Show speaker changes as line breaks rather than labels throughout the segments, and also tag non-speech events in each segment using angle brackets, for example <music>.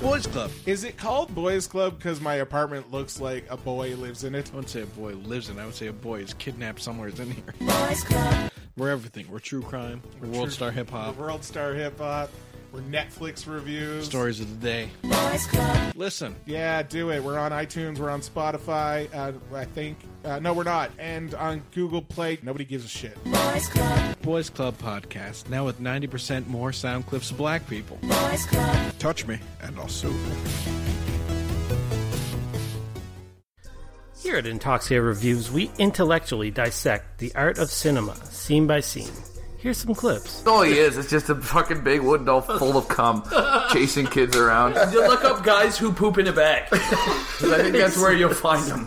Boys Club.
Is it called Boys Club because my apartment looks like a boy lives in it?
I wouldn't say a boy lives in. it. I would say a boy is kidnapped somewhere in here. <laughs>
Boys Club.
We're everything. We're true crime. We're world star hip hop.
We're World Star Hip Hop. We're Netflix reviews.
Stories of the day.
Boys Club.
Listen,
Yeah, do it. We're on iTunes. We're on Spotify. Uh, I think. Uh, no, we're not. And on Google Play. Nobody gives a shit.
Boys Club.
Boys Club podcast now with ninety percent more sound clips of black people.
Boys Club.
Touch me, and I'll sue.
Here at Intoxia Reviews, we intellectually dissect the art of cinema, scene by scene. Here's some clips.
all he is. It's just a fucking big wooden doll full of cum, chasing kids around.
You look up guys who poop in a
<laughs>
bag.
'Cause I think that's where
you'll find them.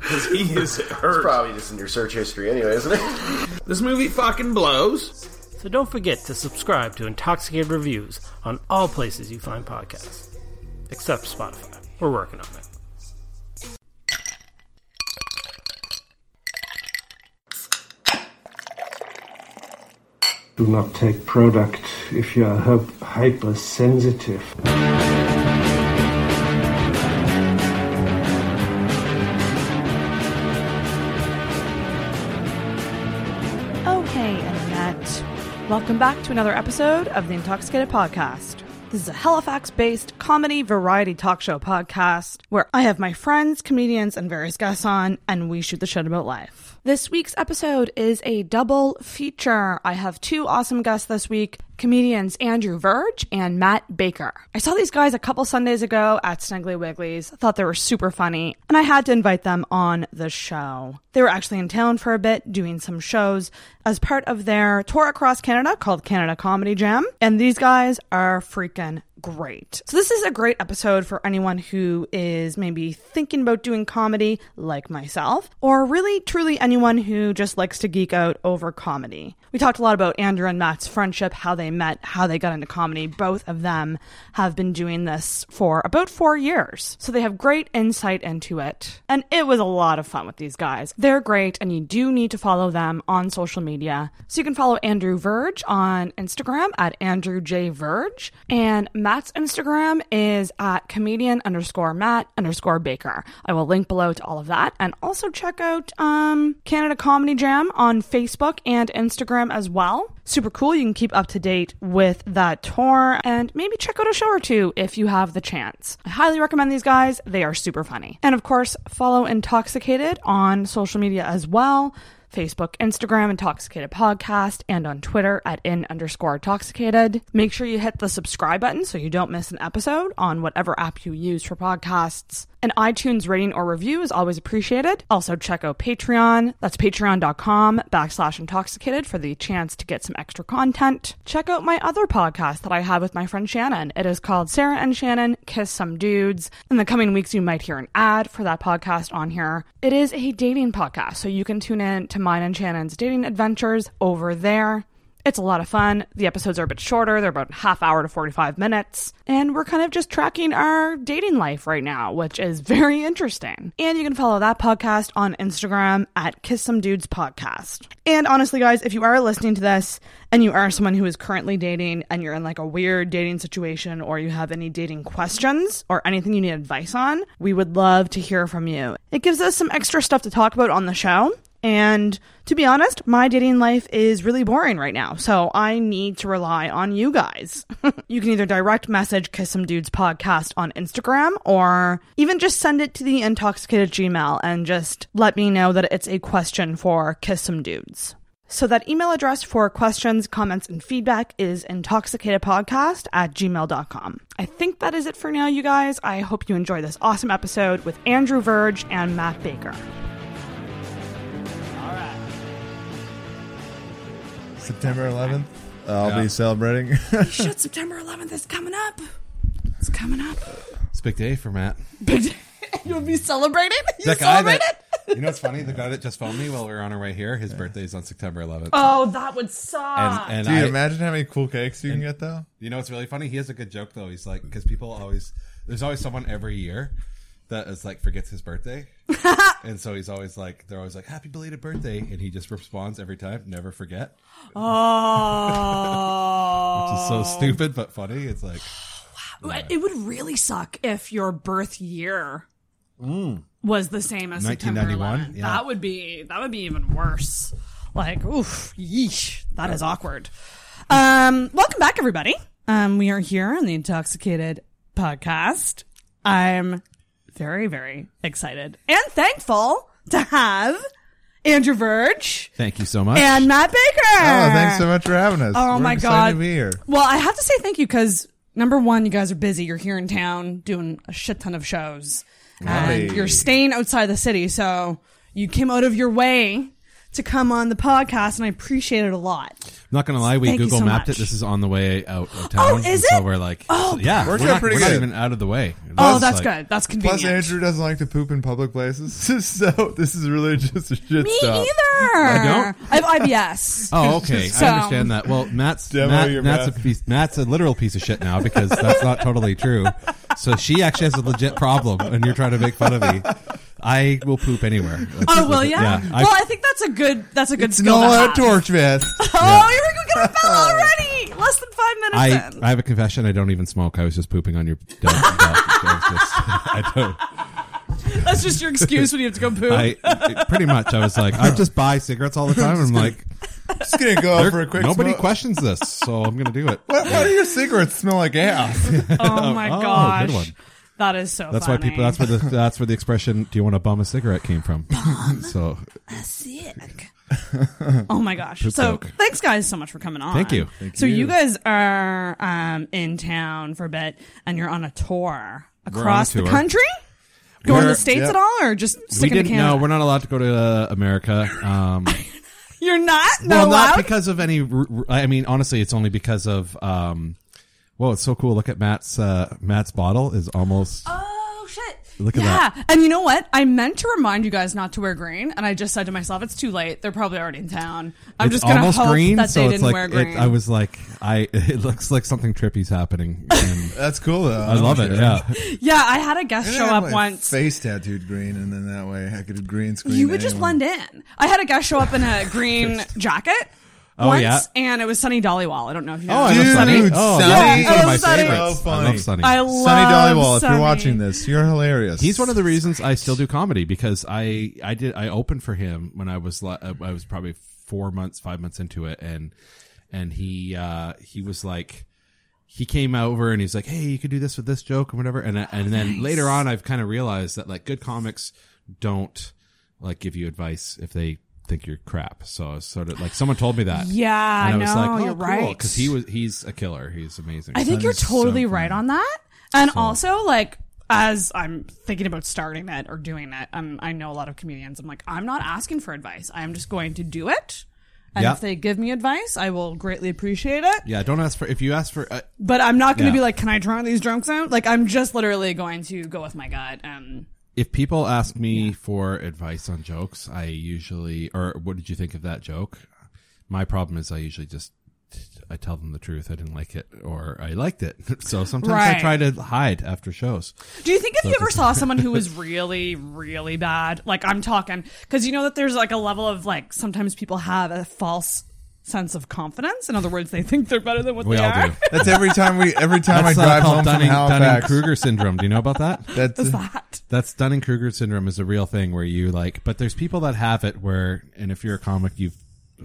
Because he is hurt.
Probably just in your search history anyway, isn't it?
This movie fucking blows.
So don't forget to subscribe to Intoxicated Reviews on all places you find podcasts, except Spotify. We're working on it.
Do not take product if you are hyp- hypersensitive.
Okay, Internet. Welcome back to another episode of the Intoxicated Podcast. This is a Halifax based comedy variety talk show podcast where I have my friends, comedians, and various guests on, and we shoot the shit about life. This week's episode is a double feature. I have two awesome guests this week comedians Andrew Verge and Matt Baker. I saw these guys a couple Sundays ago at Snuggly Wigglies, thought they were super funny, and I had to invite them on the show. They were actually in town for a bit doing some shows as part of their tour across Canada called Canada Comedy Jam, and these guys are freaking great. So this is a great episode for anyone who is maybe thinking about doing comedy like myself or really truly anyone who just likes to geek out over comedy. We talked a lot about Andrew and Matt's friendship, how they met, how they got into comedy. Both of them have been doing this for about 4 years. So they have great insight into it. And it was a lot of fun with these guys. They're great and you do need to follow them on social media. So you can follow Andrew Verge on Instagram at Andrew J Verge, and Matt's Instagram is at comedian underscore Matt underscore Baker. I will link below to all of that, and also check out um, Canada Comedy Jam on Facebook and Instagram as well. Super cool! You can keep up to date with that tour, and maybe check out a show or two if you have the chance. I highly recommend these guys; they are super funny. And of course, follow Intoxicated on social media as well. Facebook, Instagram, Intoxicated Podcast, and on Twitter at in underscore intoxicated. Make sure you hit the subscribe button so you don't miss an episode on whatever app you use for podcasts. An iTunes rating or review is always appreciated. Also check out Patreon. That's patreon.com backslash intoxicated for the chance to get some extra content. Check out my other podcast that I have with my friend Shannon. It is called Sarah and Shannon Kiss Some Dudes. In the coming weeks, you might hear an ad for that podcast on here. It is a dating podcast, so you can tune in to mine and Shannon's dating adventures over there. It's a lot of fun. The episodes are a bit shorter, they're about half hour to 45 minutes. And we're kind of just tracking our dating life right now, which is very interesting. And you can follow that podcast on Instagram at Kiss Some Dudes Podcast. And honestly, guys, if you are listening to this and you are someone who is currently dating and you're in like a weird dating situation or you have any dating questions or anything you need advice on, we would love to hear from you. It gives us some extra stuff to talk about on the show. And to be honest, my dating life is really boring right now. So I need to rely on you guys. <laughs> you can either direct message Kiss Some Dudes podcast on Instagram or even just send it to the intoxicated Gmail and just let me know that it's a question for Kiss Some Dudes. So that email address for questions, comments, and feedback is intoxicatedpodcast at gmail.com. I think that is it for now, you guys. I hope you enjoy this awesome episode with Andrew Verge and Matt Baker.
September 11th. I'll be celebrating.
Shit, September 11th is coming up. It's coming up.
It's a big day for Matt.
<laughs> You'll be celebrating. You
That guy that-
celebrated.
You know what's funny? The guy that just phoned me while we were on our way here, his birthday is on September 11th.
Oh, that would suck.
and and
Do you
I,
imagine how many cool cakes you can get though?
you know what's really funny? He has a good joke though. He's like, because people always, there's always someone every year that is like forgets his
<laughs>
birthday, and so he's always like, they're always like, "Happy belated birthday," and he just responds every time, "Never forget," <laughs>
oh,
which is so stupid but funny. It's like,
It would really suck if your birth year was the same as September
1991?
11th.
Mm. Yeah.
That would be that would be even worse. Like, oof, yeesh, that is awkward. Um, welcome back, everybody. Um, we are here on the Intoxicated Podcast. I'm very, very excited and thankful to have Andrew Verge
Thank you so much.
and Matt Baker.
Oh, thanks so much for having us.
Oh
We're
my
excited
god!
to be here.
Well, I have to say thank you because number one, you guys are busy. You're here in town doing a shit ton of shows, and
Hey.
you're staying outside the city, so you came out of your way to come on the podcast, and I appreciate it a lot.
I'm not gonna lie, we
Thank you
Google
so
mapped
much.
it. This is on the way out of town.
is
and So
it?
we're like,
Oh,
yeah, we're,
Works out
not,
pretty
we're not
good.
even out of the way.
Oh,
It's
that's
like-
good. That's convenient.
Plus, Andrew doesn't like to poop in public places, <laughs> so this is really just a shit
Me
stop.
either.
I
I have IBS.
Oh, okay.
So-
I understand that. Well, Matt's
Demo
Matt,
your
Matt's, a
mouth.
piece, Matt's a literal piece of shit now because that's not totally true. So she actually has a legit problem, and you're trying to make fun of me. I will poop anywhere. That's-
<laughs> Oh well, yeah.
I-
well, I think that's a good. That's a good
It's
skill.
not
to
a
have.
torch vest.
<laughs> Oh, you were gonna bell already. Less than five minutes.
I,
in.
I have a confession. I don't even smoke. I was just pooping on your. Dump, dump. I was just- <laughs> I don't.
That's just your excuse when you have to go poo.
I it- pretty much. I was like, I just buy cigarettes all the time. I'm like,
Just gonna go out for a quick.
nobody
smoke.
questions this, so I'm gonna do it.
What, what do your cigarettes smell like ass?
<laughs> oh my
Oh, good
gosh.
one.
That is so.
That's why
funny.
people. That's where the that's where the expression "Do you want to bum a cigarette?" came from. so
sick. oh my gosh. so
joke.
thanks guys so much for coming on.
Thank you. Thank
so you. guys are um, in town for a bit and you're on a tour
on a
across the
tour.
country? Going to
We're-
the States
yeah.
at all or just
we
sticking to
didn't know
Canada?
we're not allowed to go to uh, America. Um,
you're not? Ah, No
well,
allowed?
not because of any. r- r- I mean, honestly, it's only because of. Um, whoa, it's so cool! Look at Matt's uh, Matt's bottle is almost.
Oh shit!
Look at
yeah.
that.
and you know what? I meant to remind you guys not to wear green, and I just said to myself, "It's too late. They're probably already in town. I'm
it's
just gonna
almost
hope
green,
that
so
they
it's
didn't
like
wear
it-
green."
I was like, I. <laughs> It looks like something trippy's happening. And
That's cool though.
I love it. Yeah,
yeah, I had a guest show up once.
Face tattooed green, and then that way I could green screen.
You would just blend in. I had a guy show up
<laughs>
in a green jacket.
Oh,
once,
yeah.
and it was Sunny Dollywall. I don't know if you know.
Oh, I
Dude,
love Sunny. Oh,
Sunny
Sunny's one
is
of my
so
favorites.
funny.
I love Sunny.
I love
Sunny Dollywall, if
Sunny.
you're watching this, you're hilarious.
He's one of the reasons I still do comedy because I I did I opened for him when I was li- I was probably four months five months into it and and he uh he was like he came over and he's like hey you could do this with this joke and whatever and I- and then later on I've kind of realized that like good comics don't like give you advice if they think you're crap so I was sort of like someone told me that
Yeah,
and I was
no,
like oh,
you're
cool,
right.
because he was he's a killer he's amazing
I think you're
Sunny's so
totally
funny.
right on that. And also, like, as I'm thinking about starting it or doing it, um, I know a lot of comedians. I'm like, I'm not asking for advice. I'm just going to do it. And
Yeah.
if they give me advice, I will greatly appreciate it.
yeah don't ask for if you ask for uh,
But I'm not going to
Yeah.
be like, can I draw these drunks out? Like, I'm just literally going to go with my gut. And
if people ask me for advice on jokes, I usually or what did you think of that joke? My problem is I usually just I tell them the truth. I didn't like it or I liked it. So sometimes
Right.
I try to hide after shows.
Do you think if you ever
<laughs>
saw someone who was really, really bad, like I'm talking, because you know that there's like a level of like sometimes people have a false sense of confidence. In other words, they think they're better than what
We
they
all
are. <laughs>
do.
That's every time we every time
That's
I drive
uh, called
home
Dunning,
from Halifax.
Kruger syndrome. Do you know about that?
That's
That.
That's Dunning Kruger syndrome is a real thing where you like, but there's people that have it where, and if you're a comic, you've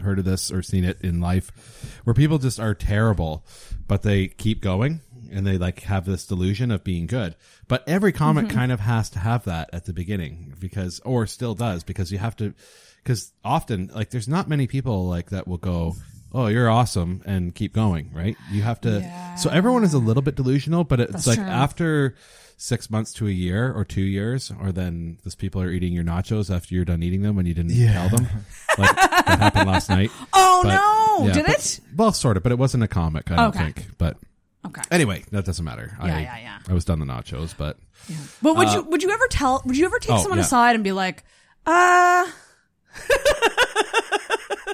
heard of this or seen it in life, where people just are terrible, but they keep going and they like have this delusion of being good. But every comic kind of has to have that at the beginning because, or still does because you have to, because often like there's not many people like that will go, Oh, you're awesome and keep going, right? You have to. So everyone is a little bit delusional, but it's like
true.
after after six months to a year or two years, or then these people are eating your nachos after you're done eating them when you didn't tell them. Like that happened last night.
<laughs> Oh
But,
no!
yeah,
Did
but-
it?
Well, sort of, but it wasn't a comic, I don't
Okay.
think. But
Okay.
anyway, that doesn't matter. I,
yeah, yeah.
I was done the nachos, but uh,
But would you would you ever tell? Would you ever take
oh,
someone
yeah.
aside and be like, uh? <laughs>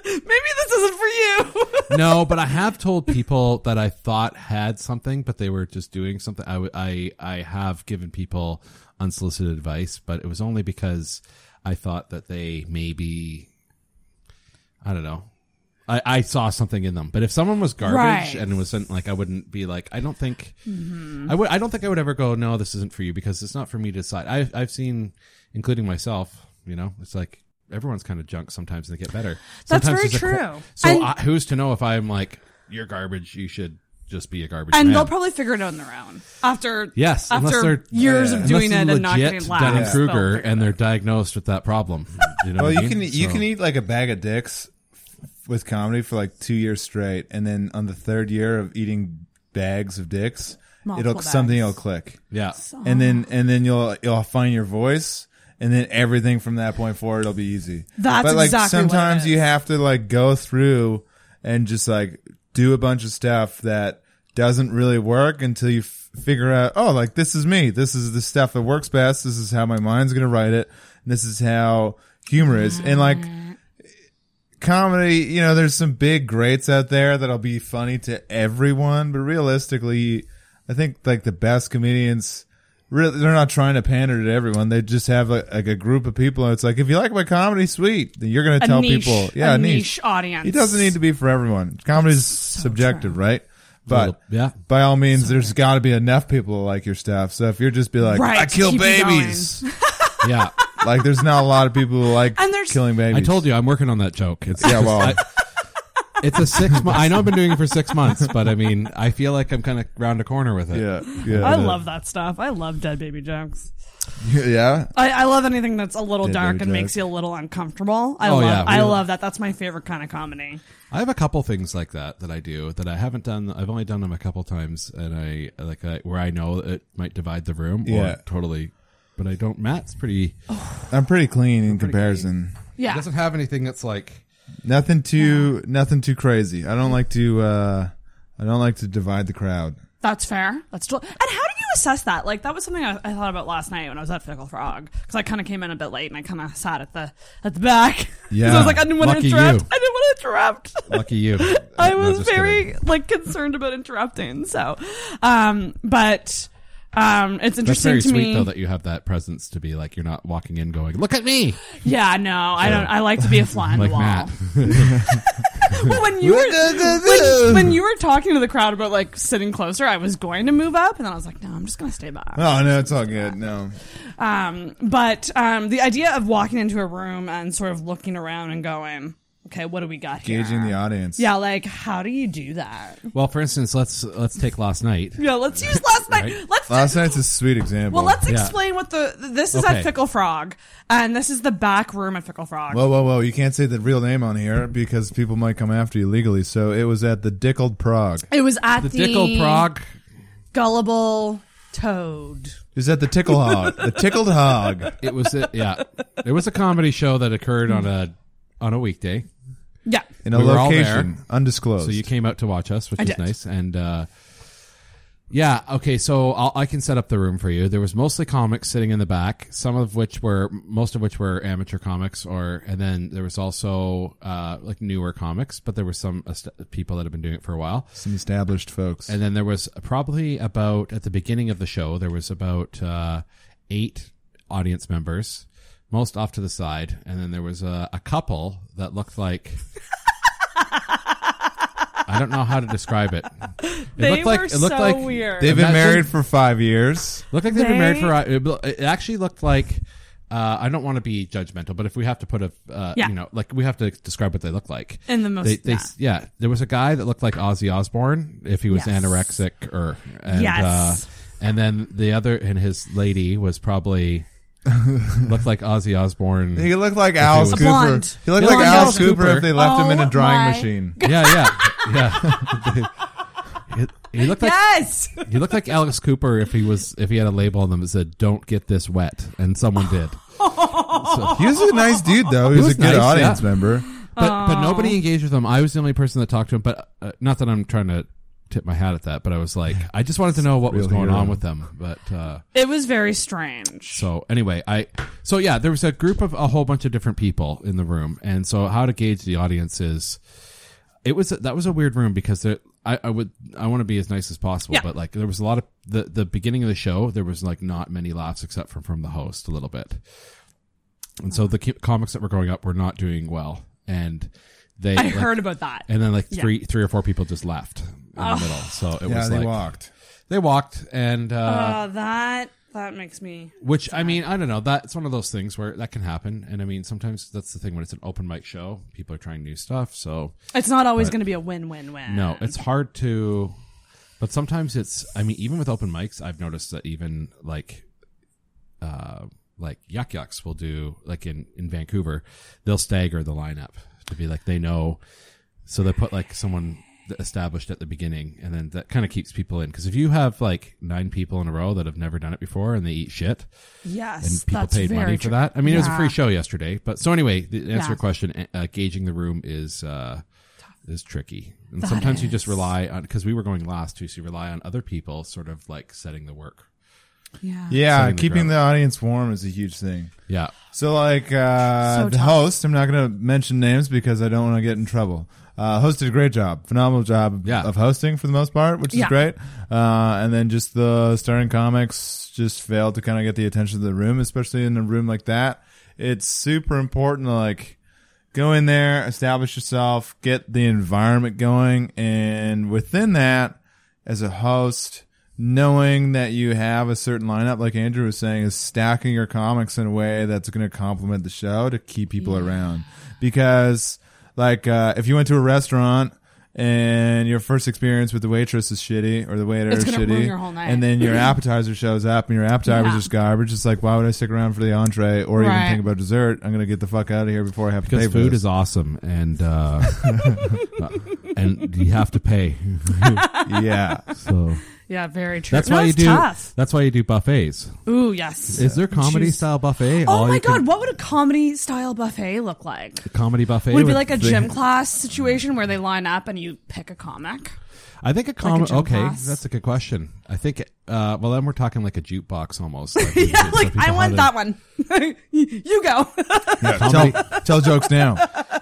Maybe this isn't for you.
no, but I have told people that I thought had something, but they were just doing something. I, w- I, I have given people unsolicited advice, but it was only because I thought that they maybe, I don't know,
I, I saw something in them. But if someone was garbage
Right.
and was in, like, I wouldn't be like, I don't think
Mhm.
I would. I don't think I would ever go. No, this isn't for you because it's not for me to decide. I've I've seen, including myself. You know, it's like everyone's kind of junk sometimes, and they get better.
That's
Sometimes
very
there's a
true.
so
And-
I, who's to know if I'm like you're garbage? You should just be a garbage.
and
man."
they'll probably figure it out on their own after
Yes, unless
after
they're
years
yeah,
of
unless
doing it
they're
and not
legit
getting laughs. they'll
Dunning-Kruger,
figure
and they're diagnosed with that problem. You know
well,
what I
you can
mean?
you
So-
can eat like a bag of dicks with comedy for like two years straight, and then on the third year of eating bags of dicks,
Multiple
it'll something
bags.
will click.
Yeah,
and then and then you'll you'll find your voice. And then everything from that point forward, it'll be easy.
That's
but like
exactly what it
sometimes you have to like go through and just like do a bunch of stuff that doesn't really work until you f- figure out, oh, like this is me. This is the stuff that works best. This is how my mind's gonna write it. And this is how humor is. And like comedy, you know, there's some big greats out there that'll be funny to everyone, but realistically, I think like the best comedians really they're not trying to pander to everyone. They just have like, like a group of people and it's like if you like my comedy, sweet. Then you're going
A
to tell
niche-
people, yeah,
a
a niche.
niche audience.
It doesn't need to be for everyone. Comedy's subjective, right? But
yeah.
by all means, there's got to be enough people who like your stuff. So if you're just be like,
Right,
I kill
keep it going.
babies,
yeah,
like there's not a lot of people who like
And there's-
killing babies.
I told you I'm working on that joke. It's
Yeah, well.
I- it's a six. Mo- I know I've been doing it for six months, but I mean, I feel like I'm kind of round a corner with it.
Yeah, yeah.
I love that stuff. I love dead baby jokes.
Yeah,
I, I love anything that's a little
Dead
dark
baby
and
jokes.
makes you a little uncomfortable. I
Oh,
love
yeah,
I
really.
love that. That's my favorite kind of comedy.
I have a couple things like that that I do that I haven't done. I've only done them a couple times, and I like I, where I know it might divide the room.
Yeah.
or totally. But I don't. Matt's pretty.
I'm pretty clean in comparison.
Yeah.
he doesn't have anything that's like.
Nothing too, nothing too crazy. I don't like to, uh, I don't like to divide the crowd.
That's fair. That's tw- and how do you assess that? Like that was something I, I thought about last night when I was at Fickle Frog because I kind of came in a bit late and I kind of sat at the at the back. <laughs> 'Cause I
Yeah.
was like I didn't want
Lucky
to interrupt.
you.
I didn't want to interrupt. <laughs>
Lucky you.
I
No,
was
just
very
kidding.
like concerned about interrupting. So, um, but um, it's
That's
interesting
very
to
sweet
me.
though that you have that presence to be like you're not walking in going look at me
yeah, no, I don't. I like to be a fly on
<laughs> like
the wall.
Matt.
Well, when you were when, when you were talking to the crowd about like sitting closer, I was going to move up, and then I was like, no, I'm just gonna stay back.
Oh no, it's all good. No,
Um, but um, the idea of walking into a room and sort of looking around and going, okay, what do we got here?
gauging the audience.
Yeah, like how do you do that?
Well, for instance, let's let's take last night.
Yeah, let's use last night.
Right.
Let's do-
Last night's a sweet example.
well, let's
Yeah.
explain what the this is at
Okay.
Fickle Frog, and this is the back room at Fickle Frog.
Whoa, whoa, whoa! You can't say the real name on here because people might come after you legally. So it was at the Dickled Prague. It
it was at the,
The Dickel Prague.
Gullible Toad.
was at the Tickle Hog. The Tickled Hog.
It was a, yeah. It was a comedy show that occurred on a on a weekday.
Yeah,
In a
We were all
location
there.
undisclosed.
So you came out to watch us, which
I
is
did.
nice. And uh, yeah, okay. So I'll, I can set up the room for you. There was mostly comics sitting in the back, some of which were most of which were amateur comics, or and then there was also uh, like newer comics, but there were some est- people that have been doing it for a while.
Some established folks.
And then there was probably about at the beginning of the show, there was about uh, eight audience members, most off to the side, and then there was a, a couple that
<laughs>
looked like. I don't know how to describe it. It
they
looked like
were
it looked
so
like
weird.
They've been
Imagine-
married for five years.
Looked like they've been married
They-
for. a- It lo- it actually looked like. Uh, I don't want to be judgmental, but if we have to put a, uh,
Yeah.
you know, like we have to describe what they look like.
In the most-
they, they,
yeah.
yeah, there was a guy that looked like Ozzy Osbourne if he was
Yes.
anorexic or and,
Yes.
Uh, and then the other and his lady was probably looked like Ozzy Osbourne.
He looked like
he
Alice
was- A
Cooper.
blonde.
He looked
He
like
looked like
Alice
Alice
Cooper,
Cooper.
if they left him in
Oh
a
my
drying machine.
yeah, yeah, yeah. <laughs> he, he looked like
yes,
he looked like Alex Cooper if he was if he had a label on them that said "Don't get this wet," and someone did.
He was a nice dude though. He was,
was
a good
nice,
audience
yeah.
member.
but but nobody engaged with him. I was the only person that talked to him. But uh, not that I'm trying to tip my hat at that. But I was like, I just wanted to know what was
Real
going
hero.
on with them. But uh,
it was very strange.
so anyway, I so yeah, there was a group of a whole bunch of different people in the room, and so how to gauge the audience is. It was that was a weird room because there, I, I would I want to be as nice as possible,
Yeah.
but like there was a lot of the the beginning of the show there was like not many laughs except from from the host a little bit, and so the co- comics that were going up were not doing well, and
they
<laughs> I
like-
heard about that.
and then like
Yeah.
three three or four people just left in
Oh.
the middle. So it
Yeah,
was
they
like
walked.
They walked, and uh,
oh, that that makes me.
which I mean, I don't know. That's one of those things where that can happen, and I mean, sometimes that's the thing when it's an open mic show, people are trying new stuff. So
It's not always
But-
going to be a win-win-win.
No, it's hard to. But sometimes it's. I mean, even with open mics, I've noticed that even like, uh, like Yuck Yucks will do like in in Vancouver, they'll stagger the lineup to be like they know, so they put like someone that established at the beginning, and then that kind of keeps people in. Because if you have like nine people in a row that have never done it before and they eat shit,
Yes,
and people
that's
paid money
very
for
true.
that. I mean, it was a
Yeah.
free show yesterday, but so anyway, the answer
Yeah.
your question, uh, gauging the room is uh, is tricky, and
That
sometimes you just
is.
rely on because we were going last too, so you rely on other people sort of like setting the work.
Yeah.
Yeah,
Setting the
keeping
ground.
the audience warm is a huge thing.
Yeah.
So like uh,
So
the
tough.
host, I'm not going to mention names because I don't want to get in trouble. Uh, host did a great job, phenomenal job of hosting for the most part, which
Yeah.
is great. Uh, and then just the starring comics just failed to kind of get the attention of the room, especially in a room like that. It's super important to like go in there, establish yourself, get the environment going, and within that, as a host, knowing that you have a certain lineup, like Andrew was saying, is stacking your comics in a way that's going to complement the show to keep people around. Because, like, uh, if you went to a restaurant and your first experience with the waitress is shitty or the waiter
It's
is
gonna
shitty,
ruin your whole night.
and then
<laughs>
your appetizer shows up and your appetizer is
Yeah.
just garbage, it's like, why would I stick around for the entree or
Right.
even think about dessert? I'm going to get the fuck out of here before I have
Because
to pay for
food
this.
is awesome, and uh, and you have to pay.
Yeah.
so
Yeah, very true.
That's
No,
why you
it's
do.
tough.
That's why you do buffets.
Ooh, yes.
Is there comedy
Choose-
style buffet?
Oh
All
my
you
god,
can-
what would a comedy style buffet look like?
comedy buffet
Would it be
with
like a
the- <laughs>
gym class situation where they line up and you pick a comic?
I think a
Like a
comic.
gym
okay,
class?
that's a
<laughs>
good question. I think. Uh, well, then we're talking like a jukebox almost. Like,
yeah,
so
like
people
I
have
want
their-
that one. <laughs> You- you go.
Comedy-
tell jokes now.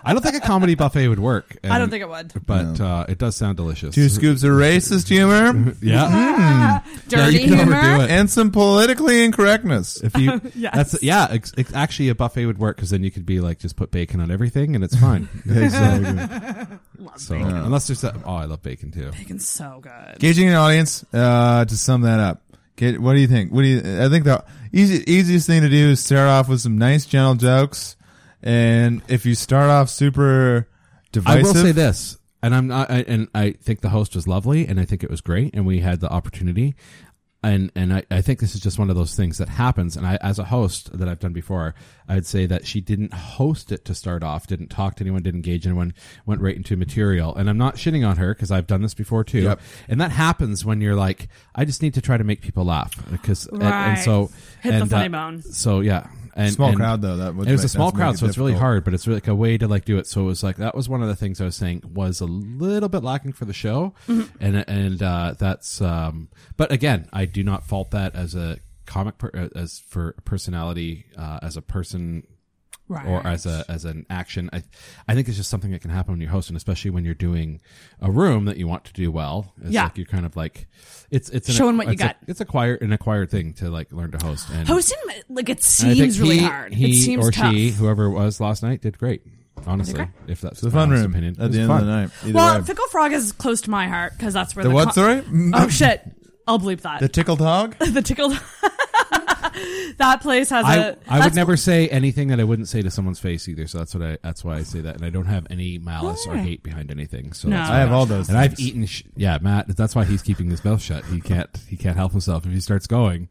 I don't think a comedy buffet would work.
I don't think it would.
But uh, it does sound delicious.
Two scoops of racist humor.
<laughs> Yeah.
Mm.
Ah, Dirty Yeah, you can humor. overdo it.
And some politically incorrectness.
If you,
Yes.
that's yeah. Ex- ex- actually, a buffet would work because then you could be like, just put bacon on everything, and it's fine.
Exactly.
Love
so
bacon.
unless there's that, oh, I love bacon too.
Bacon's so good.
Gauging an audience, uh, to sum that up. Ga- what do you think? What do you, I think the easy, easiest thing to do is start off with some nice, gentle jokes. And if you start off super divisive.
I will say this, and I'm not, I, and I think the host was lovely, and I think it was great, and we had the opportunity, and and I, I think this is just one of those things that happens, and I as a host that I've done before, I'd say that she didn't host it to start off, didn't talk to anyone, didn't engage anyone, went right into material, and I'm not shitting on her because I've done this before too,
Yep.
and that happens when you're like, I just need to try to make people laugh because and, and
Right.
so
Hit the
and, uh,
funny bone.
So yeah. And,
Small
and-
crowd, though, that would
it was a
make-
small
that's make
crowd,
it
so it's really
difficult.
hard hard, but it's really like a way to like do it. So it was like that was one of the things I was saying was a little bit lacking for the show,
Mhm.
and and uh, that's. Um, but again, I do not fault that as a comic per- uh, as for personality uh, as a person. Or
Right.
as a as an action, I I think it's just something that can happen when you're hosting, especially when you're doing a room that you want to do well. It's
Yeah.
like you're kind of like it's it's an,
Showing what you
it's
got.
A, it's acquired an acquired thing to like learn to host. And
Hosting like it
and I think
seems really
he-
hard.
He
it seems
or
tough.
she, whoever it was last night, did great. Honestly,
Okay.
if that's
It's a fun
my honest
room
opinion. It
at the
was
end of
fun.
the night, either
well,
way.
Fickle Frog is close to my heart because that's where
The
the
what, sorry?
oh shit! I'll bleep that.
The tickled
<laughs>
hog?
the tickled. that place has
I
a.
I
that's-
would never say anything that I wouldn't say to someone's face either. So that's what I. That's why I say that, and I don't have any malice or
Yeah.
hate behind anything. So
No.
that's
I have
why-
all those
And I've
things.
eaten. Sh- yeah, Matt. That's why he's keeping his mouth shut. He can't. He can't help himself. If he starts going,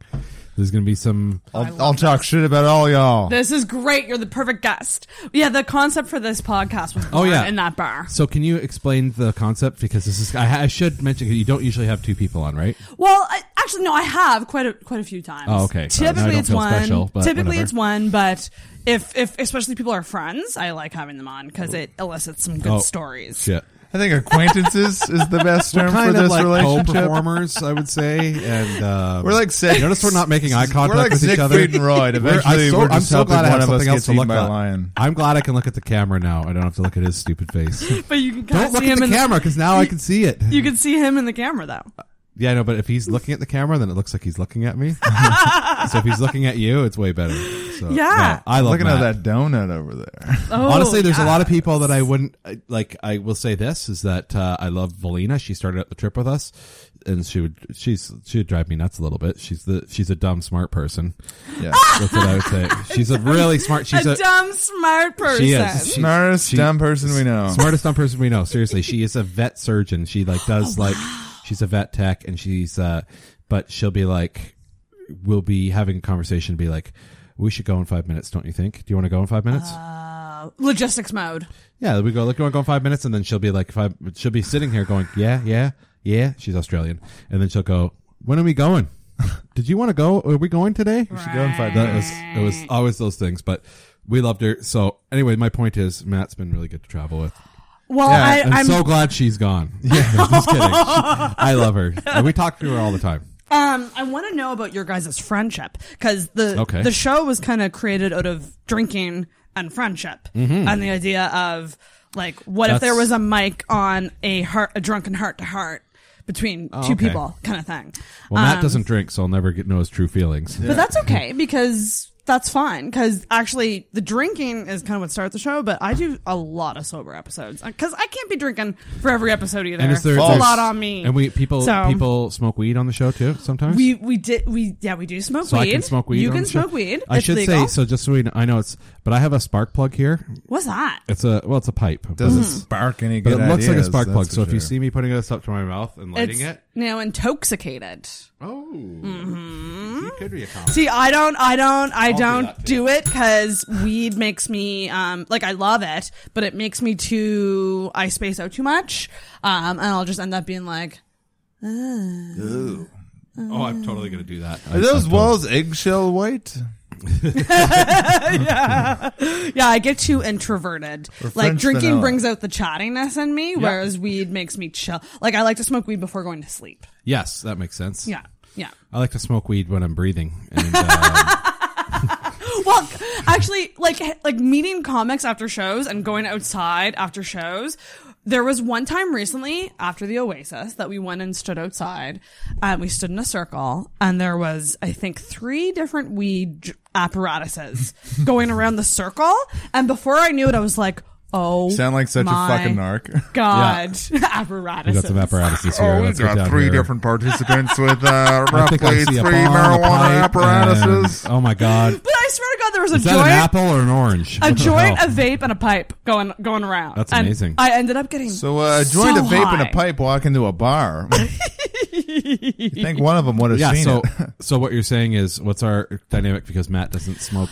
there's going to be some.
I'll, I'll talk shit about all y'all.
This is great. You're the perfect guest. Yeah, the concept for this podcast was
Oh
born
yeah,
in that bar.
So can you explain the concept? Because this is. I, I should mention you don't usually have two people on, right?
Well, I, actually, no, I have quite a quite a few times.
Oh, okay. Now I
Typically,
don't
it's
feel
one.
special, but
typically,
whatever.
it's one. But if if especially people are friends, I like having them on because it elicits some good
Oh,
stories.
Shit.
I think acquaintances is the best
We're
term
kind
for
of
this
like
relationship.
co-performers, I would say, and um,
We're like Sid-
Notice we're not making eye
We're
contact
like
with each
Siegfried
other.
and Roy.
We're-
Eventually,
I'm so,
we're just
I'm so
helping
glad I
one
have
of us
something else
gets
to look
eaten by a
at.
lion.
I'm glad I can look at the camera now. I don't have to look at his stupid face.
But you can kinda
don't look
see
at
him
the
in the-
camera because now I can see it.
You can see him in the camera though.
Yeah, I know, but if he's looking at the camera, then it looks like he's looking at me. so if he's looking at you, it's way better.
So
Yeah.
no, I love
Look at
Matt.
that donut over there.
<laughs>
Oh,
Honestly, there's
yeah.
a lot of people that I wouldn't I- like. I will say this is that uh, I love Valina. She started out the trip with us, and she would she's she would drive me nuts a little bit. She's the she's a dumb smart person. Yeah, that's what I would say. She's a really smart. She's
a,
a,
dumb, smart person.
She is She's-
Smartest dumb person we know.
Smartest dumb person we know. Seriously, she is a vet surgeon. She like does like she's a vet tech, and she's uh, but she'll be like, we'll be having a conversation, be like, we should go in five minutes, don't you think? Do you want to go in five minutes?
Uh, logistics mode.
Yeah, we go. Look, you want to go in five minutes, and then she'll be like, five. She'll be sitting here going, yeah, yeah, yeah. She's Australian, and then she'll go, when are we going? <laughs> Did you want to go? Are we going today? We should go in five. That was it. Was always those things, but we loved her. So anyway, my point is, Matt's been really good to travel with.
Well,
Yeah,
I-
I'm,
I'm-
so glad she's gone. Yeah, I'm just kidding. She- I love her. And we talk to her all the time.
Um, I want to know about your guys' friendship because the
Okay.
the show was kind of created out of drinking and friendship,
Mhm.
and the idea of like, what if
That's-
there was a mic on a heart, a drunken heart to heart between two
Oh, okay.
people, kind of thing.
Well, Matt
Um,
doesn't drink, so I'll never get know his true feelings.
but that's okay because that's fine because actually the drinking is kind of what starts the show. But I do a lot of sober episodes because I can't be drinking for every episode either.
And it's their,
a
their-
lot on me.
And we people
So-
people smoke weed on the show too sometimes.
We we did we yeah we do smoke
so
weed.
I can smoke weed.
You
on
can
the show.
smoke weed.
I
It's
should say
legal.
so. Just so we know, I know it's, but I have a spark plug here.
What's that?
It's a well, it's a pipe.
Doesn't
But-
spark any
But
good
it looks like a
ideas,
spark
that's
plug.
for
So if you
sure.
see me putting this up to my mouth and lighting
it's
it,
now intoxicated.
Oh,
hmm
it could be a
Mm-hmm.
con.
see, I don't, I don't, I
I'll do
don't
that
do, it 'cause it because weed makes me, um, like I love it, but it makes me too. I space out too much, um, and I'll just end up being like, "Ah."
Oh, I'm totally gonna do that.
Are those walls eggshell white?
yeah. yeah, I get too introverted.
Or
like
French
drinking
vanilla.
brings out the chattiness in me, whereas weed makes me chill. Like I like to smoke weed before going to sleep.
Yes, that makes sense.
Yeah, yeah.
I like to smoke weed when I'm breathing. And, uh,
<laughs> well, actually, like like meeting comics after shows and going outside after shows. There was one time recently after the Oasis that we went and stood outside, and we stood in a circle, and there was I think three different weed j-
<laughs>
apparatuses going around the circle, and before I knew it, I was like, "Oh,
Sound like such a
my
fucking
<laughs>
narc.
God,
we
<laughs> apparatuses.
got some apparatuses here. Let's get down here.
participants
<laughs>
with uh,
I think I see a bong, a pipe, and- oh my god!
But I swear to God, there was a
Is that an
joint,
Oh, apple or an orange?
a
What the
joint,
hell?
a vape, and a pipe going going around.
That's
And
amazing.
I ended up getting
So uh, a joint,
so
a vape, and
high.
a pipe walk into a bar. you think one of them would have
yeah,
seen
so,
it?
so what you're saying is, what's our dynamic? Because Matt doesn't smoke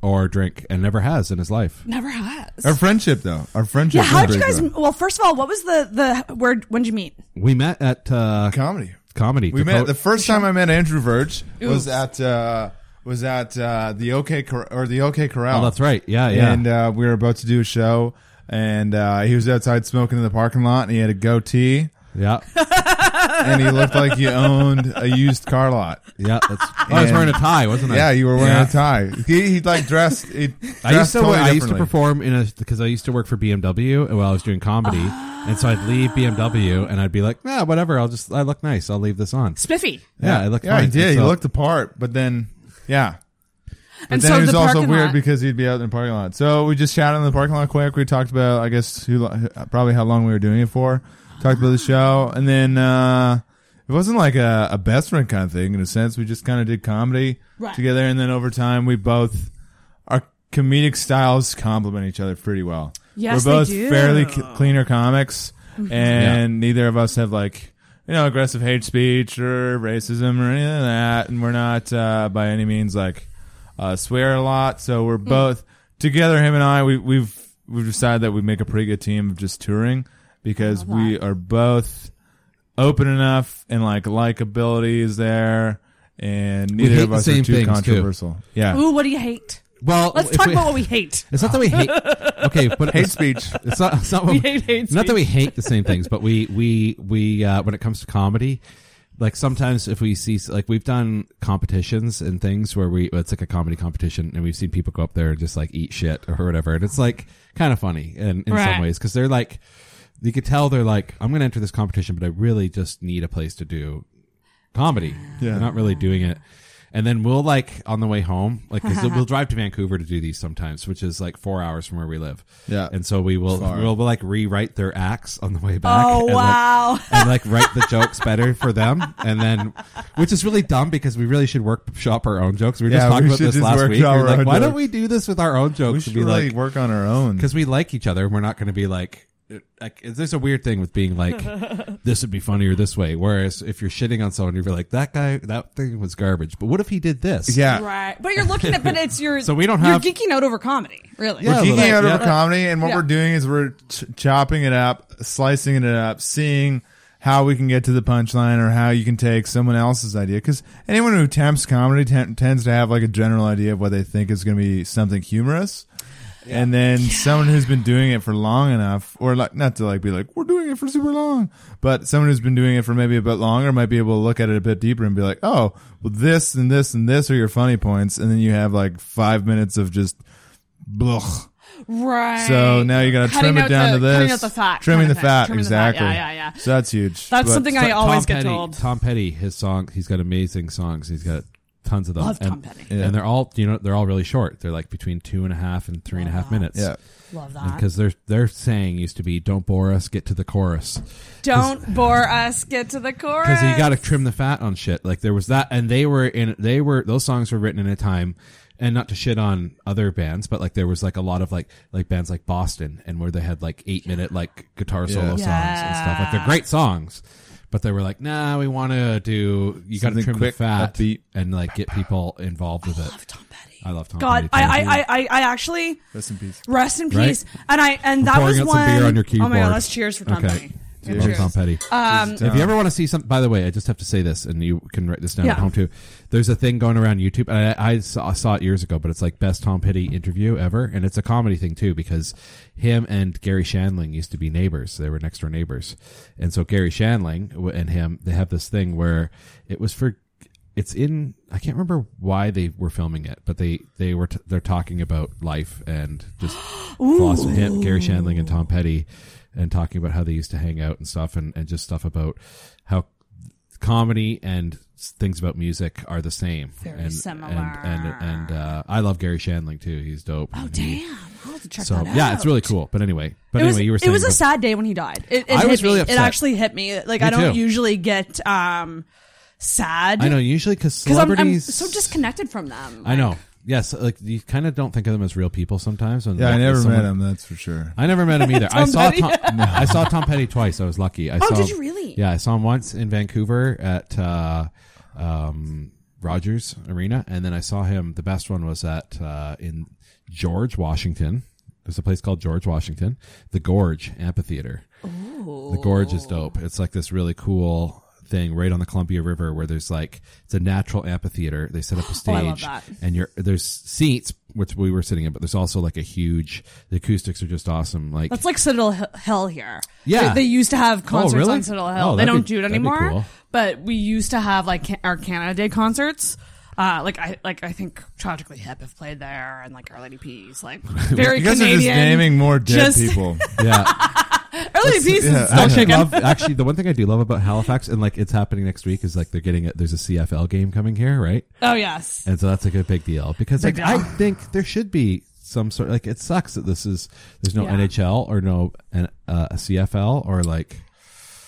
or drink and never has in his life.
Never has.
Our friendship, though, our friendship.
Yeah, how
is
did you
pretty
guys?
good.
Well, first of all, what was the the where? When did you meet?
We met at uh,
comedy.
Comedy.
We met the first time I met Andrew Verge
Ooh.
was at uh, was at uh, the OK Cor- or the OK Corral.
Oh, that's right. Yeah, yeah.
And uh, we were about to do a show, and uh, he was outside smoking in the parking lot, and he had a goatee.
Yeah.
<laughs> and he looked like he owned a used car lot.
Yeah, that's. I was wearing a tie, wasn't I?
Yeah, you were wearing
Yeah.
a tie. He, he like dressed. He
<laughs>
dressed
I used to
totally
I used to
differently.
perform in a because I used to work for BMW while I was doing comedy, and so I'd leave BMW and I'd be like, nah, whatever. I'll just I look nice. I'll leave this on.
Spiffy.
Yeah, I looked.
Yeah,
fine.
he did.
And
He
so-
looked the part, but then, yeah. But
And
then
so
it was
the
also
parking
weird
lot-
because he'd be out in the parking lot. So we just chatted in the parking lot quick. We talked about, I guess, who, lo- probably how long we were doing it for. Talked about the show, and then uh, it wasn't like a, a best friend kind of thing in a sense. We just kind of did comedy
Right.
together, and then over time, we both our comedic styles complement each other pretty well.
Yes,
we're
they
both
do.
fairly c- cleaner comics,
Mhm.
and neither of us have like you know aggressive hate speech or racism or any of that, and we're not uh, by any means like uh, swear a lot. So
Hmm.
we're both together. Him and I, we, we've we've decided that we make a pretty good team of just touring because we are both open enough and like likability is there. And
We
neither
hate
of
the
us
same
are too
things, too.
controversial. Yeah.
Ooh, what do you hate?
Well,
let's
if
talk
we-
about what
<laughs>
we hate.
It's not that we hate. Okay, but
Hate speech.
<laughs> It's not. It's not what
We hate hate
it's Not that we
speech.
hate the
<laughs>
same things, but we we we uh, when it comes to comedy, like sometimes if we see like we've done competitions and things where we it's like a comedy competition and we've seen people go up there and just like eat shit or whatever, and it's like kind of funny and in
Right.
some ways because they're like you could tell they're like I'm going to enter this competition, but I really just need a place to do comedy.
Yeah.
They're not really doing it. And then we'll like on the way home, like we we'll drive to Vancouver to do these sometimes, which is like four hours from where we live.
Yeah.
and so we will
Far.
we'll like rewrite their acts on the way back.
Oh,
and, like-
wow.
and like write the jokes better for them, and then which is really dumb because we really should workshop our own jokes. We were
Yeah,
just talking
we
about
should
this
just
last
work
week. We
our
were like,
own
why don't
jokes.
we do this with our own jokes?
We should really work on our own
because we like each other. We're not going to be like it- like. There's a weird thing with being
<laughs>
like this would be funnier this way. Whereas if you're shitting on someone, you're like that guy. That thing was garbage. But what if he did this?
<laughs> Right. But you're looking at, but it's your.
So we don't have-
You're geeking out over comedy, really.
we're geeking out over
Yeah.
comedy, and what
Yeah.
we're doing is we're ch- chopping it up, <laughs> slicing it up, seeing how we can get to the punchline or how you can take someone else's idea. Because anyone who attempts comedy ten- tends to have like a general idea of what they think is going to be something humorous. And then someone who's been doing it for long enough, or like not to like be like we're doing it for super long, but someone who's been doing it for maybe a bit longer might be able to look at it a bit deeper and be like, oh, well, this and this and this are your funny points, and then you have like five minutes of just, blech.
Right.
So now you got to
Cutting
trim it
out
down to
the-
this.
cutting out the fat
Trimming
kind
the
of thing.
fat,
Trimming the fat.
exactly.
Yeah, yeah, yeah.
So that's huge.
That's something I
Tom
always get
Petty-
told.
Tom Petty, his song, he's got amazing songs. He's got tons of them.
Love
and,
Tom Petty.
and
Yeah.
they're all you know they're all really short. They're like between two and a half and three and a half minutes.
Yeah. Love that.
Because their their saying used to be, "Don't bore us, get to the chorus."
Don't bore us. Get to the chorus.
because you got to trim the fat on shit. Like there was that, and they were in. They were those songs were written in a time, and not to shit on other bands, but like there was like a lot of like like bands like Boston, and where they had like eight minute like guitar
Yeah.
solo songs and stuff. Like they're great songs, but they were like, nah, we want to do. You got to
Something
trim
quick,
the fat and like get people involved with it. I love Tom Petty. I love Tom.
God,
Petty
I,
too.
I, I, I, I actually
Rest in peace.
Rest in
Right?
peace. And I, and
We're
that
pouring
was
out
one.
some beer on your
Oh my
keyboard.
god, let's cheers for Tom Petty.
Love Tom Petty.
Um,
if you ever want to see some, by the way, I just have to say this, and you can write this down
Yeah.
at home too. There's a thing going around YouTube. and I, I saw, saw it years ago, but it's like best Tom Petty interview ever, and it's a comedy thing too because him and Gary Shandling used to be neighbors. They were next door neighbors, and so Gary Shandling w- and him they have this thing where it was for. It's in. I can't remember why they were filming it, but they they were t- they're talking about life and just philosophy. Him, Gary Shandling and Tom Petty and talking about how they used to hang out and stuff and, and just stuff about how comedy and s- things about music are the same
Very
and,
similar.
and and and uh i love gary shandling too he's dope oh
damn. I'll have to check
so
that
yeah it's
out.
really cool but anyway but
it
anyway
was,
you were
it
saying
was a
about-
sad day when he died. It, it
I
hit
was really
me.
upset.
It actually hit me. Like
Me
I don't
too.
usually get um sad.
i know usually because
because I'm,
celebrities
I'm so disconnected from them.
I know. Yes, like you kind of don't think of them as real people sometimes. and
Yeah, I
like,
never
if
met him, that's for sure.
I never met him
<laughs>
either. I
Tom
saw
Petty?
Tom, I saw Tom Petty twice. I was lucky. I
Oh,
saw
did
him-
you really?
Yeah, I saw him once in Vancouver at uh, um, Rogers Arena, and then I saw him. The best one was at uh, in George Washington. There's a place called George Washington, the Gorge Amphitheater. The Gorge is dope. It's like this really cool thing right on the Columbia River where there's like it's a natural amphitheater. They set up a
Oh, I love
stage
that.
and you're there's seats which we were sitting in, but there's also like a huge the acoustics are just awesome. Like
That's like Citadel Hi- Hill here.
Yeah.
They, they used to have
Oh,
concerts
really?
on Citadel Hill.
Oh,
they
that'd
don't
be-
do it
that'd be
anymore.
cool.
But we used to have like ca- our Canada Day concerts. Uh, like I like I think tragically hip have played there and like Our Lady
<laughs>
Peas like very
you guys
Canadian.
are just naming more dead
Just- <laughs>
people.
yeah.
Our Lady Peas is still
actually,
kicking.
love, actually, the one thing I do love about Halifax and like it's happening next week is like they're getting it. There's a CFL game coming here, right?
Oh, yes.
and so that's like a big deal because
Big
like
deal.
I think there should be some sort. Like it sucks that this is there's no
Yeah.
NHL or no uh, a CFL or like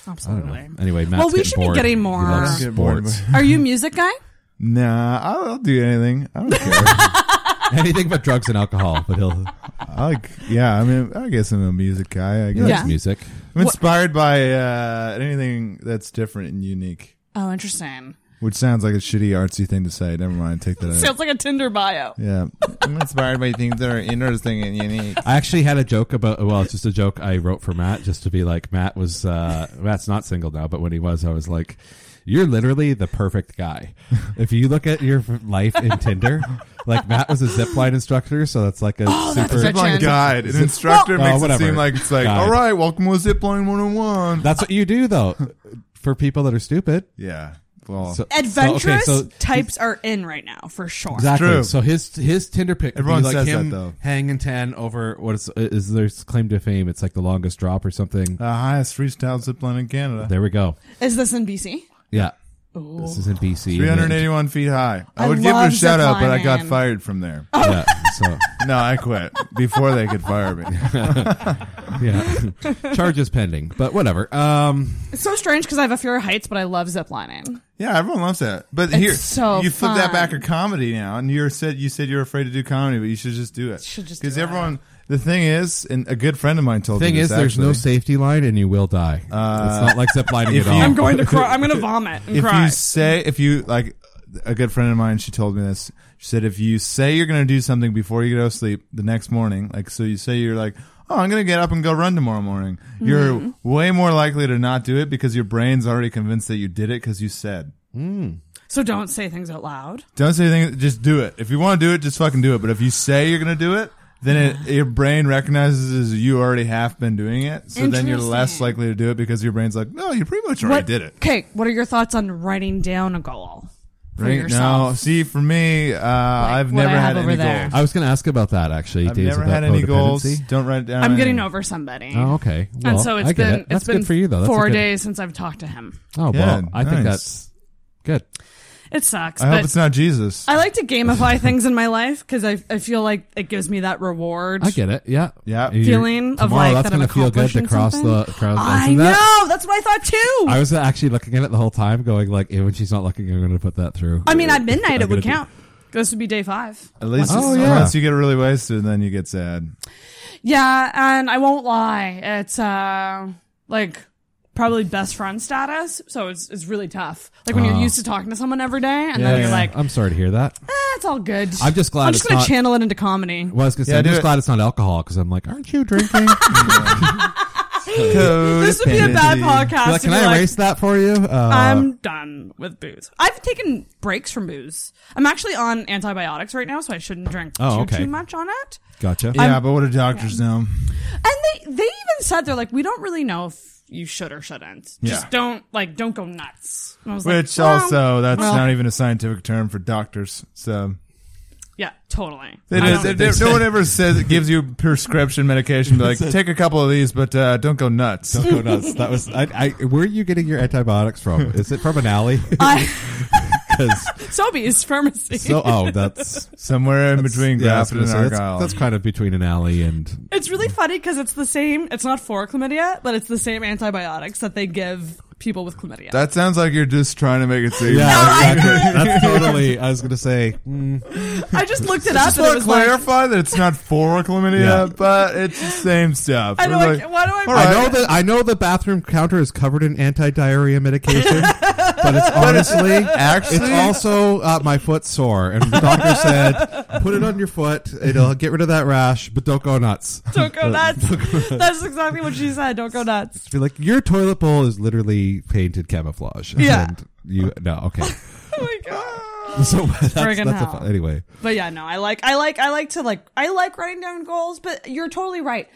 I
Absolutely.
don't know. Anyway, Matt's
well, we should
bored.
be getting
He
more.
loves sports.
Are you a music guy?
Nah, I'll, I'll do anything. I
<laughs>
don't care.
Anything but drugs and alcohol. But he'll.
I like. Yeah, I mean, I guess I'm a music guy. I guess
likes Yeah. music.
I'm inspired by uh, anything that's different and unique,
Oh, interesting.
which sounds like a shitty artsy thing to say. Never mind, take that. out.
Sounds like a Tinder bio.
yeah, I'm inspired by things that are interesting and unique.
I actually had a joke about. Well, it's just a joke I wrote for Matt, just to be like Matt was. Uh, Matt's not single now, but when he was, I was like, "You're literally the perfect
<laughs>
guy." If you look at your life in Tinder, like Matt was a zipline instructor, so that's like a super
Zip line guide. Oh An
Zip-
instructor
Oh,
makes it
whatever.
seem like it's like,
Guide.
all right, welcome to Zipline 101.
That's what you do though, for people that are stupid.
Yeah. Well,
So- so, okay,
Adventurous
so-
types are in right now for sure.
Exactly. So his his Tinder pic. would be
Everyone
like
says
him
that, though.
Hanging ten over what is is their claim to fame? It's like the longest drop or something.
The highest freestyle zipline in Canada.
There we go.
Is this in BC?
Yeah. This is in BC.
381 feet high. I,
I
would give it a
love
shout out, but I
ziplining.
got fired from there.
Oh. Yeah, so-
<laughs> no, I quit before they could fire me.
<laughs>
<laughs>
yeah. Charges pending, but whatever. Um,
It's so strange because I have a fear of heights, but I love ziplining.
Yeah, everyone loves that. But
It's
here,
so
you flip that
fun.
back to comedy now, and you said you said you're afraid to do comedy, but you should just do it.
Should just
because everyone. The thing is, and a good friend of mine told me.
thing
this,
is, there's no
actually. Uh,
safety line, and you will die. it's
<laughs>
not like ziplining
if
at all.
you-
I'm going to cry. I'm going to vomit and
if
cry.
you say if you like a good friend of mine she told me this she said if you say you're going to do something before you go to sleep the next morning like so you say you're like oh i'm going to get up and go run tomorrow morning you're
Mhm.
way more likely to not do it because your brain's already convinced that you did it because you said
so don't say things out loud.
don't say anything just do it if you want to do it just fucking do it but if you say you're going to do it then it, your brain recognizes as you already have been doing it so then you're less likely to do it because your brain's like no you pretty much already
What-
did it
Okay, what are your thoughts on writing down a goal? for
Right
yourself?
now, see, for me, uh, I've
what
never
I
had
have over
any
there.
goals.
I was going to ask about that actually.
I've
Days
never
of that
had any goals.
codependency.
Don't write it down.
I'm getting over somebody.
Oh, okay.
and
Well,
so it's
I get
been
it.
it's
That's
been
good for you, though. That's a
four
good-
days since I've talked to him.
Oh well,
Good.
I think
Nice.
that's good.
It sucks.
I hope
but
it's not Jesus.
I like to gamify <laughs> things in my life because I, I feel like it gives me that reward.
I get it. Yeah.
Yeah.
Feeling of,
tomorrow,
like,
that's
that I'm
gonna feel good to
accomplishing
cross the
something. Oh.
cross.
I
isn't that-
know. That's what I thought too.
I was actually looking at it the whole time, going like, eh, "When she's not looking, I'm going to put that through."
I mean, at midnight
I'm
it
gonna
would
do-
count. This would be day five.
At least,
Oh,
it's-
yeah.
unless you get really wasted, then you get sad.
Yeah, and I won't lie. It's uh like probably best friend status, so it's it's really tough. Like when
Oh.
you're used to talking to someone every day, and
Yeah,
then you're
yeah.
like,
"I'm sorry to hear that."
eh, it's all good.
I'm just glad
I'm just
it's
gonna
not-
channel it into comedy.
Well, I was going to say,
Yeah,
I'm
do
just
it.
glad it's not alcohol because I'm like, aren't you
<laughs>
drinking?
This would be a bad podcast
Like,
to
can
be
I
like,
erase that for you? Uh,
I'm done with booze. I've taken breaks from booze. I'm actually on antibiotics right now, so I shouldn't drink
Oh,
too,
okay.
too much on it.
Gotcha.
Yeah,
I'm-
but what do doctors know?
And they they even said they're like, we don't really know if you should or shouldn't. Just
Yeah.
don't like don't go nuts. And I was like,
Which
well,
also, that's
well,
not even a scientific term for doctors. So
yeah, totally.
It
I
is.
don't-
it- no one ever says it gives you prescription medication. Be like, take a couple of these, but uh, don't go nuts.
Don't go
<laughs>
nuts. That was. I, I, where are you getting your antibiotics from? Is it from an alley?
I-
'Cause-
<laughs> Sobeys pharmacy.
so,
uh,
oh, that's
somewhere in between
yeah, I was
Grafton
gonna
and
say, that's-
Argyle.
That's, kind of between an alley and
It's really funny because it's the same. It's not for chlamydia, but it's the same antibiotics that they give people with chlamydia.
That sounds like you're just trying to make it seem.
yeah, exactly. that's totally. I was going to say. mm,
I just looked it
I
up.
just
and it
want to
was like-
clarify that it's not for chlamydia,
Yeah.
but it's the same stuff.
I know,
We're
I- why do I-
"All
I
right."
know that I know the bathroom counter is covered in anti-diarrhea medication, but it's honestly,
actually-
it's also uh, my foot's sore, and the doctor said put it on your foot. It'll get rid of that rash, but don't go nuts.
Don't
<laughs>
go nuts. That's exactly what she said. Don't go nuts.
Be like your toilet bowl is literally painted camouflage.
Yeah.
And you no okay.
<laughs> Oh my
<laughs>
god.
So that's,
Friggin'
that's a
hell.
fun, anyway.
But yeah, no, I like, I like, I like to like, I like writing down goals. But you're totally right.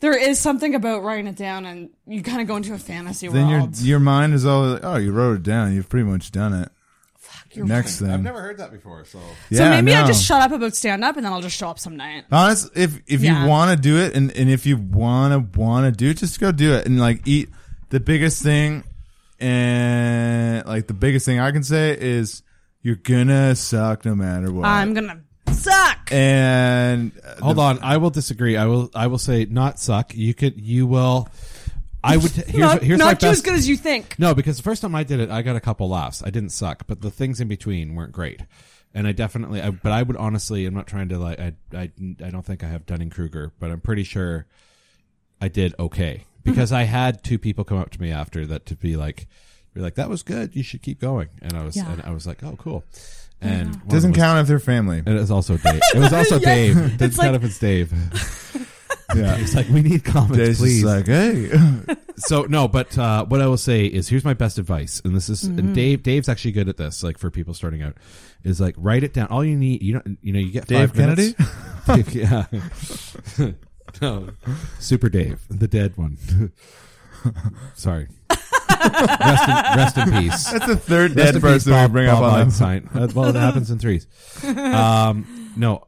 There is something about writing it down, and you kind of go into a fantasy
Then your
world.
your mind is all like, oh, you wrote it down. You've pretty much done it.
you're
Next thing,
I've never heard that before. So
so
Yeah,
maybe I
no.
just shut up about stand up, and then I'll just show up some night.
Honest, if if
Yeah.
you want to do it, and and if you want to want to do it, just go do it. And like eat the biggest thing, and like the biggest thing I can say is you're gonna suck no matter what.
I'm gonna suck.
and
Hold on, I will disagree. I will. I will say not suck. You could. You will. I would. Here's
not
here's my best.
not do as good as you think.
no, because the first time I did it, I got a couple laughs. I didn't suck, but the things in between weren't great. And I definitely, I, but I would honestly, I'm not trying to like, I, I, I don't think I have Dunning Kruger, but I'm pretty sure I did okay because I had two people come up to me after that to be like, be like, that was good. You should keep going. And I was,
Yeah.
and I was like, oh, cool. And one of them
doesn't
was-
count if they're family.
And it was also Dave.
<laughs>
It was also
Yeah.
Dave.
It's
It doesn't
like-
count if it's
<laughs>
Dave.
Yeah.
It's like, we need comments,
Dave's just
please.
like, hey,
<laughs> so no, but uh, what I will say is here's my best advice, and this is
Mhm.
Mm-hmm.
and Dave. Dave's actually good at this. Like for people starting out, is like write it down. All you need, you don't, you know, you get
Dave
five minutes. <laughs>
Kennedy?
yeah, no, Super Dave, the dead one. <laughs> Sorry. rest, in, rest in peace.
<laughs> That's the third
<laughs> Rest
dead
in
person we
Bob-
bring up
Bob
on the- <laughs>
Einstein. Uh, well, it happens in threes. Um, no.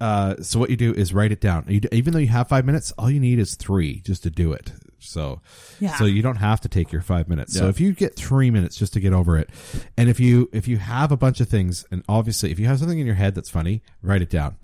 Uh, so what you do is write it down. You, d- even though you have five minutes, all you need is three just to do it. So
Yeah.
so you don't have to take your five minutes. So
Yeah.
if you get three minutes just to get over it, and if you if you have a bunch of things, and obviously if you have something in your head that's funny, write it down,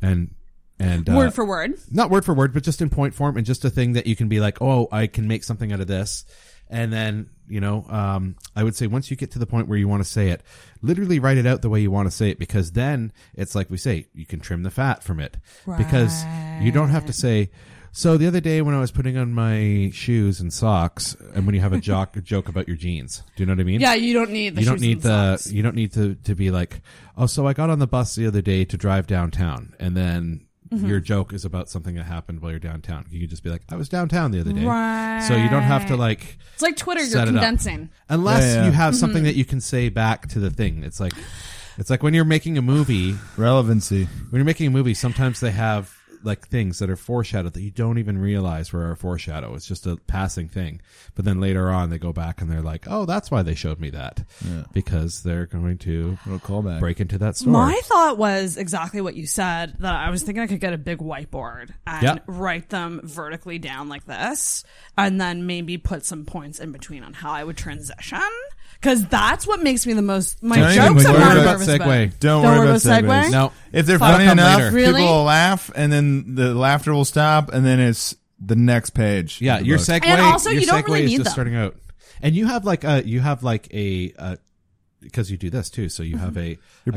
and and uh,
Word for word.
not word for word, but just in point form, and just a thing that you can be like, oh, I can make something out of this. And then, you know, um, I would say once you get to the point where you want to say it, literally write it out the way you want to say it, because then it's like we say, you can trim the fat from it. Because you don't have to say, so the other day when I was putting on my shoes and socks, and when you have a jock a joke about your jeans, do you know what I mean?
Yeah, you don't need the
you don't
shoes
need
and
the you don't need to to be like, oh, so I got on the bus the other day to drive downtown, and then
Mhm.
your joke is about something that happened while you're downtown. You can just be like, I was downtown the other day, so you don't have to like.
It's like Twitter, you're
set it up.
condensing.
unless
Yeah, yeah.
you have
Mhm.
something that you can say back to the thing. It's like, it's like when you're making a movie
relevancy.
When you're making a movie, sometimes they have like things that are foreshadowed that you don't even realize were a foreshadow. It's just a passing thing. But then later on, they go back and they're like, "Oh, that's why they showed me that," because they're going to break into that story.
My thought was exactly what you said that I was thinking I could get a big whiteboard and
Yeah.
write them vertically down like this and then maybe put some points in between on how I would transition because that's what makes me the most my jokes I'm not nervous about.
Don't, worry about segues.
No.
If they're
Fuck
funny
them
enough,
later.
Really?
people will laugh, and then the laughter will stop, and then it's the next page.
Yeah,
of the
your
book.
segue.
And also,
your
you don't
segue
really
is
need
just
them.
starting out, and you have like a you have like a uh, because you do this too. So you
Mm-hmm.
have a
Your
a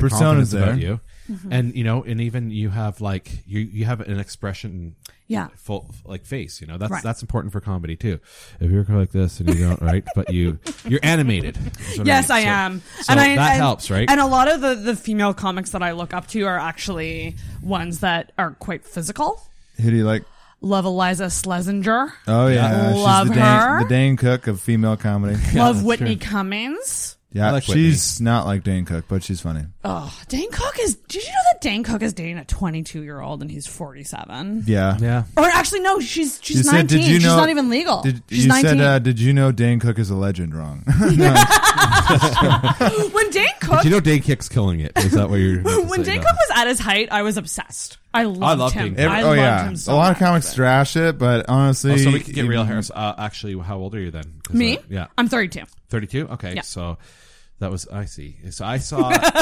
confidence
persona's there.
about you,
Mhm.
and you know, and even you have like you you have an expression.
Yeah.
Full like face, you know that's
Right.
that's important for comedy too. If you're like this and you don't right, but you you're animated. is what
Yes, I,
mean. So-
am,
so that helps, right?
And a lot of the the female comics that I look up to are actually ones that are quite physical.
Who do you like?
Love Eliza Schlesinger.
Oh yeah,
love
she's the
her.
Dane, the Dane Cook of
<laughs>
female comedy.
love Whitney Cummings.
Yeah,
I like
she's not like Dane Cook, but she's funny.
Oh, Dane Cook is. Did you know that Dane Cook is dating a 22 year old and he's 47?
Yeah,
yeah.
Or actually, no, she's she's
You
19.
said, "Did you
she's
know-
not even legal.
Did,
she's
you
19.
said, uh, "Did you know Dane Cook is a
<laughs>
legend?" Wrong.
<gasps> when Dane Cook,
you know, Dane Cook's killing it. Is that what you're? about to
when
say?
Dane
No.
Cook was at his height, I was obsessed. I loved, him. I loved him so
Oh, a lot of comics trash it, but honestly,
Oh, so we could get
you-
real hairs. Uh, actually, how old are you then? 'Cause,
Me?
uh, yeah,
I'm 32.
32. Okay,
Yeah.
so that was I see. So I saw. <laughs>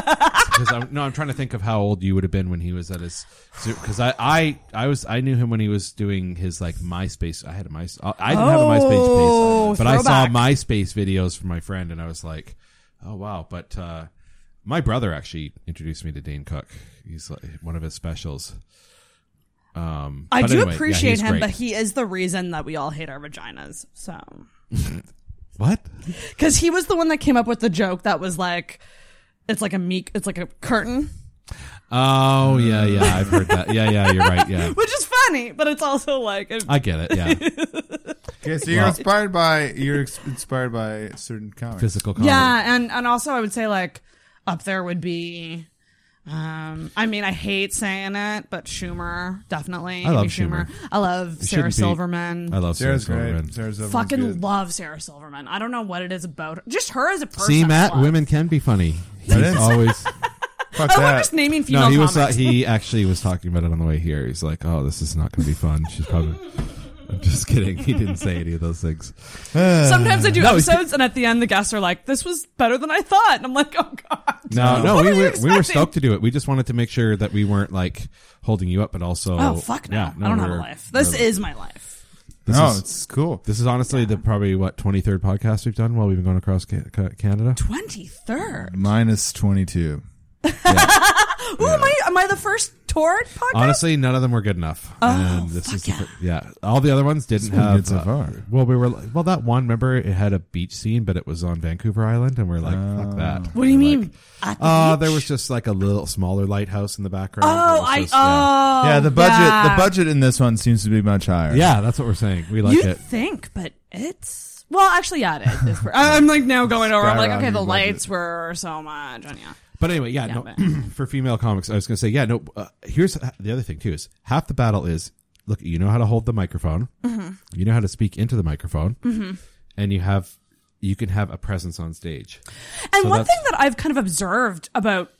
'cause I'm, no, I'm trying to think of how old you would have been when he was at his. Because I, I, I was, I knew him when he was doing his like MySpace. I had a my, I didn't have a MySpace
Oh,
page, but I saw
throwback.
MySpace videos from my friend, and I was like, oh wow. But uh, my brother actually introduced me to Dane Cook. He's like one of his specials. Um,
I
but
do
anyway, yeah,
appreciate
he's
him,
great.
but he is the reason that we all hate our vaginas. So,
<laughs> what?
because he was the one that came up with the joke that was like, it's like a meek, it's like a curtain,
Oh yeah, yeah,
<laughs>
I've heard that. Yeah, yeah, you're right. Yeah,
which is funny, but it's also like a-
I get it.
<laughs>
Yeah,
Okay, so you're
Well-
inspired by you're ex- inspired by certain comics,
Physical
Yeah, and and also I would say like up there would be. Um, I mean, I hate saying it, but Schumer definitely.
I love
Amy
Schumer.
I love
It
Sarah
shouldn't be-
Silverman.
I love Sarah
Sarah's great.
Silverman.
Sarah Silverman's
Fucking
good.
love Sarah Silverman. I don't know what it is about her. Just her as a person.
See,
I
Matt,
love.
women can be funny.
That
He's
is-
always.
<laughs> Fuck
Oh, I'm that. just naming female
No, he was. Uh,
comics.
he actually was talking about it on the way here. He's like, "Oh, this is not going to be fun." She's probably. I'm just kidding. He didn't say any of those things.
Sometimes I do
No, he-
episodes, and at the end, the guests are like, "This was better than I thought," and I'm like, "Oh god."
No, no,
What
we
were you
were we were
expecting?
stoked to do it. We just wanted to make sure that we weren't like holding you up, but also
Oh fuck no!
Yeah,
I don't have a
we're-
life. This
we're-
is my life.
This
<laughs> No,
is-
it's cool.
This is honestly the probably what twenty third podcast we've done while we've been going across ca- ca- Canada.
Twenty third.
minus twenty two.
Ooh, Oh, am I am I the first toured podcast?
Honestly, none of them were good enough.
Oh,
and this is the fir- yeah. All the other ones didn't
It's been
have
good so
uh,
far.
Well, we were li- well that one. Remember, it had a beach scene, but it was on Vancouver Island, and we're like, fuck that.
What do you mean? At the
Uh,
beach?
there was just like a little smaller lighthouse in the background. It
Oh,
was
I
just-
oh
yeah, the budget
yeah.
the budget in this one seems to be much higher.
Yeah, that's what we're saying. We like
oh, You'd
it.
think, but it's well, actually, yeah,
<laughs>
it is. I- I'm like now going over. I'm like,
Skyrocketing
okay, the
budget.
lights were so much, and yeah.
But anyway, yeah,
Yeah,
no, <clears throat> for female comics, I was going to say, yeah, no. Uh, here's the other thing too: is half the battle is look, you know how to hold the microphone,
Mm-hmm.
Mhm.
you know how to speak into the microphone,
Mhm.
and you have you can have a presence on stage.
And
So
one
that's-
thing that I've kind of observed about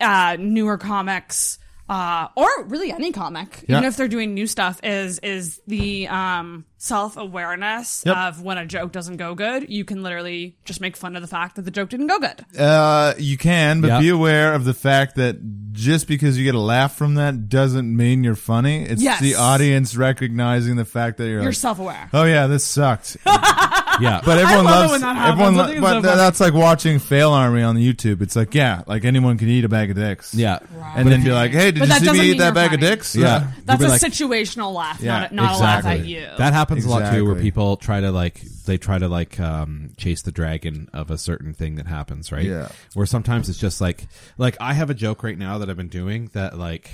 uh, newer comics uh, or really any comic,
Yeah.
even if they're doing new stuff, is is the um, self awareness
Yep.
of when a joke doesn't go good. You can literally just make fun of the fact that the joke didn't go good.
Uh, you can, but
Yeah.
be aware of the fact that just because you get a laugh from that doesn't mean you're funny. It's
Yes.
the audience recognizing the fact that you're,
You're
like,
self-aware.
Oh yeah, this sucked.
<laughs>
yeah, <laughs> but
I
everyone
love it
loves
when that happens.
everyone.
I
lo-
think it's
but
so
tha-
funny.
that's like watching Fail Army on YouTube. It's like yeah, like anyone can eat a bag of dicks. Yeah, and then be like, hey, did
But
you
that
see
doesn't
me eat
mean
that
you're
bag of
funny.
dicks?
Yeah.
That's
You'll
a
be like-
situational laugh,
Yeah,
not, a, not a laugh at
Exactly.
you.
That happens a lot too, where
Exactly.
people try to like they try to like um, chase the dragon of a certain thing that happens, right?
Yeah.
Where sometimes it's just like like I have a joke right now that I've been doing that like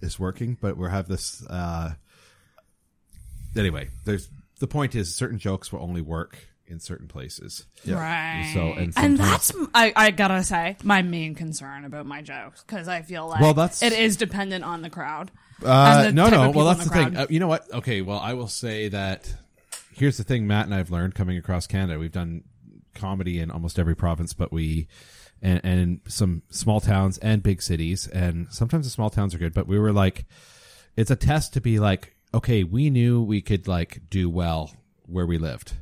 is working, but we have this. uh Anyway, there's the point is certain jokes will only work in certain places,
Right.
So and,
and
sometimes-
that's I, I gotta say my main concern about my jokes because I feel like
Well, that's-
it is dependent on the crowd.
Uh,
and the
no,
type of
no.
people
Well,
in
that's the,
crowd.
thing. Uh, you know what? Okay. Well, I will say that here's the thing. Matt and I have learned coming across Canada. We've done comedy in almost every province, but we and and some small towns and big cities, and sometimes the small towns are good. But we were like, it's a test to be like, okay, we knew we could like do well where we lived.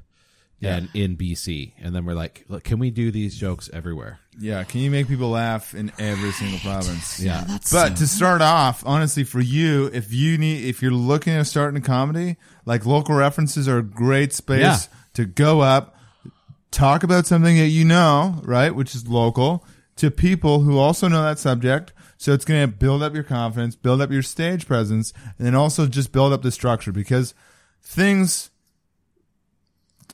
Yeah.
And in BC, and then we're like, look, can we do these jokes everywhere?
Yeah, can you make people laugh in every single province?
Uh, Yeah. Yeah, that's-
but to start off, honestly, for you, if you need, if you're looking at starting a comedy, like local references are a great space
Yeah.
to go up, talk about something that you know, right, which is local, to people who also know that subject. So it's going to build up your confidence, build up your stage presence, and then also just build up the structure because things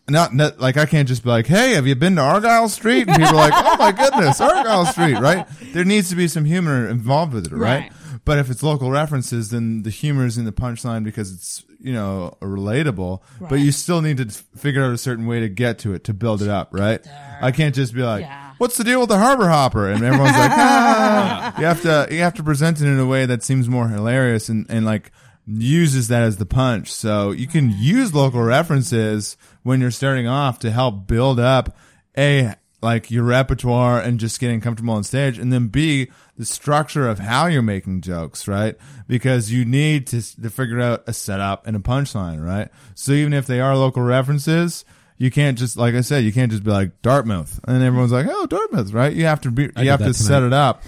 not, not like I can't just be like, "Hey, have you been to Argyle Street?" And people are like, "Oh my goodness, Argyle Street!" Right? There needs to be some humor involved with it, right?
Right.
But if it's local references, then the humor is in the punchline because it's you know relatable. But you still need to f- figure out a certain way to get to it to build it up, right? I can't just be like, "What's the deal with the Harbor Hopper?" And everyone's like, "Ah." "You have to you have to present it in a way that seems more hilarious and and like." uses that as the punch. So you can use local references when you're starting off to help build up a like your repertoire and just getting comfortable on stage and then B the structure of how you're making jokes, right? Because you need to, to figure out a setup and a punchline, right? So even if they are local references, you can't just like I said, you can't just be like Dartmouth and everyone's like, "Oh, Dartmouth," right? You have to be
I
you
did
have to
that
set
tonight.
it up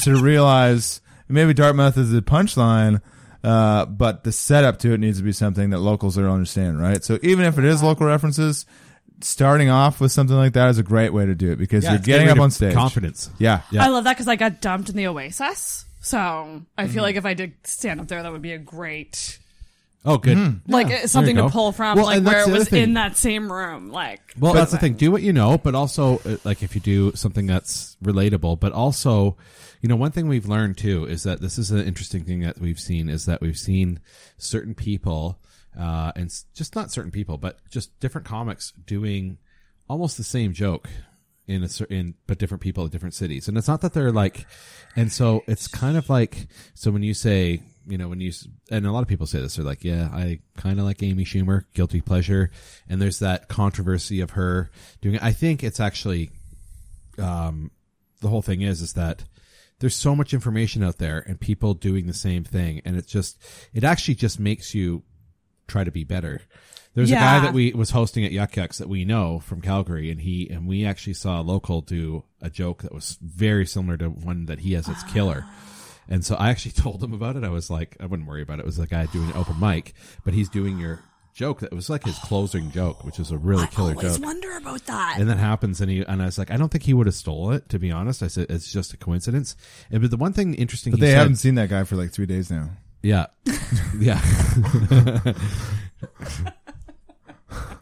to realize maybe Dartmouth is the punchline, uh, but the setup to it needs to be something that locals don't understand, right? So even if it is local references, starting off with something like that is a great way to do it because
Yeah,
you're
it's a good
getting
way
up
to
on stage.
confidence.
Yeah.
I love that because I got dumped in the Oasis, so I feel like if I did stand up there, that would be a great
Oh, good.
Mm-hmm.
like
Yeah.
uh,
There
something
you
to
go.
pull from,
Well,
like
and that's
where it
the other
was
thing.
in that same room, like
Well, that's the thing. Do what you know, but also uh, like if you do something that's relatable, but also, you know, one thing we've learned too is that this is an interesting thing that we've seen is that we've seen certain people, uh, and s- just not certain people, but just different comics doing almost the same joke in a certain, but different people at different cities. And it's not that they're like, and so it's kind of like, so when you say, you know, when you, s- and a lot of people say this, they're like, yeah, I kind of like Amy Schumer, guilty pleasure. And there's that controversy of her doing it. I think it's actually, um, the whole thing is, is that there's so much information out there and people doing the same thing. And it's just, it actually just makes you try to be better. There's a
Yeah.
guy that we we was hosting at Yuck Yucks that we know from Calgary, and he and we actually saw a local do a joke that was very similar to one that he has as killer. And so I actually <laughs> told him about it. I was like, I wouldn't worry about it. It was the guy doing an open mic, but he's doing your joke that was like his closing joke, which is a really killer
always
joke.
wonder about that.
And that happens, and he and I was like, I don't think he would have stole it. To be honest, I said it's just a coincidence. And but the one thing interesting,
But
he
they
said-
haven't seen that guy for like three days now.
yeah. <laughs>
<laughs>
yeah.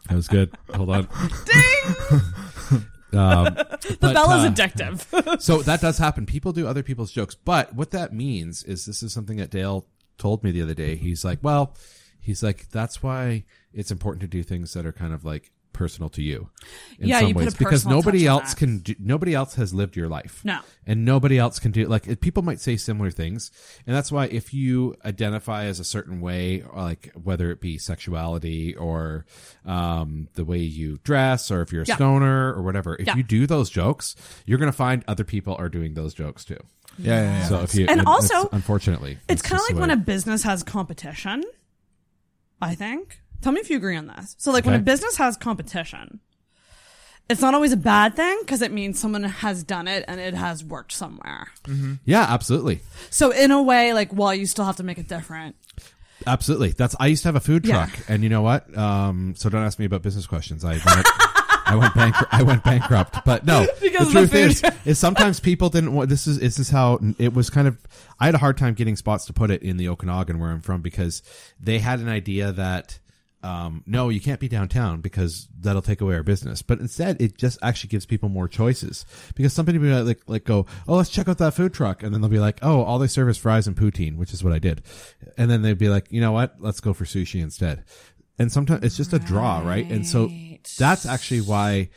that was good. Hold on. Ding! um,
The
but,
bell is
uh,
addictive.
so that does happen. People do other people's jokes. But what that means is this is something that Dale told me the other day. He's like, well, he's like, that's why it's important to do things that are kind of like personal to you in
Yeah,
some
you put a
ways because
personal
nobody
touch on
else
that.
can do, nobody else has lived your life
No.
and nobody else can do like it- people might say similar things and that's why if you identify as a certain way or, like whether it be sexuality or um, the way you dress or if you're a
Yeah.
stoner or whatever if
Yeah.
you do those jokes you're going to find other people are doing those jokes too
Yeah, yeah, yeah.
so if you
And
it-
also,
it's- unfortunately that's
It's kind of
just
like
the
when
way-
a business has competition, I think. Tell me if you agree on this. So, like, when
Okay.
a business has competition, it's not always a bad thing because it means someone has done it and it has worked somewhere.
yeah absolutely
So, in a way, like, while you still have to make it different,
Absolutely. That's I used to have a food
Yeah.
truck, and you know what? Um, so don't ask me about business questions. I went, I went bankrupt. I went bankrupt. But no,
<laughs> Because
the
of the
truth
food
is,
truck.
is sometimes people didn't want. This is this is how it was. Kind of, I had a hard time getting spots to put it in the Okanagan where I'm from because they had an idea that. Um, no, you can't be downtown because that'll take away our business. But instead, it just actually gives people more choices because somebody will be like, like, like go, oh, let's check out that food truck. And then they'll be like, oh, all they serve is fries and poutine, which is what I did. And then they'd be like, you know what? Let's go for sushi instead. And sometimes it's just a draw, right? And so that's actually why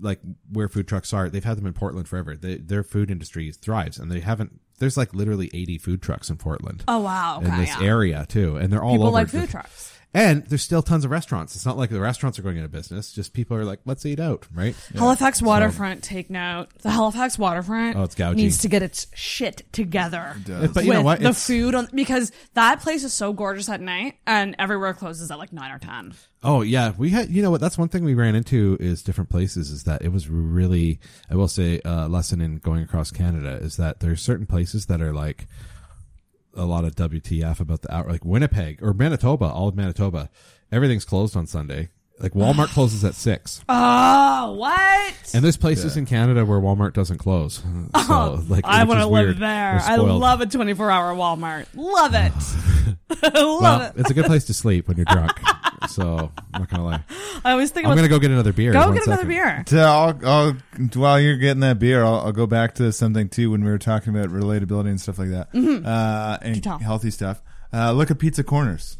like where food trucks are, they've had them in Portland forever. They, their food industry thrives and they haven't, there's like literally 80 food trucks in Portland.
Oh, wow.
in
Okay,
this
yeah.
area too. And they're all
people
over
like
the-
food trucks.
and there's still tons of restaurants. It's not like the restaurants are going out of business. Just people are like, let's eat out, right?
Halifax
So-
Waterfront, take note. The Halifax Waterfront
Oh, it's gougey.
needs to get its shit together.
does. But you know
with
what?
The
It's-
food on because that place is so gorgeous at night, and everywhere closes at like nine or ten.
Oh yeah, we had. You know what? That's one thing we ran into is different places. Is that it was really, I will say, uh, a lesson in going across Canada is that there's certain places that are like a lot of WTF about the hour, like Winnipeg or Manitoba, all of Manitoba. Everything's closed on Sunday. Like
<sighs>
Walmart closes at six,
Oh, what?
and there's places in Canada where Walmart doesn't close.
<laughs>
So, like,
I
which
want
is
to
weird.
live there.
We're
I
spoiled. Ah.
love a 24 hour Walmart. Love <laughs> it. love
Well,
it.
it's a good place to sleep when you're drunk. so I'm not gonna lie.
I always think
I'm
about-
gonna go get another beer.
Go
One
get another
second.
beer.
So I'll, I'll, while you're getting that beer, I'll, I'll go back to something too when we were talking about relatability and stuff like that,
Mhm.
uh, and
Guitar.
healthy stuff. Uh, look at Pizza Corners.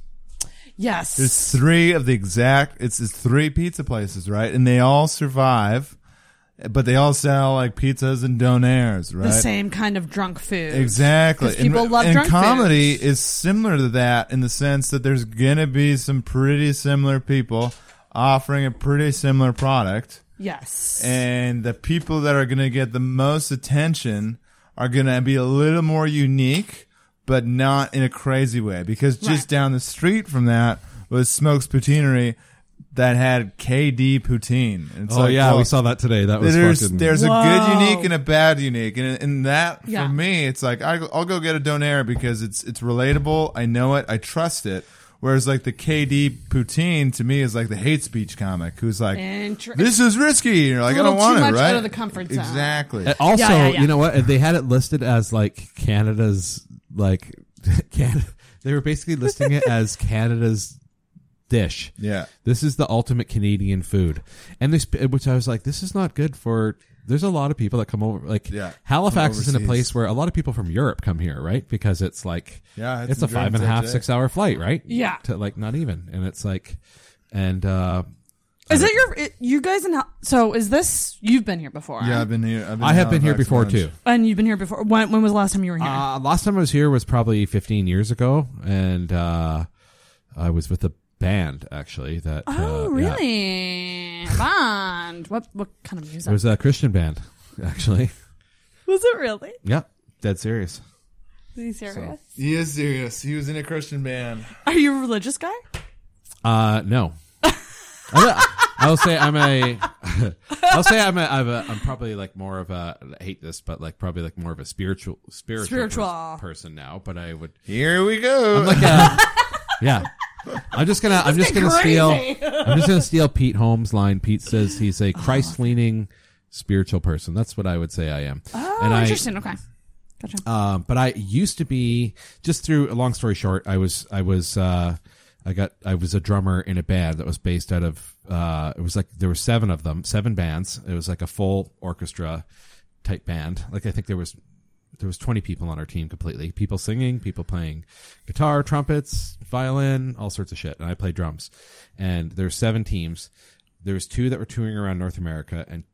Yes.
There's three of the exact. It's, it's three pizza places, right? And they all survive, but they all sell like pizzas and donaires, right?
The same kind of drunk food.
Exactly.
'Cause People
and,
love
and
drunk food.
comedy is similar to that in the sense that there's gonna be some pretty similar people offering a pretty similar product.
Yes.
And the people that are gonna get the most attention are gonna be a little more unique, but not in a crazy way. Because just down the street from that was Smokes Poutinery that had KD Poutine. And it's
Oh,
like,
yeah, we
well,
saw that today. That was
there's
fucking-
there's a
Whoa.
good unique and a bad unique, and and that
Yeah.
for me, it's like I, I'll go get a donaire because it's it's relatable. I know it. I trust it. Whereas like the KD poutine to me is like the hate speech comic who's like,
Inter-
this is risky. And you're like,
It's
I
a
don't
little
want
too
it.
much
Right?
out of the comfort zone.
Exactly.
And also,
Yeah, yeah, yeah.
you know what? They had it listed as like Canada's like <laughs> Canada. They were basically listing it
<laughs>
as Canada's dish.
Yeah.
This is the ultimate Canadian food. And this which I was like this is not good for there's a lot of people that come over like
Yeah,
Halifax
from
is in a
overseas.
place where a lot of people from Europe come here, right? Because it's like
Yeah, I had
it's a
some
five and a
Germans there
half,
today.
six hour flight, right?
Yeah.
To like not even. And it's like and uh
Is it your it, you guys in Hal- so is this you've been here before?
Yeah,
I've been here. I've been
I have been here
Halifax
before
once.
too.
And you've been here before. When when was the last time you were here?
Uh, last time I was here was probably 15 years ago, and uh, I was with a band actually. That
oh
uh, yeah.
really? Bond. What what kind of music?
It was a Christian band, <laughs> actually.
Was it really?
yeah, dead serious.
Are you serious?
He is serious. He was in a Christian band.
Are you a religious guy?
Uh,
<laughs>
no, I, will say I'm a. <laughs> I'll say I'm a, I'm a. I'm probably like more of a. I hate this, but like probably like more of a spiritual spiritual,
Spiritual.
pers- person now. But I would.
Here we go.
I'm like a, <laughs> yeah. I'm just gonna. I'm
Let's
just
get
gonna
crazy.
steal. I'm just gonna steal Pete Holmes' line. Pete says he's a Christ leaning spiritual person. That's what I would say I am.
Oh,
And I-
interesting. okay. Gotcha.
um, but I used to be just through a long story short. I was I was uh, I got I was a drummer in a band that was based out of uh, it was like there were seven of them, seven bands. It was like a full orchestra type band. Like I think there was there was 20 people on our team completely people singing people playing guitar trumpets violin all sorts of shit and i played drums and there's seven teams There was two that were touring around North America, and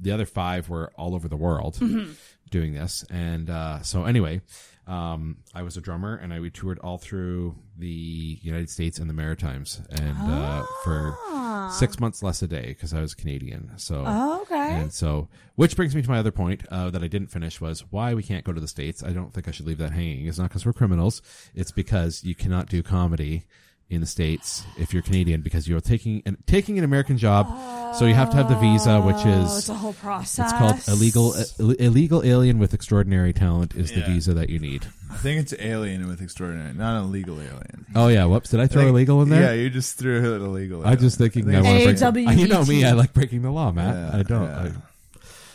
the other five were all over the world
Mhm.
doing this. And uh, so, anyway, um, I was a drummer, and I we toured all through the United States and the Maritimes, and uh, for six months less a day because I was Canadian. So
Oh, okay.
and so, which brings me to my other point uh, that I didn't finish was why we can't go to the states. I don't think I should leave that hanging. It's not because we're criminals. It's because you cannot do comedy in the states if you're Canadian because you're taking an, taking an American job. So you have to have the visa, which is
Oh, it's a whole
It's called
process.
illegal uh, illegal alien with extraordinary talent is the
Yeah.
visa that you need.
I think it's alien with extraordinary, not illegal alien.
Oh yeah, whoops! Did I throw
think-
illegal in there?
Yeah, you just threw it illegal.
I'm just thinking I wanna break- AWBT. you know me, I like breaking the law, Matt. I don't-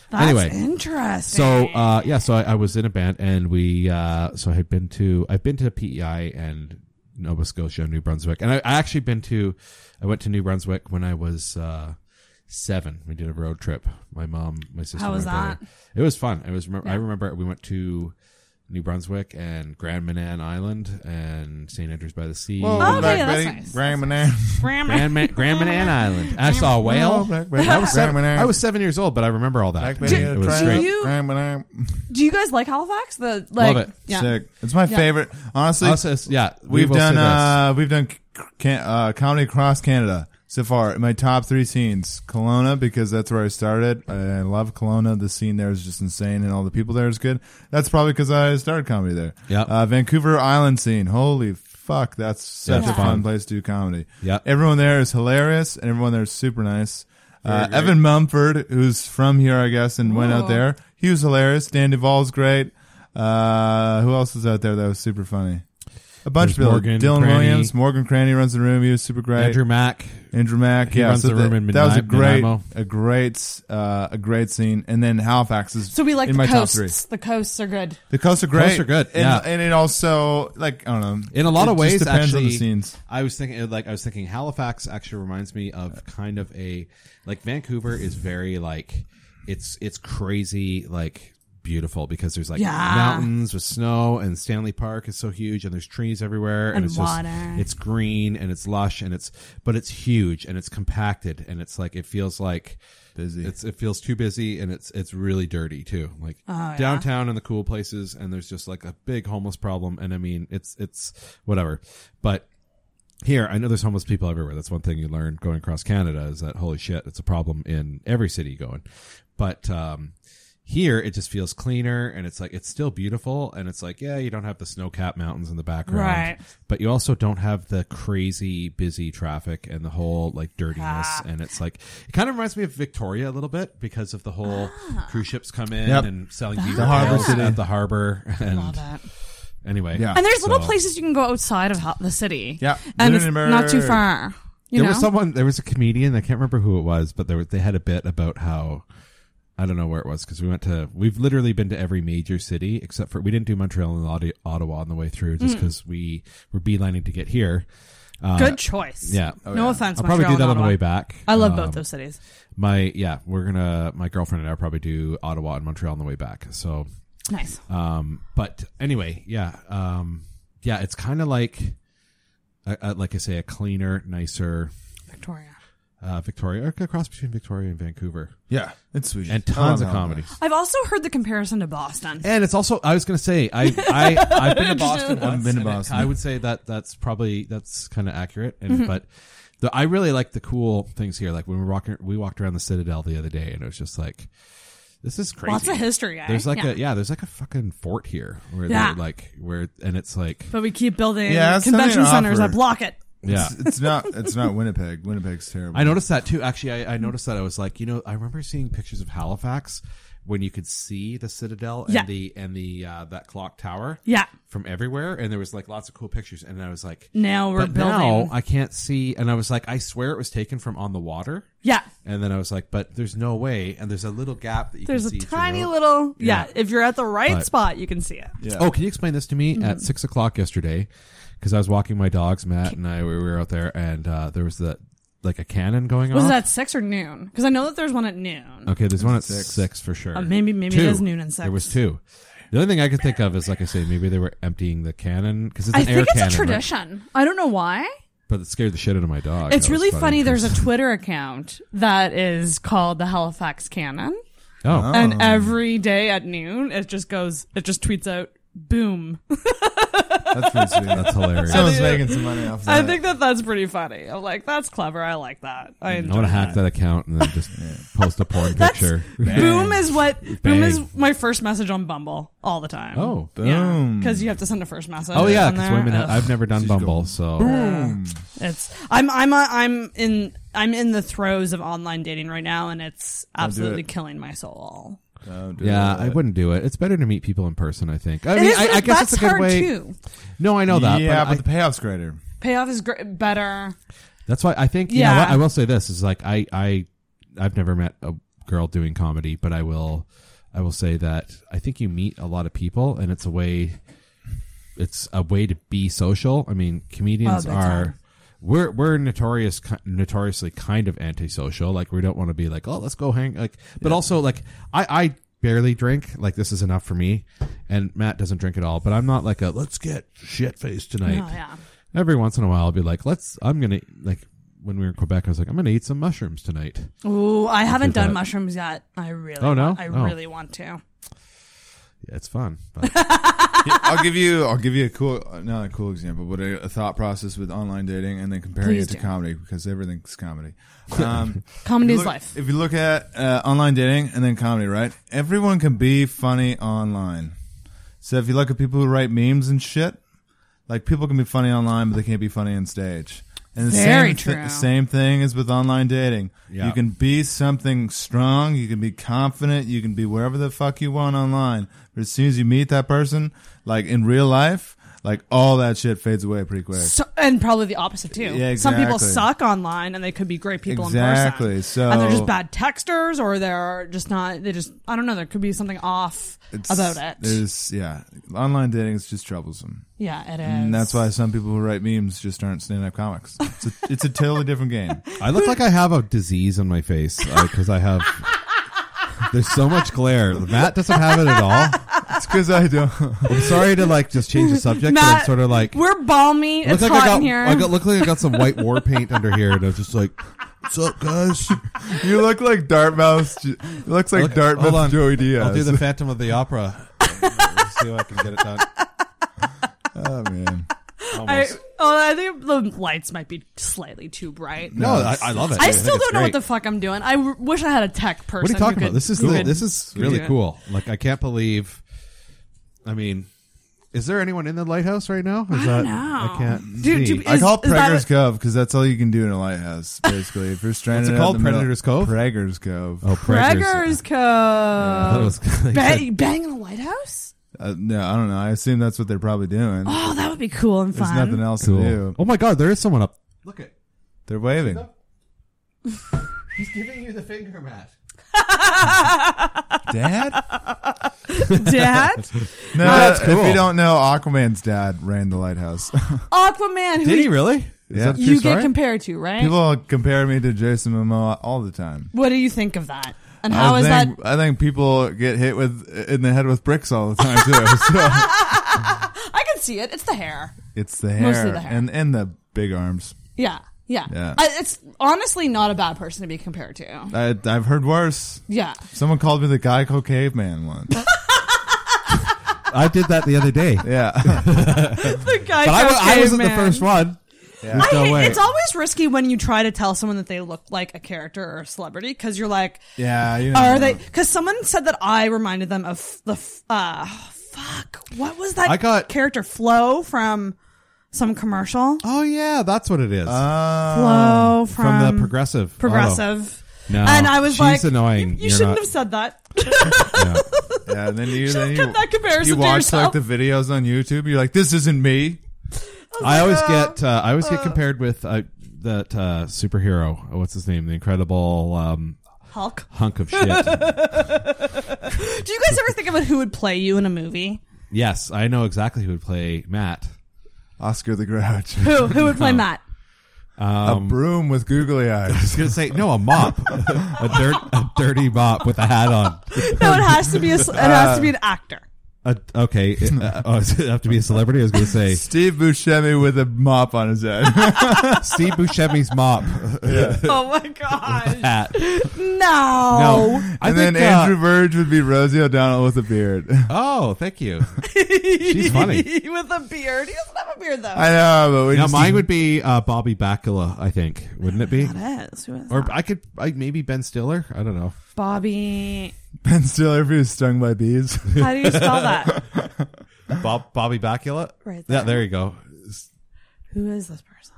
That's
anyway,
interesting.
So uh, yeah, so I, I was in a band, and we uh, so I had been to I've been to PEI and Nova Scotia, New Brunswick, and I, I actually been to I went to New Brunswick when I was uh, seven. We did a road trip. My mom, my sister,
How
my
was
brother.
that?
It was fun. It was. remem- I
Yeah.
remember we went to. New Brunswick and Grand Manan Island and St. Andrews by the Sea.
Whoa, Oh, okay, Black that's Betty, nice.
Grand Manan.
Grand Ma-
Grand, Ma- Grand Manan Island. I saw a whale.
Oh, Black Betty,
I, was seven,
Grand Manan.
I was seven years old, but I remember all that.
Black Betty,
it was
Grand-
great.
Grand Manan.
Do you guys like Halifax? The like,
Love it.
Yeah.
Sick. It's my
Yeah.
favorite. Honestly,
Also, it's- yeah, we
we've
will
done
say
uh, we've done c- can, uh, comedy across Canada so far. My top three scenes: Kelowna, because that's where I started. I, I love Kelowna. The scene there is just insane, and all the people there is good. That's probably because I started comedy there.
Yeah.
uh, Vancouver Island scene. Holy fuck, that's such
That's
a fun,
fun.
place to do comedy.
Yeah.
everyone there is hilarious, and everyone there is super nice.
Very
Uh,
great.
Evan Mumford, who's from here, I guess, and went out
Whoa.
there. He was hilarious. Dan Duvall's great. Uh, who else was out there that was super funny? A bunch
There's
of people.
Morgan
Dylan
Cranny.
Williams, Morgan Cranny runs the room. He was super great.
Andrew Mack.
Andrew Mack.
He
yeah,
runs
so
the
that,
room in
that was a
Nanaimo.
great, a great, uh, a great scene. And then Halifax is
So we like
in
the
my
coasts.
top three.
The coasts are good.
The coasts are great.
Coasts are good,
And,
yeah.
and it also like I don't know.
in a lot
it
of
just
ways
depends
actually
on the scenes.
i was thinking like i was thinking halifax actually reminds me of kind of a like vancouver is very like it's it's crazy like beautiful because there's like
Yeah.
mountains with snow and stanley park is so huge and there's trees everywhere and,
And
it's
water.
just it's green and it's lush and it's but it's huge and it's compacted and it's like it feels like
busy
it's it feels too busy and it's it's really dirty too like
Oh, yeah.
downtown and the cool places and there's just like a big homeless problem and i mean it's it's whatever but here i know there's homeless people everywhere that's one thing you learn going across canada is that holy shit it's a problem in every city you go in but um here it just feels cleaner and it's like it's still beautiful and it's like yeah you don't have the snow-capped mountains in the background
Right.
but you also don't have the crazy busy traffic and the whole like dirtiness
Ah.
and it's like it kind of reminds me of victoria a little bit because of the whole
Ah.
cruise ships come in
Yep.
and selling
The
beaver
harbor
tails
city.
at the harbor <laughs> and
Love it.
anyway
And there's little
so-
places you can go outside of ho- the city.
Yeah.
And it's
Lunenburg.
not too far. You
there
know?
was someone there was a comedian i can't remember who it was but there was, they had a bit about how i don't know where it was because we went to we've literally been to every major city except for we didn't do montreal and Ottawa- ottawa on the way through just
Mm.
because we were beelining to get here Uh,
Good choice.
yeah
Oh, No yeah. offense,
i'll probably do
Montreal
that
and
on the
Ottawa.
way back Um,
I love both those cities.
my yeah we're gonna my girlfriend and i will probably do ottawa and montreal on the way back so
Nice.
um but anyway yeah um yeah it's kind of like uh, uh, like i say a cleaner nicer
Victoria.
uh, Victoria, or a cross between Victoria and Vancouver.
Yeah, it's sweet.
and tons
Oh,
of
no,
comedies.
I've also heard the comparison to Boston.
And it's also I was going to say
<laughs>
I I I've been to
Just
Boston.
know.
once,
I've been to
and it-
Boston.
I would say that that's probably that's kind of accurate. And
Mhm.
but the, I really like the cool things here. Like when we were walking, we walked around the Citadel the other day, and it was just like. This is crazy.
Lots of history, eh?
There's like
Yeah.
a yeah. There's like a fucking fort here where
Yeah.
they're like where and it's like
But we keep building
Yeah, that's something
convention
to
centers that
offer.
block it.
Yeah.
It's, it's not. It's not Winnipeg. Winnipeg's terrible.
I noticed that too. Actually, I, I noticed that I was like, you know, I remember seeing pictures of Halifax when you could see the Citadel and
Yeah.
the and the uh, that clock tower,
Yeah.
from everywhere, and there was like lots of cool pictures. And I was like,
Now we're
but now
building.
I can't see, and I was like, I swear it was taken from on the water.
Yeah.
And then I was like, but there's no way, and there's a little gap that you
There's
can
a
see.
tiny
through.
little yeah. If you're at the right
But-
spot, you can see it.
Oh, can you explain this to me?
Mhm.
At six o'clock yesterday, because I was walking my dogs, Matt and I, we were out there, and uh, there was the like a cannon going
Was
on.
it at six or noon? Because I know that there's one at noon.
Okay, there's one at
Six.
six, for sure.
Uh, maybe- maybe it
Two.
is noon and
There was two. The only thing I could think of is, like I say, maybe they were emptying the cannon because it's
I
an air
think it's
cannon,
a
right?
tradition. I don't know why.
but it scared the shit out of my dog.
it's
That was
really
<laughs>
funny. There's a Twitter account that is called the Halifax Canon. <laughs>
Oh.
And
Oh.
every day at noon, it just goes, it just tweets out, boom.
That's pretty sweet.
That's hilarious.
Someone's making some money off
<laughs> I
that.
think that that's pretty funny. I'm like, that's clever. I like that. I
I
enjoy
want to
that.
hack that account and then
<laughs>
just post a porn
That's-
picture.
Boom is what boom
Bang.
is my first message on Bumble all the time.
Oh, boom.
Because you have to send a first message.
<laughs> Oh yeah,
on
because
there.
women.
Ugh.
Ha- I've never done Bumble, so
Boom. It's I'm I'm i I'm in I'm in the throes of online dating right now, and it's
do
absolutely
it.
killing my soul.
yeah, I wouldn't do it. It's better to meet people in person. I think. I
It
mean,
is,
I, I
but
guess
that's
it's a good
hard,
way.
too.
No, I know that.
Yeah, but
I-
the payoff's greater.
Payoff is gr- better.
That's why I think. You
Yeah.
know what? I will say this is like I I I've never met a girl doing comedy, but I will I will say that I think you meet a lot of people, and it's a way. It's a way to be social. I mean, comedians
Oh, big
are.
time.
We're we're notorious notoriously kind of antisocial. Like we don't want to be like, oh, let's go hang. Like, but also like I I barely drink. Like this is enough for me. And Matt doesn't drink at all. But I'm not like a let's get shit faced tonight.
Oh, yeah.
Every once in a while, I'll be like, let's. I'm gonna like when we were in Quebec, I was like, I'm gonna eat some mushrooms tonight.
Ooh, I haven't
do
done
that.
mushrooms yet. I really.
Oh, no?
want- I
Oh.
really want to.
Yeah, it's fun. But
Yeah, I'll give you I'll give you a cool not a cool example, but a, a thought process with online dating, and then comparing
Please
it to
do.
comedy because everything's comedy. Um,
Comedy
if you
is
look-
life.
If you look at uh, online dating and then comedy, right? Everyone can be funny online. So if you look at people who write memes and shit, like people can be funny online, but they can't be funny on stage. And the same
Very
thi-
true.
same thing is with online dating.
Yeah.
<laughs> You can be something strong. You can be confident. You can be wherever the fuck you want online. But as soon as you meet that person, like in real life, like all that shit fades away pretty quick.
So, and probably the opposite too.
Yeah,
Some people
exactly.
suck online, and they could be great people in
Exactly,
person.
so-
and they're just bad texters, or they're just not. They just I don't know. There could be something off about it.
There's yeah, online dating is just troublesome.
Yeah, it
And
is.
that's why some people who write memes just aren't stand-up comics. It's a, it's a totally different game.
I look like I have a disease on my face because I have. <laughs> There's so much glare. Matt doesn't have it at all.
It's because I don't.
I'm sorry to like just change the subject, but
Matt,
it's sort of like
we're balmy.
Looks
It's
like
hot
I got,
in here.
I got look like I got some white war paint under here, and I was just like, "What's up, guys?"
<laughs> You look like Dartmouth. It looks like
Look-
Dartmouth
hold on.
Joey Diaz.
I'll do
<laughs>
the Phantom of the Opera. Let's see if I can get it done.
oh man.
I, oh, I think the lights might be slightly too bright.
No, I, I love it.
I
think
still
it's
don't know what
great.
the fuck I'm doing. I w- wish I had a tech person.
What are you
who
talking about?
could-
This is
who
the,
could
this is
do
really
it.
cool. Like I can't believe. I mean, is there anyone in the lighthouse right now? Is I that
know.
I can't.
Dude,
see.
do-
I
Is-
call
is that
Preggers
a-
Cove because that's all you can do in a lighthouse, basically. If you're stranded,
What's it
out
called?
in the middle-
Predators Cove?
Preggers Cove.
oh, Preggers.
Preggers Cove.
was-
<laughs>
I
bang,
said-
bang in a lighthouse?
Uh, no, I don't know. I assume that's what they're probably doing.
Oh, that would be cool and
There's
fun.
nothing else
Cool.
to do.
Oh my God, there is someone up. Look at.
<laughs> They're waving.
He's giving you the finger, Matt.
Dad?
Dad,
<laughs> No,
that's
if
cool.
you don't know, Aquaman's dad ran the lighthouse.
Aquaman, who
Did he really? Is
Yeah.
that a true
you
story?
get compared to, right?
People compare me to Jason Momoa all the time.
what do you think of that? And how
I
is
think,
that?
I think people get hit with in the head with bricks all the <laughs> time too. so
I can see it. It's the hair.
it's the hair,
Mostly the hair.
and and the big arms.
Yeah, yeah.
Yeah.
I, it's honestly not a bad person to be compared to.
I, I've heard worse.
Yeah.
Someone called me the Geico caveman once.
I did that the other day. But
<laughs> yeah,
The guy
I, wa- I wasn't the
caveman.
first one. There's
I
no
hate,
way.
it's always risky when you try to tell someone that they look like a character or a celebrity because you're like,
yeah. You
are
know.
they? Because someone said that I reminded them of the f- uh, fuck. What was that?
I got-
character Flo from some commercial.
oh yeah, that's what it is.
Oh.
Flo
Oh, from,
from,
the progressive. auto.
progressive.
No,
and I was
she's
like,
annoying.
You, you
You're
shouldn't
not-
have said that.
<laughs>
Yeah, and then you then you,
kept that comparison
you
to
watch
yourself.
like the videos on YouTube. You're like, this isn't me.
Oh,
I always get uh, I always get compared with uh, that uh, superhero. Oh, What's his name? The Incredible um,
Hulk.
hunk of
<laughs>
shit.
Do you guys ever think about who would play you in a movie?
yes, I know exactly who would play Matt.
Oscar the Grouch,
Who who would
<laughs>
play Matt?
a broom with googly eyes.
I was gonna say no, a
<laughs>
mop, a dirt, a dirty mop with a hat on.
No, it has to be a, s- it has to be an actor.
Uh, okay, uh, oh, <laughs> does it have to be a celebrity. I was going to say
Steve Buscemi with a mop on his head.
<laughs> Steve Buscemi's
<laughs>
mop. <laughs>
Oh my god!
Hat.
No.
No. I
and
think,
then
uh,
Andrew Verge would be Rosie O'Donnell with a beard.
<laughs> Oh, thank you. She's funny.
<laughs>
with a beard. He doesn't have a beard though.
but we
no,
just-
mine would be uh, Bobby Bacala. I think wouldn't it be?
That is. Who is
Or
that?
I could, I, maybe Ben Stiller. I don't know.
Bobby.
<laughs> Ben Stiller if he was stung by bees.
How do you spell that?
<laughs> Bob, Bobby Bacula.
Right
Yeah, there you go.
Who is
<laughs>
this person?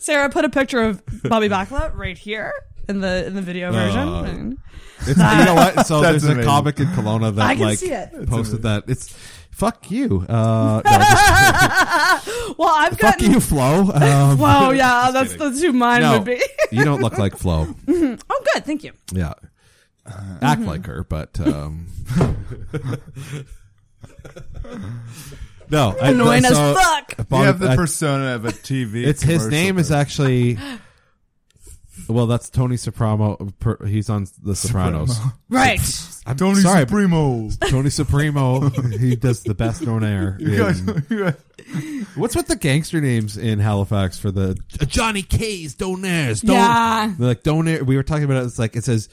Sarah put a picture of Bobby Bacala right here in the in the video version.
Uh, <laughs>
And-
It's, you know what? So
<laughs> That's
there's a
amazing.
comic in Kelowna that
I can
like
see it.
posted that. It's fuck you.
<laughs>
Uh, no, just-
well, I've
fuck
gotten. <laughs>
you, Flo. Um,
Whoa, yeah, that's that's who mine
no,
would be.
you don't look like Flo.
Mhm. oh, good, thank you.
Yeah.
Uh-huh.
Act
Mm-hmm.
like her, but um No, I,
Annoying as
so-
fuck.
<laughs>
You
Bobby-
have the
I-
persona of a TV.
it's his
commercial
name is
person.
actually Well, that's Tony Soprano. per- He's on The Sopranos.
Right.
I'm
Tony
sorry,
Supremo.
Tony Supremo. he does the best known air.
You guys-
in-
you guys-
What's with the gangster names in Halifax for the Johnny K's Donaires? Don-
Yeah.
they're like Donair. We were talking about it. It's like it says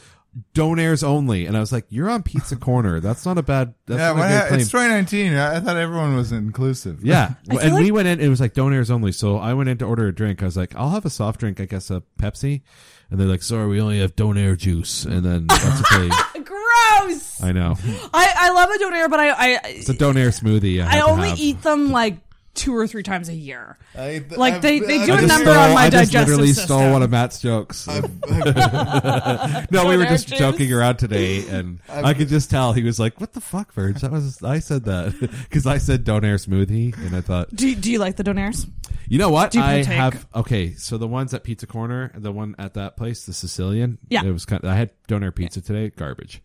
Donaires only, and I was like, "You're on Pizza Corner. That's not a bad. That's
yeah,
not
what
a
ha-
good claim."
it's 2019. I, I thought everyone was inclusive.
yeah,
I feel
and we
like-
went in. It was like Donaires only. So I went in to order a drink. I was like, "I'll have a soft drink, I guess a Pepsi," and they're like, "Sorry, we only have Donair juice." And then that's okay.
Gross.
I know
I, I love a donair, but I I,
it's a Donair smoothie. I,
I
had to
only
have.
eat them like two or three times a year.
I, th-
Like,
I've-
they- they
I've
do
I
a
been
just
number
here-
on my
I just
digestive
literally
system.
stole one of Matt's jokes. <laughs> no, we were
Donair
just
juice.
joking around today, and I could just tell he was like, "What the fuck, Verge? That was I said that <laughs> because I said donair smoothie, and I thought,
Do do you like the donairs?
you know what?
Do you
I
partake?
have okay. So the ones at Pizza Corner, the one at that place, the Sicilian,
Yeah.
it was kind. I had donair pizza today, garbage.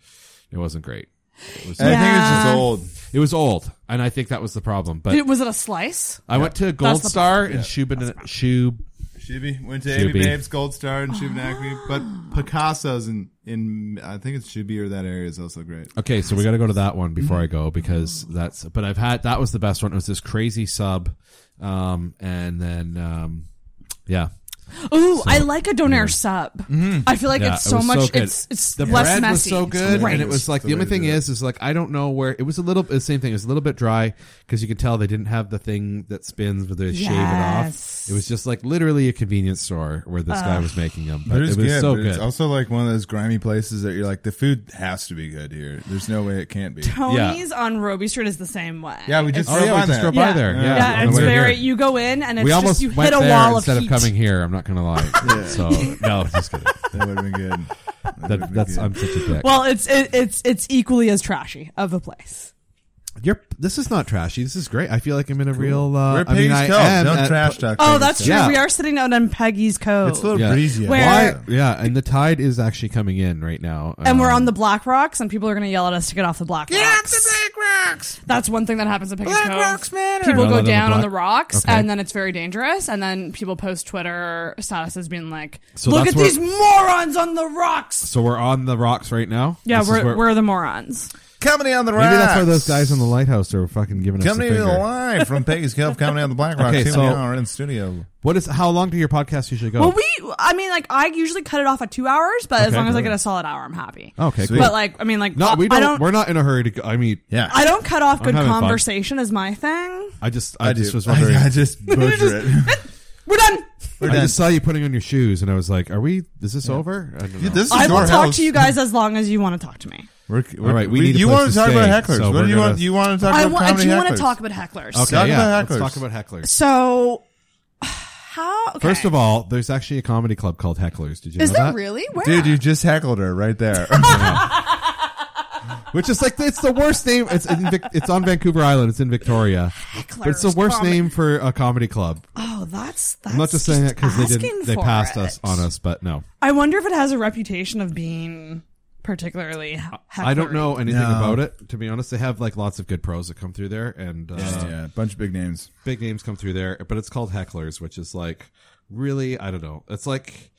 It wasn't great. It was,
I think it's just
Yeah.
old.
it was old, and I think that was the problem. But
Did, was it a slice?
I went to Gold
the
Star and Shubin Shub.
Shibby went to Amy
Shibby.
Babes, Gold Star, and
Ah.
Shubinacme. But Picasso's in in I think it's Shibby or that area is also great.
Okay, so we got to go to that one before I go because that's. But I've had that was the best one. It was this crazy sub, um, and then um, yeah,
Ooh, I like a donair sub.
Mm-hmm.
I feel like
yeah,
it's
it
so
was
much.
good.
it's it's
the
less
bread
messy.
was so
It's
good,
great.
and it was like the only thing is is like I don't know where it was a little the same thing. It was a little bit dry because you could tell they didn't have the thing that spins with the shave it
Yes.
off. It was just like literally a convenience store where this guy was making them. But
But
it was
it's good,
so
but
good.
It's also like one of those grimy places that you're like, the food has to be good here. There's no way it can't be.
Tony's on Roby Street is the same way.
Yeah, we just
oh
drove
yeah,
by
we just
that.
drove by
Yeah.
there. Yeah,
Yeah,
Yeah,
on the
it's
way here.
very. You go in and it's
we
just
almost
you
went
hit a
there
wall
instead
of
of,
heat.
coming here. I'm not gonna
<laughs>
lie. So no, just kidding.
That would have been good. That would've
That,
been
that's
good.
I'm such a dick.
Well, it's it, it's it's equally as trashy of a place.
You're, this is not trashy. This is great. I feel like I'm in a real. Uh,
We're
I mean,
Piggy's
I
Cove.
am
Don't
at-
trash talk.
Oh,
Piggy's
that's
Cove.
true.
Yeah.
We are sitting out on Peggy's Cove.
It's a little
Yeah.
breezy. out
Where-
there.
Why- Yeah, and the tide is actually coming in right now.
and we're
Um,
on the Black Rocks, and people are going to yell at us to get off the Black Rocks. the Black Rocks. That's one thing that happens at Peggy's Black Cove. Rocks matter. People
Yell
go
at them
down
black-
on the rocks,
Okay.
and then it's very dangerous. And then people post Twitter statuses being like,
So
"Look
that's
at
where-
these morons on the rocks."
So we're on the rocks right now.
Yeah,
This is
we're,
where-
we're the morons.
Comedy on the Rocks.
maybe that's why those guys in the lighthouse are fucking giving us the
Comedy
finger.
live <laughs> from Peggy's Cove. Comedy on the Black Rocks.
Okay,
Here
so-
we are in the studio.
What is how long do your podcasts usually go?
Well, we, I mean, like I usually cut it off at two hours, but as
Oh. Okay.
long as I get a solid hour, I'm happy.
okay,
Sweet.
cool.
But like, I mean, like
no, we
I
don't,
don't.
We're not in a hurry to go. I mean,
Yeah.
I don't cut off
I'm
good
having fun.
conversation is my thing.
I just I, just
do.
was wondering.
<laughs> I, I just
<laughs>
butcher it.
We're done.
I just saw you putting on your shoes, and I was like, "Are we? Is this over?" I don't know.
Yeah, this is
I
your
will talk
house.
to you guys as long as you want to talk to me.
We're, we're,
All right, we need a
you
place
want
to
to talk about
stay,
hecklers?
so
what
we're
do you
gonna-
want? You want to talk
I,
about
wa- I
comedy
do
hecklers?
want to talk about hecklers.
okay,
talk
yeah,
about hecklers.
let's talk about hecklers.
So, how? Okay.
First of all, there's actually a comedy club called Hecklers. Did you
is
know
there
that?
really? Where?
Dude, you just heckled her right
<laughs>
there.
<laughs> Which is like it's the worst name. It's in, Vic- it's on Vancouver Island. It's in Victoria. But it's the
Hecklers
worst
Comedy-
name for a comedy club.
oh, that's that's.
I'm not just saying that because they
asking
didn't. They
for
passed
it.
us on us, but no,
I wonder if it has a reputation of being particularly. he-
I don't
hecklery.
know anything
No.
about it. To be honest, they have like lots of good pros that come through there, and uh,
yeah, a bunch of big names.
big names come through there. But it's called Hecklers, which is like really I don't know. It's like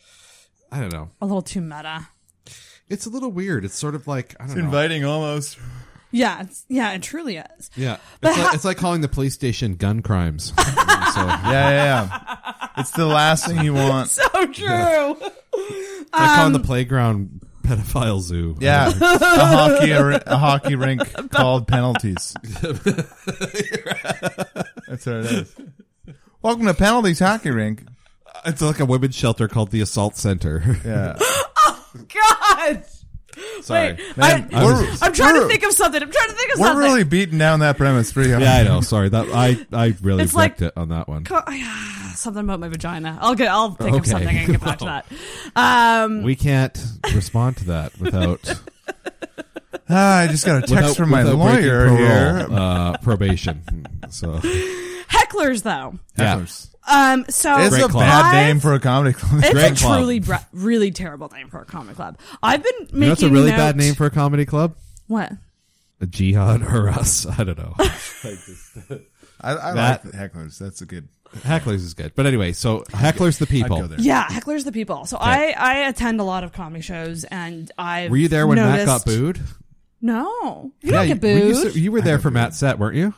I don't know.
A little too meta.
It's a little weird. It's sort of like I don't
It's
know.
inviting almost.
Yeah, it's, yeah, it truly is. <laughs>
Yeah,
But
it's,
how-
like, it's like calling the police station gun crimes. <laughs> so,
Yeah, yeah, yeah. It's the last thing you want.
<laughs> So true.
It's like calling
Um,
the playground pedophile zoo.
<laughs> Yeah, a hockey ar- a hockey
<laughs>
rink called penalties. That's what it is. Welcome to penalties hockey rink.
<laughs> It's like a women's shelter called the assault center. <laughs>
Yeah.
God.
Sorry.
Wait,
Man,
I,
I was-
am trying to
we're-
think of something. I'm trying to think of
We're
something.
really beating down that premise pretty hard.
yeah, I know. Sorry, that I I really
It's
wrecked
like-
it on that one.
Co- ah, something about my vagina. I'll get. I'll think of
Okay.
something and
<laughs>
get back to that. Um,
We can't respond to that without.
Ah, I just got a text
<laughs> without-
from my
without breaking
lawyer
parole,
here.
Uh, probation.
<laughs>
So
hecklers though.
yeah.
Um, so
It's a
I've-
bad name for a comedy club.
It's
Great
a
club.
truly, bra- really terrible name for a comic club. I've been making
You know, it's a really bad
note-
name for a comedy club.
What?
A jihad or us? I don't know.
I, I
That-
like hecklers. That's a good.
Hecklers is good, but anyway. So hecklers the people.
go there.
Yeah, hecklers the people. So I, I attend a lot of comedy shows, and I
Were you there when Matt got booed?
No, you
Yeah,
don't get
were you
booed.
s- You, were there for Matt's set, weren't you?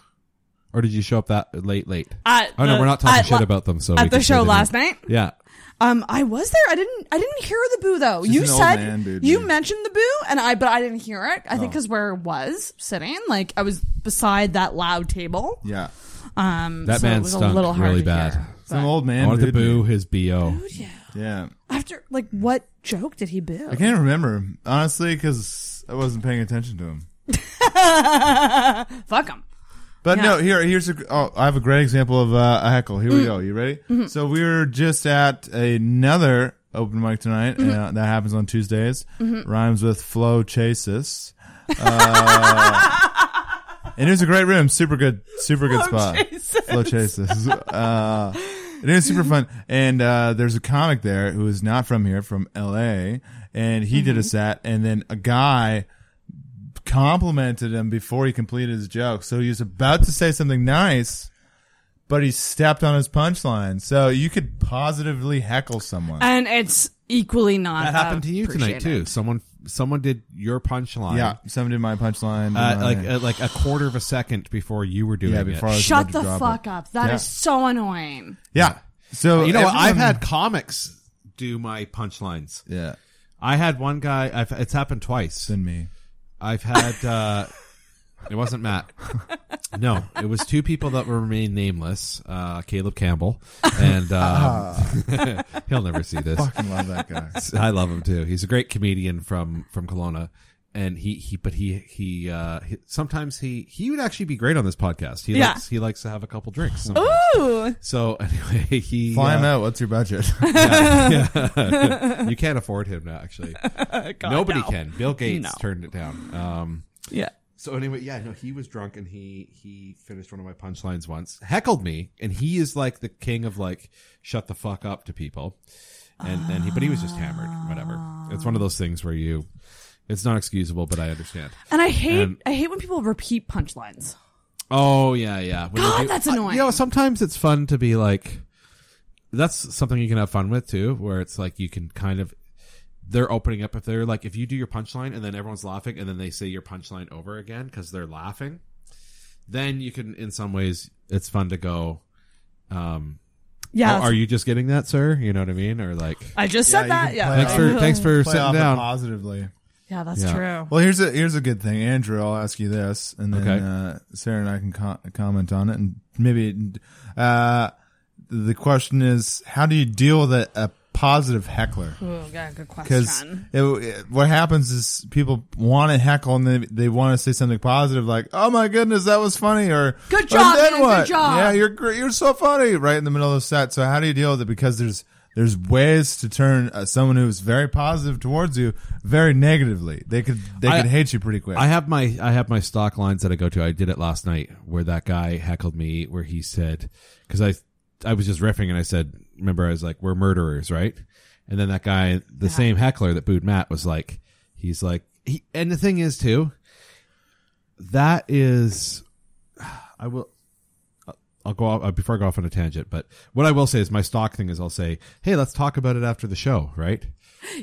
Or did you show up that late, late?
At
oh no,
Uh, the-
we're not talking
at
shit
la-
about them. So
at
we
the
can say
show
the
last
name.
night?
Yeah,
Um, I was there. I didn't. I didn't hear the boo though. you
an old
said
man, Oh. dude.
you mentioned the boo, and I, but I didn't hear it. I think because where I was sitting, like I was beside that loud table.
Yeah.
Um,
that
so it
man
was
stunk
a little hard
really
to
bad.
hear.
Some old
I
man.
wanted to
booed me.
boo his bo.
Yeah.
After like, what joke did he boo?
I can't remember honestly because I wasn't paying attention to him.
<laughs> Fuck him.
But
Yeah.
no, here here's a oh, I have a great example of uh, a heckle. Here we go. You ready? So we were just at another open mic tonight. Uh, that happens on Tuesdays. Rhymes with flow chases. Uh, and it was a great room. Super good. Super good spot. Flow chases. Uh, and it was super fun. And uh, there's a comic there who is not from here, from L.A. And he did a set. And then a guy complimented him before he completed his joke. So he was about to say something nice, but he stepped on his punchline. So you could positively heckle someone.
And it's equally not.
That happened
uh,
to you tonight
appreciated.
too. Someone, someone did your punchline.
yeah, someone did my punchline.
uh,
did
like
mine.
uh, like a quarter of a second before you were doing
yeah, before I
it.
was
Shut
about
the
to drop
fuck
it.
up. That is
Yeah.
so annoying.
Yeah. So
you know, what? I've
everyone-
had comics do my punchlines.
yeah,
I had one guy. I've, it's happened twice.
than me.
I've had. Uh, it wasn't Matt. No, it was two people that will remain nameless. Uh, Caleb Campbell, and um, <laughs> he'll never see this.
I love that guy.
<laughs> I love him too. He's a great comedian from from Kelowna, and he he but he he, uh, he- sometimes he he would actually be great on this podcast. He
Yeah.
likes he likes to have a couple drinks. sometimes.
Ooh.
So <laughs> anyway, he
Fly him
uh,
out. What's
<laughs>
your budget?
you can't afford him now. Actually, nobody can. Bill Gates
Oh, No.
turned it down. Um,
Yeah.
so anyway, yeah, no, he was drunk and he he finished one of my punchlines once, heckled me, and he is like the king of like shut the fuck up to people, and and he but he was just hammered, whatever. It's one of those things where you, it's not excusable, but I understand.
And I hate.
Um,
I hate when people repeat punchlines.
Oh yeah, yeah. When you
God, that's
uh,
annoying.
You know, sometimes it's fun to be like, that's something you can have fun with too, where it's like you can kind of. They're opening up if they're like if you do your punchline and then everyone's laughing and then they say your punchline over again because they're laughing, then you can in some ways it's fun to go, um,
Yeah.
oh,
that's-
are you just getting that, sir? You know what I mean, or like
I just said
Yeah,
that.
you
Yeah.
can
thanks for
off-
thanks for
Play off
sitting
it
down.
positively.
Yeah, that's
Yeah.
true.
Well, here's a here's a good thing, Andrew. I'll ask you this, and then
Okay.
uh, Sarah and I can co- comment on it, and maybe uh, the question is, how do you deal with a, a positive heckler?
Ooh, yeah, good
Because
question.
what happens is people want to heckle and they, they want to say something positive, like "Oh my goodness, that was funny," or
Good
"But
job,
then
man, good
what?
job."
Yeah, you're gr- you're so funny, right in the middle of the set. So how do you deal with it? Because there's there's ways to turn uh, someone who's very positive towards you very negatively. They could they
I-
could hate you pretty quick.
I have my I have my stock lines that I go to. I did it last night where that guy heckled me where he said because I I was just riffing and I said remember I was like we're murderers right and then that guy the same heckler that booed Matt was like he's like he and the thing is too that is I will I'll go off uh, before I go off on a tangent, but what I will say is my stock thing is I'll say, "Hey, let's talk about it after the show," right?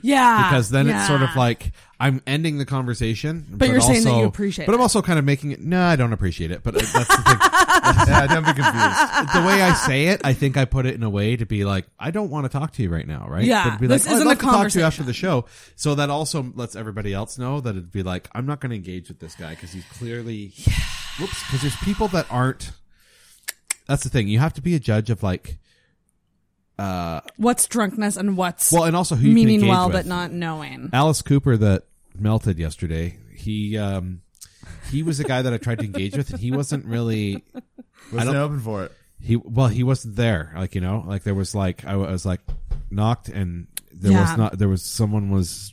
Yeah,
because then it's sort of
yeah.
like I'm ending the conversation, but,
you're
also,
saying that you appreciate
But I'm
it.
also kind of making it. No, I don't appreciate it. But I- that's the thing.
<laughs>
yeah, don't be confused.
the way I say it, I think I put it in a way to be like, I don't want to talk to you right now, right?
Yeah,
But it'd be
this
like, oh, I'd
isn't
love
a
to talk to you after the show. So that also lets everybody else know that it'd be like, I'm not going to engage with this guy because he's clearly, whoops, because there's people that aren't. That's the thing. You have to be a judge of like, uh,
what's drunkenness and what's
well, and also who you can
meaning
engage
well
with.
but not knowing.
Alice Cooper that melted yesterday. He um he was a guy that I tried to engage with, and he wasn't really
Wasn't
I don't-
open for it.
He well, he wasn't there. Like you know, like there was like I was like knocked, and there
Yeah.
was not there was someone was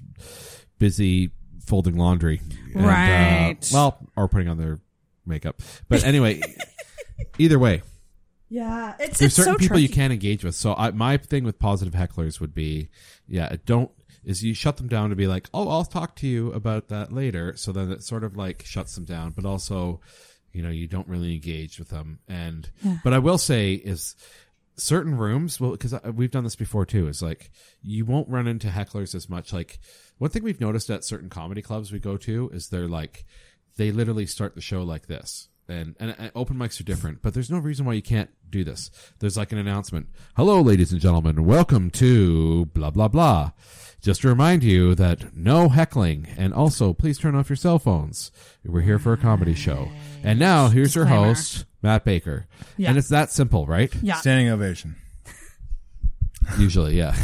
busy folding laundry, and, uh,
Right.
well, or putting on their makeup. But anyway, either way,
Yeah, it's
there's
it's
certain
so
people
tricky.
you can't engage with. So I, my thing with positive hecklers would be, yeah, don't is you shut them down to be like, oh, I'll talk to you about that later. So then it sort of like shuts them down, but also, you know, you don't really engage with them. And
Yeah.
but I will say is certain rooms, well, because we've done this before too, is like you won't run into hecklers as much. Like one thing we've noticed at certain comedy clubs we go to is they're like they literally start the show like this. And, and and open mics are different, but there's no reason why you can't do this. There's like an announcement. Hello, ladies and gentlemen. Welcome to blah, blah, blah. Just to remind you that no heckling and also please turn off your cell phones. We're here for a comedy show. And now here's your
Disclaimer.
host, Matt Baker.
Yeah.
And it's that simple, right?
Yeah. Standing ovation.
Usually, yeah.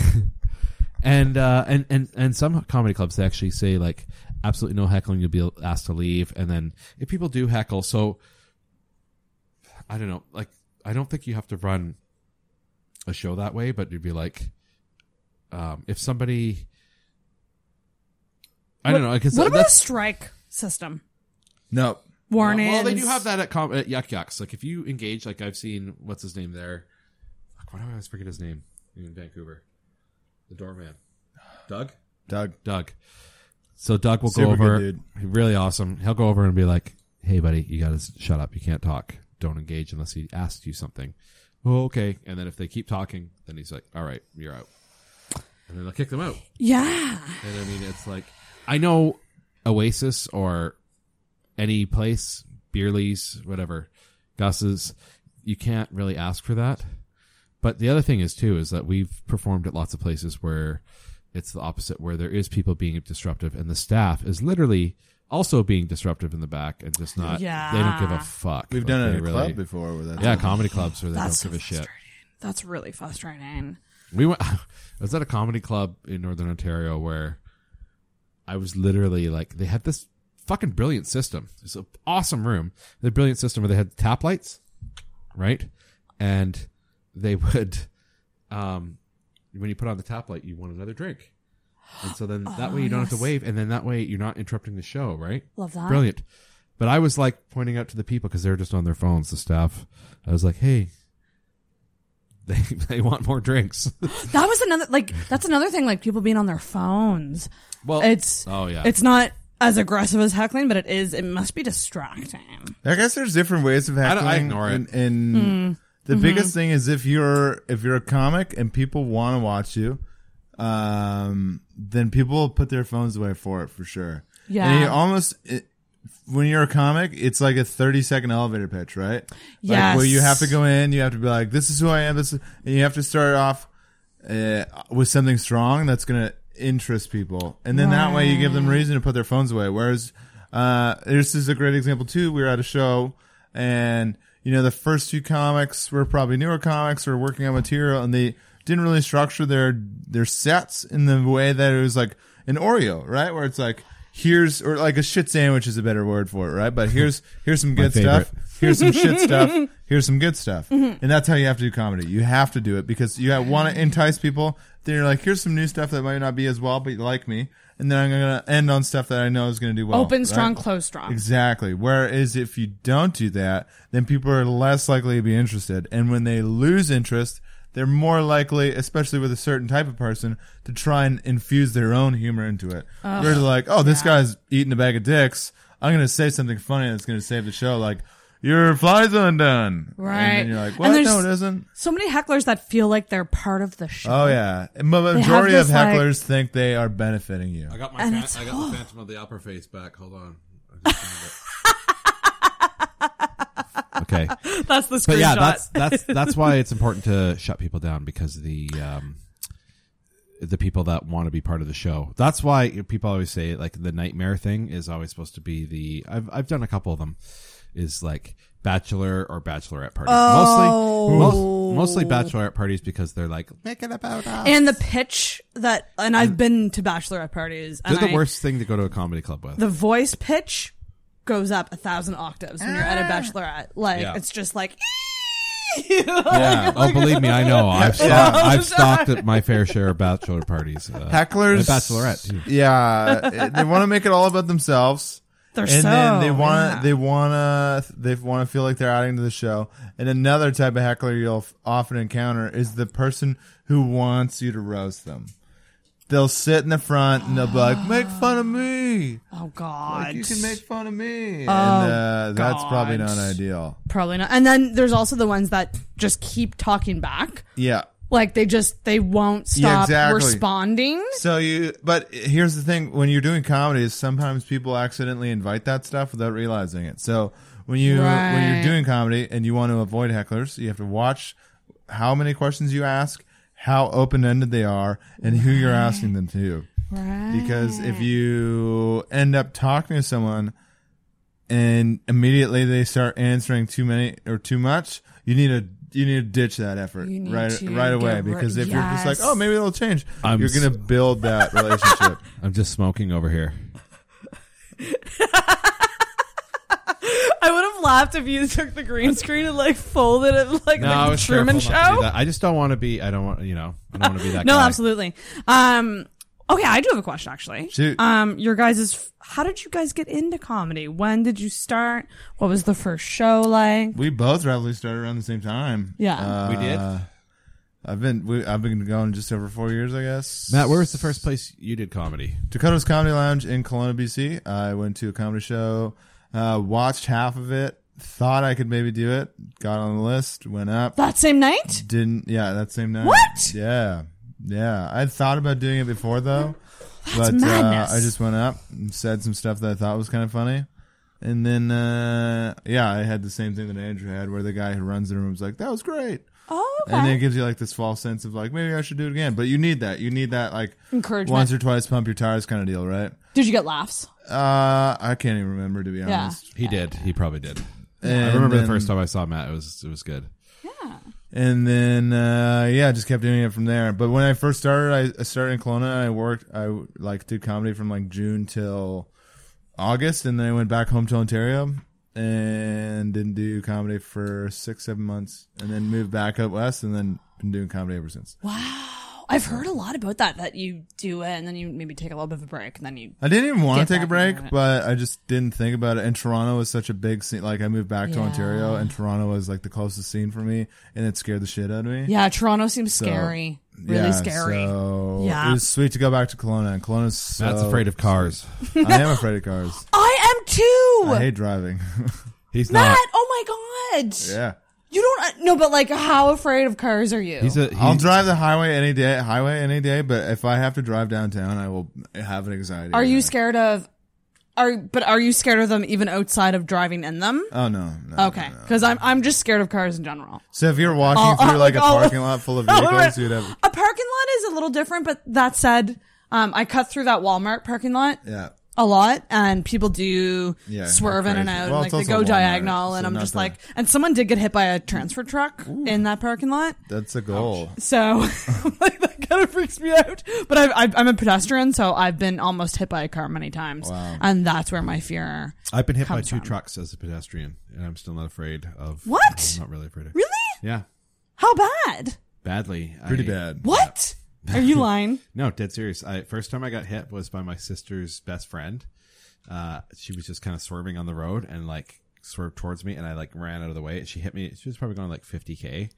<laughs> and uh and, and and some comedy clubs they actually say like absolutely no heckling, you'll be asked to leave. And then if people do heckle, so I don't know, like I don't think you have to run a show that way, but you'd be like um if somebody I don't know, because
what about a
that's
strike system?
no
Warnings.
Well, they do have that at, com- at Yuck Yucks. Like if you engage, like I've seen, what's his name there? Fuck, why do I always forget his name in Vancouver? The doorman, Doug.
Doug.
Doug. So Doug will
Super
go
good
over.
dude.
He's Really awesome. He'll go over and be like, "Hey, buddy, you got to shut up. You can't talk. Don't engage unless he asks you something." Oh, okay. And then if they keep talking, then he's like, "All right, you're out." And then they'll kick them out.
Yeah.
And I mean, it's like I know Oasis or any place, Beerley's, whatever, Gus's, you can't really ask for that. But the other thing is too is that we've performed at lots of places where it's the opposite, where there is people being disruptive, and the staff is literally also being disruptive in the back and just not. They don't give
Yeah.
a fuck.
We've done it
they
at a club before where that's-
yeah, comedy clubs where they
That's
don't
so
give a shit.
That's really frustrating.
We went. <laughs> I was at a comedy club in Northern Ontario where I was literally like, they had this fucking brilliant system. It's an awesome room. The brilliant system where they had tap lights, right? And they <laughs> would, um, when you put on the tap light, you want another drink. And so then that way you don't have
Oh, yes.
to wave, and then that way you're not interrupting the show, right?
Love that.
Brilliant. But I was like pointing out to the people because they were just on their phones, the staff. I was like, hey, <laughs> they, they want more drinks.
That was another like that's another thing like people being on their phones.
Well,
it's
oh, yeah.
it's not as aggressive as heckling, but it is. It must be distracting.
I guess there's different ways of
I
heckling.
don't- I ignore it.
And, and
Mm.
the
Mhm.
biggest thing is if you're if you're a comic and people want to watch you, um, then people will put their phones away for it for sure.
Yeah.
And you almost it, when you're a comic, it's like a 30 second elevator pitch, right? Like, where you have to
Yes.
go in, you have to be like, "This is who I am." This is, and you have to start off uh, with something strong that's gonna interest people, and then that way you give them
Right.
reason reason to put their phones away. Whereas, uh, this is a great example too. We were at a show and, you know, the first two comics were probably newer comics or working on material and they didn't really structure their, their sets in the way that it was like an Oreo, right? Where it's like, here's, or like a shit sandwich is a better word for it, right? But here's, here's some
My
good
favorite.
stuff. Here's some shit
<laughs>
stuff. Here's some good stuff.
Mm-hmm.
Mhm.
And that's how you have to do comedy. You have to do it because you want to entice people. Then you're like, here's some new stuff that might not be as well, but you like me. And then I'm going to end on stuff that I know is going to do well.
Open strong, close strong.
Exactly. Whereas if you don't do that, then people are less likely to be interested. And when they lose interest, they're more likely, especially with a certain type of person, to try and infuse their own humor into it.
Ugh.
Where they're like, oh, this guy's eating a bag of dicks. I'm going to say something funny that's going to save the show. Like,
your fly's undone.
Right.
And then you're like, what? No, it isn't.
So many hecklers that feel like they're part of the show.
Oh, yeah. The
They have
majority of
this, like-
hecklers think they are benefiting you.
I got my
And
fan-
it's-
I got the Phantom of the Opera face back. Hold on.
<laughs>
okay.
<laughs> That's the
But yeah,
screenshot.
that's that's that's why it's important to shut people down because the um, the people that want to be part of the show. That's why people always say like the nightmare thing is always supposed to be the. I've I've done a couple of them. Is like bachelor or bachelorette parties.
Oh.
Mostly, most, mostly bachelorette parties because they're like Make it about us.
And the pitch that, and I've been to bachelorette parties.
they're
And
the
I-
worst thing to go to a comedy club with.
The voice pitch goes up a thousand octaves when you're at a
Ah.
bachelorette. Like
Yeah.
it's just like. <laughs>
Yeah. <laughs> oh, believe me, I know. I've
Yeah.
stalked,
<laughs>
I've stalked at my fair share of bachelor parties. Uh,
Hecklers.
and Bachelorette, too.
Yeah. they want to make it all about themselves.
They're
and then they
so,
want
yeah.
to they want to they want to feel like they're adding to the show. And another type of heckler you'll f- often encounter is the person who wants you to roast them. They'll sit in the front and they'll be like, "Make fun of me."
Oh God!
Like, you can make fun of me.
Oh,
and uh, that's
God.
probably not ideal.
Probably not. And then there's also the ones that just keep talking back.
Yeah.
Like they just they won't stop
Yeah, exactly.
responding.
So you, but here's the thing: when you're doing comedy, is sometimes people accidentally invite that stuff without realizing it. So when you when
Right.
you're doing comedy and you want to avoid hecklers, you have to watch how many questions you ask, how open ended they are, and who you're asking them to. Because
Ah.
if you end up talking to someone and immediately they start answering too many or too much, you need to you need to ditch that effort
You need
right
to
right away
get ri-
because if you're just like,
Yes.
oh, maybe it'll change,
I'm
you're gonna
s-
build
<laughs>
that relationship.
I'm just smoking over here.
I would have laughed if you took the green screen and like folded it like
I
the
was
Truman
careful not to do
Show.
that. I just don't want to be. I don't want you know. I don't want to be that.
No,
guy.
absolutely. Um, okay, I do have a question actually.
Shoot.
Um, your guys is how did you guys get into comedy? When did you start? What was the first show like?
We both probably started around the same time.
Yeah.
Uh,
We did?
I've been we, I've been going just over four years, I guess.
Matt, where was the first place you did comedy?
Dakota's Comedy Lounge in Kelowna, BC. I went to a comedy show, uh, watched half of it, thought I could maybe do it, got on the list, went up.
That same night?
Didn't, yeah, that same night.
What?
Yeah. Yeah. I'd thought about doing it before, though. but
madness.
Uh, I just went up and said some stuff that I thought was kind of funny. And then, uh, yeah, I had the same thing that Andrew had where the guy who runs the room was like, that was great.
Oh,
And then
okay.
it gives you like this false sense of like, maybe I should do it again. But you need that. You need that, like,
Encouragement.
once or twice pump your tires kind of deal, right?
Did you get laughs?
Uh, I can't even remember to be
Yeah.
honest.
He did. He probably did.
And
I remember
then-
the first time I saw Matt. It was it was good.
And then uh, yeah, I just kept doing it from there. But when I first started, I, I started in Kelowna. And I worked. I like did comedy from like June till August, and then I went back home to Ontario and didn't do comedy for six, seven months, and then moved back up west, and then been doing comedy ever since.
Oh, I've heard a lot about that. That you do it and then you maybe take a little bit of a break and then you.
I didn't even want
Get
to take a
back
break,
into it.
but I just didn't think about it. And Toronto was such a big scene. Like I moved back to
Yeah.
Ontario, and Toronto was like the closest scene for me, and it scared the shit out of me.
Yeah, Toronto seems
So,
scary. Really
yeah,
scary.
So
Yeah.
it was sweet to go back to Kelowna, and Kelowna's so
Matt's afraid of cars.
I am afraid of
<laughs>
cars.
I am too.
I hate driving. <laughs>
He's
Matt, oh my god.
yeah.
You don't uh, no, but like, how afraid of cars are you?
I'll drive the highway any day, highway any day. But if I have to drive downtown, I will have an anxiety.
Are you
attack.
scared of? Are but are you scared of them even outside of driving in them?
Oh no. no
okay,
no, no.
because I'm I'm just scared of cars in general.
So if you're walking
I'll-
through
I'll-
like a
I'll-
parking lot full of
<laughs> I'll-
vehicles, you'd have.
A parking lot is a little different, but that said, um, I cut through that Walmart parking lot.
Yeah.
A lot, and people do
Yeah,
swerve in and
crazy.
out,
Well,
and
it's
like they go
also Walmart,
diagonal,
so
and I'm
not
just
the-
like, and someone did get hit by a transfer truck in that parking lot.
That's a goal.
So <laughs> like, that kind of freaks me out. But I've, I've, I'm a pedestrian, so I've been almost hit by a car many times,
Wow.
and that's where my fear.
I've been hit by
comes
two
from.
trucks as a pedestrian, and I'm still not afraid of
What?
I'm not really afraid of.
Really?
Yeah,
How bad?
badly.
Pretty
I-
bad.
What?
<laughs>
Are you lying?
No, dead serious. I first time I got hit was by my sister's best friend. Uh, she was just kind of swerving on the road and like swerved towards me, and I like ran out of the way. And she hit me. She was probably going like 50k.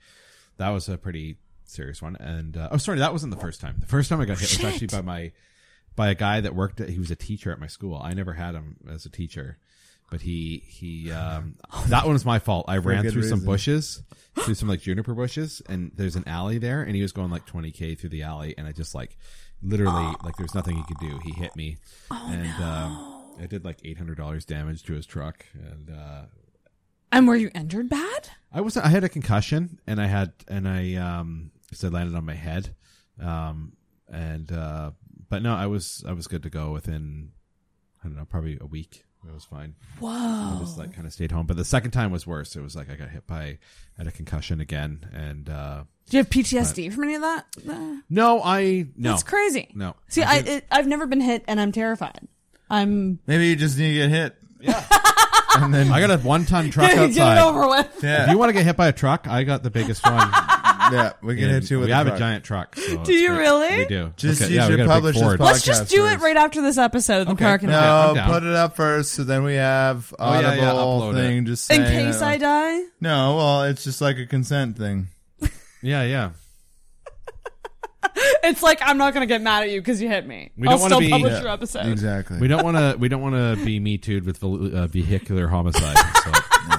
That was a pretty serious one. And uh, oh, sorry, that wasn't the first time. The first time I got hit
Shit.
was actually by my by a guy that worked. At, he was a teacher at my school. I never had him as a teacher.
But he he um, that one was my fault. I
For
ran
good
through some
reason.
bushes, through some like juniper bushes, and there's an alley there, and he was going like 20k through the alley, and I just like
Ah.
literally like there's nothing he could do. He hit me,
Oh,
and um, I did like 800 dollars damage to his truck, and uh,
And were you injured bad?
I was I had a concussion and I had and I um so I landed on my head. Um and uh but no, I was I was good to go within I don't know, probably a week. It was fine.
Whoa.
I just like kind of stayed home. But the second time was worse. It was like I got hit by I had a concussion again and uh
Do you have PTSD from any of that? Uh,
No, I no.
That's crazy.
No.
See, I, it, I've never been hit, and I'm terrified. I'm
Maybe you just need to get hit.
Yeah. and then I got a one
<laughs>
ton truck
Get it
outside.
over with.
Yeah.
If you want to get hit by a truck, I got the
<laughs>
biggest one.
yeah, we can hit you with
We
a
have
truck.
a giant truck. so it's
Do you
great.
really?
We do.
Just
Okay,
you
yeah, we got a
should
big
publish this
Ford.
Let's just do it right after this episode. The park and
No,
I'm down.
put it up first, so then we have
Oh, yeah, yeah, upload
audible thing.
it.
Just
In
saying
case
that,
I
like-
die? <laughs>
No, well, it's just like a consent thing.
Yeah, yeah.
It's like I'm not gonna get mad at you because you hit me.
We
I'll
don't want
still
to be
publish your episode.
We don't want to. We don't want to be me too'd with vel- uh, vehicular homicide.
<laughs>
So.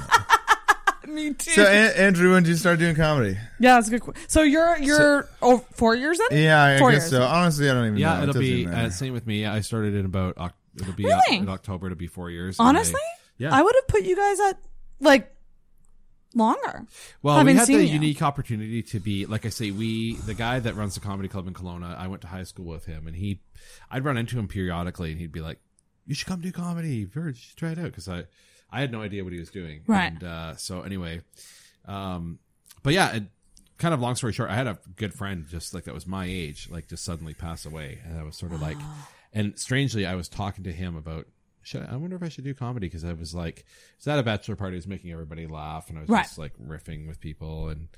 Me too.
So, An- Andrew, when did you start doing comedy?
yeah, that's a good. Qu- so you're you're oh, four years in?
Yeah, I
four
guess
years.
so. Honestly, I don't even know.
yeah,
It
it'll
doesn't
be
matter.
uh, same with me. I started in about Oc- it'll be uh,
Really?
in October. It'll be four years. and
Honestly,
they- yeah.
I would have put you guys at like longer.
well, we
having
had
seen
the
you.
unique opportunity to be like I say. We the guy that runs the comedy club in Kelowna. I went to high school with him, and he, I'd run into him periodically, and he'd be like, "You should come do comedy. Verge, you should try it out." Because I, I had no idea what he was doing.
Right.
And uh, so anyway, um, but yeah. It, Kind of long story short, I had a good friend just like that was my age, like just suddenly pass away, and I was sort of like, and strangely, I was talking to him about, should I, I wonder if I should do comedy because I was like, it's at a bachelor party, I was making everybody laugh, and I was
Right.
just like riffing with people, and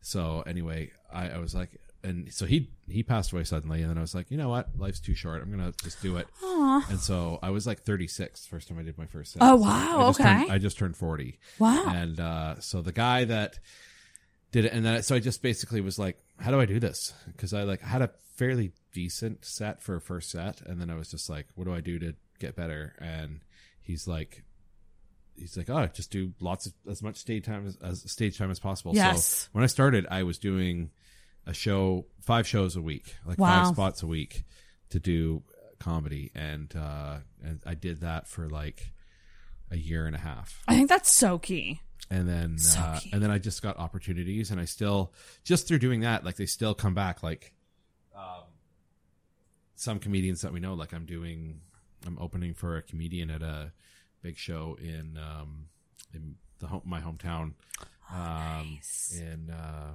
so anyway, I, I was like, and so he he passed away suddenly, and then I was like, you know what, life's too short, I'm gonna just do it,
Aw.
and so I was like 36 first time I did my first. set.
Oh,
So
wow,
I just
okay.
turned- I just turned 40.
Wow.
And uh, so the guy that did it, and then so I just basically was like, how do I do this? Because I like had a fairly decent set for a first set, and then I was just like, what do I do to get better? And he's like. He's like, oh, just do lots of as much stage time as, as stage time as possible.
Yes.
So when I started, I was doing a show, five shows a week, like
Wow.
five spots a week to do comedy, and uh, and I did that for like a year and a half
I think that's so key.
and then
So
uh, and then I just got opportunities, and I still just through doing that, like they still come back. Like um, some comedians that we know, like I'm doing, I'm opening for a comedian at a big show in um, in the home, my hometown
Oh,
um, in uh,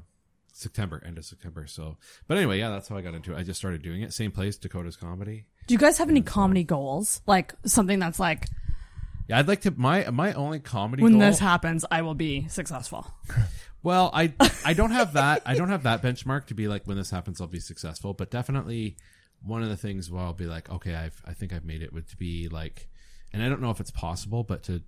September, end of September. So, but anyway, yeah, that's how I got into it. I just started doing it. Same place, Dakota's comedy.
Do you guys have any comedy goals? Like something that's like
Yeah, I'd like to my my only comedy
when
goal-
this happens, I will be successful.
Well, I I don't have that I don't have that benchmark to be like when this happens I'll be successful, but definitely one of the things where I'll be like, okay, I've I think I've made it would to be like, and I don't know if it's possible, but to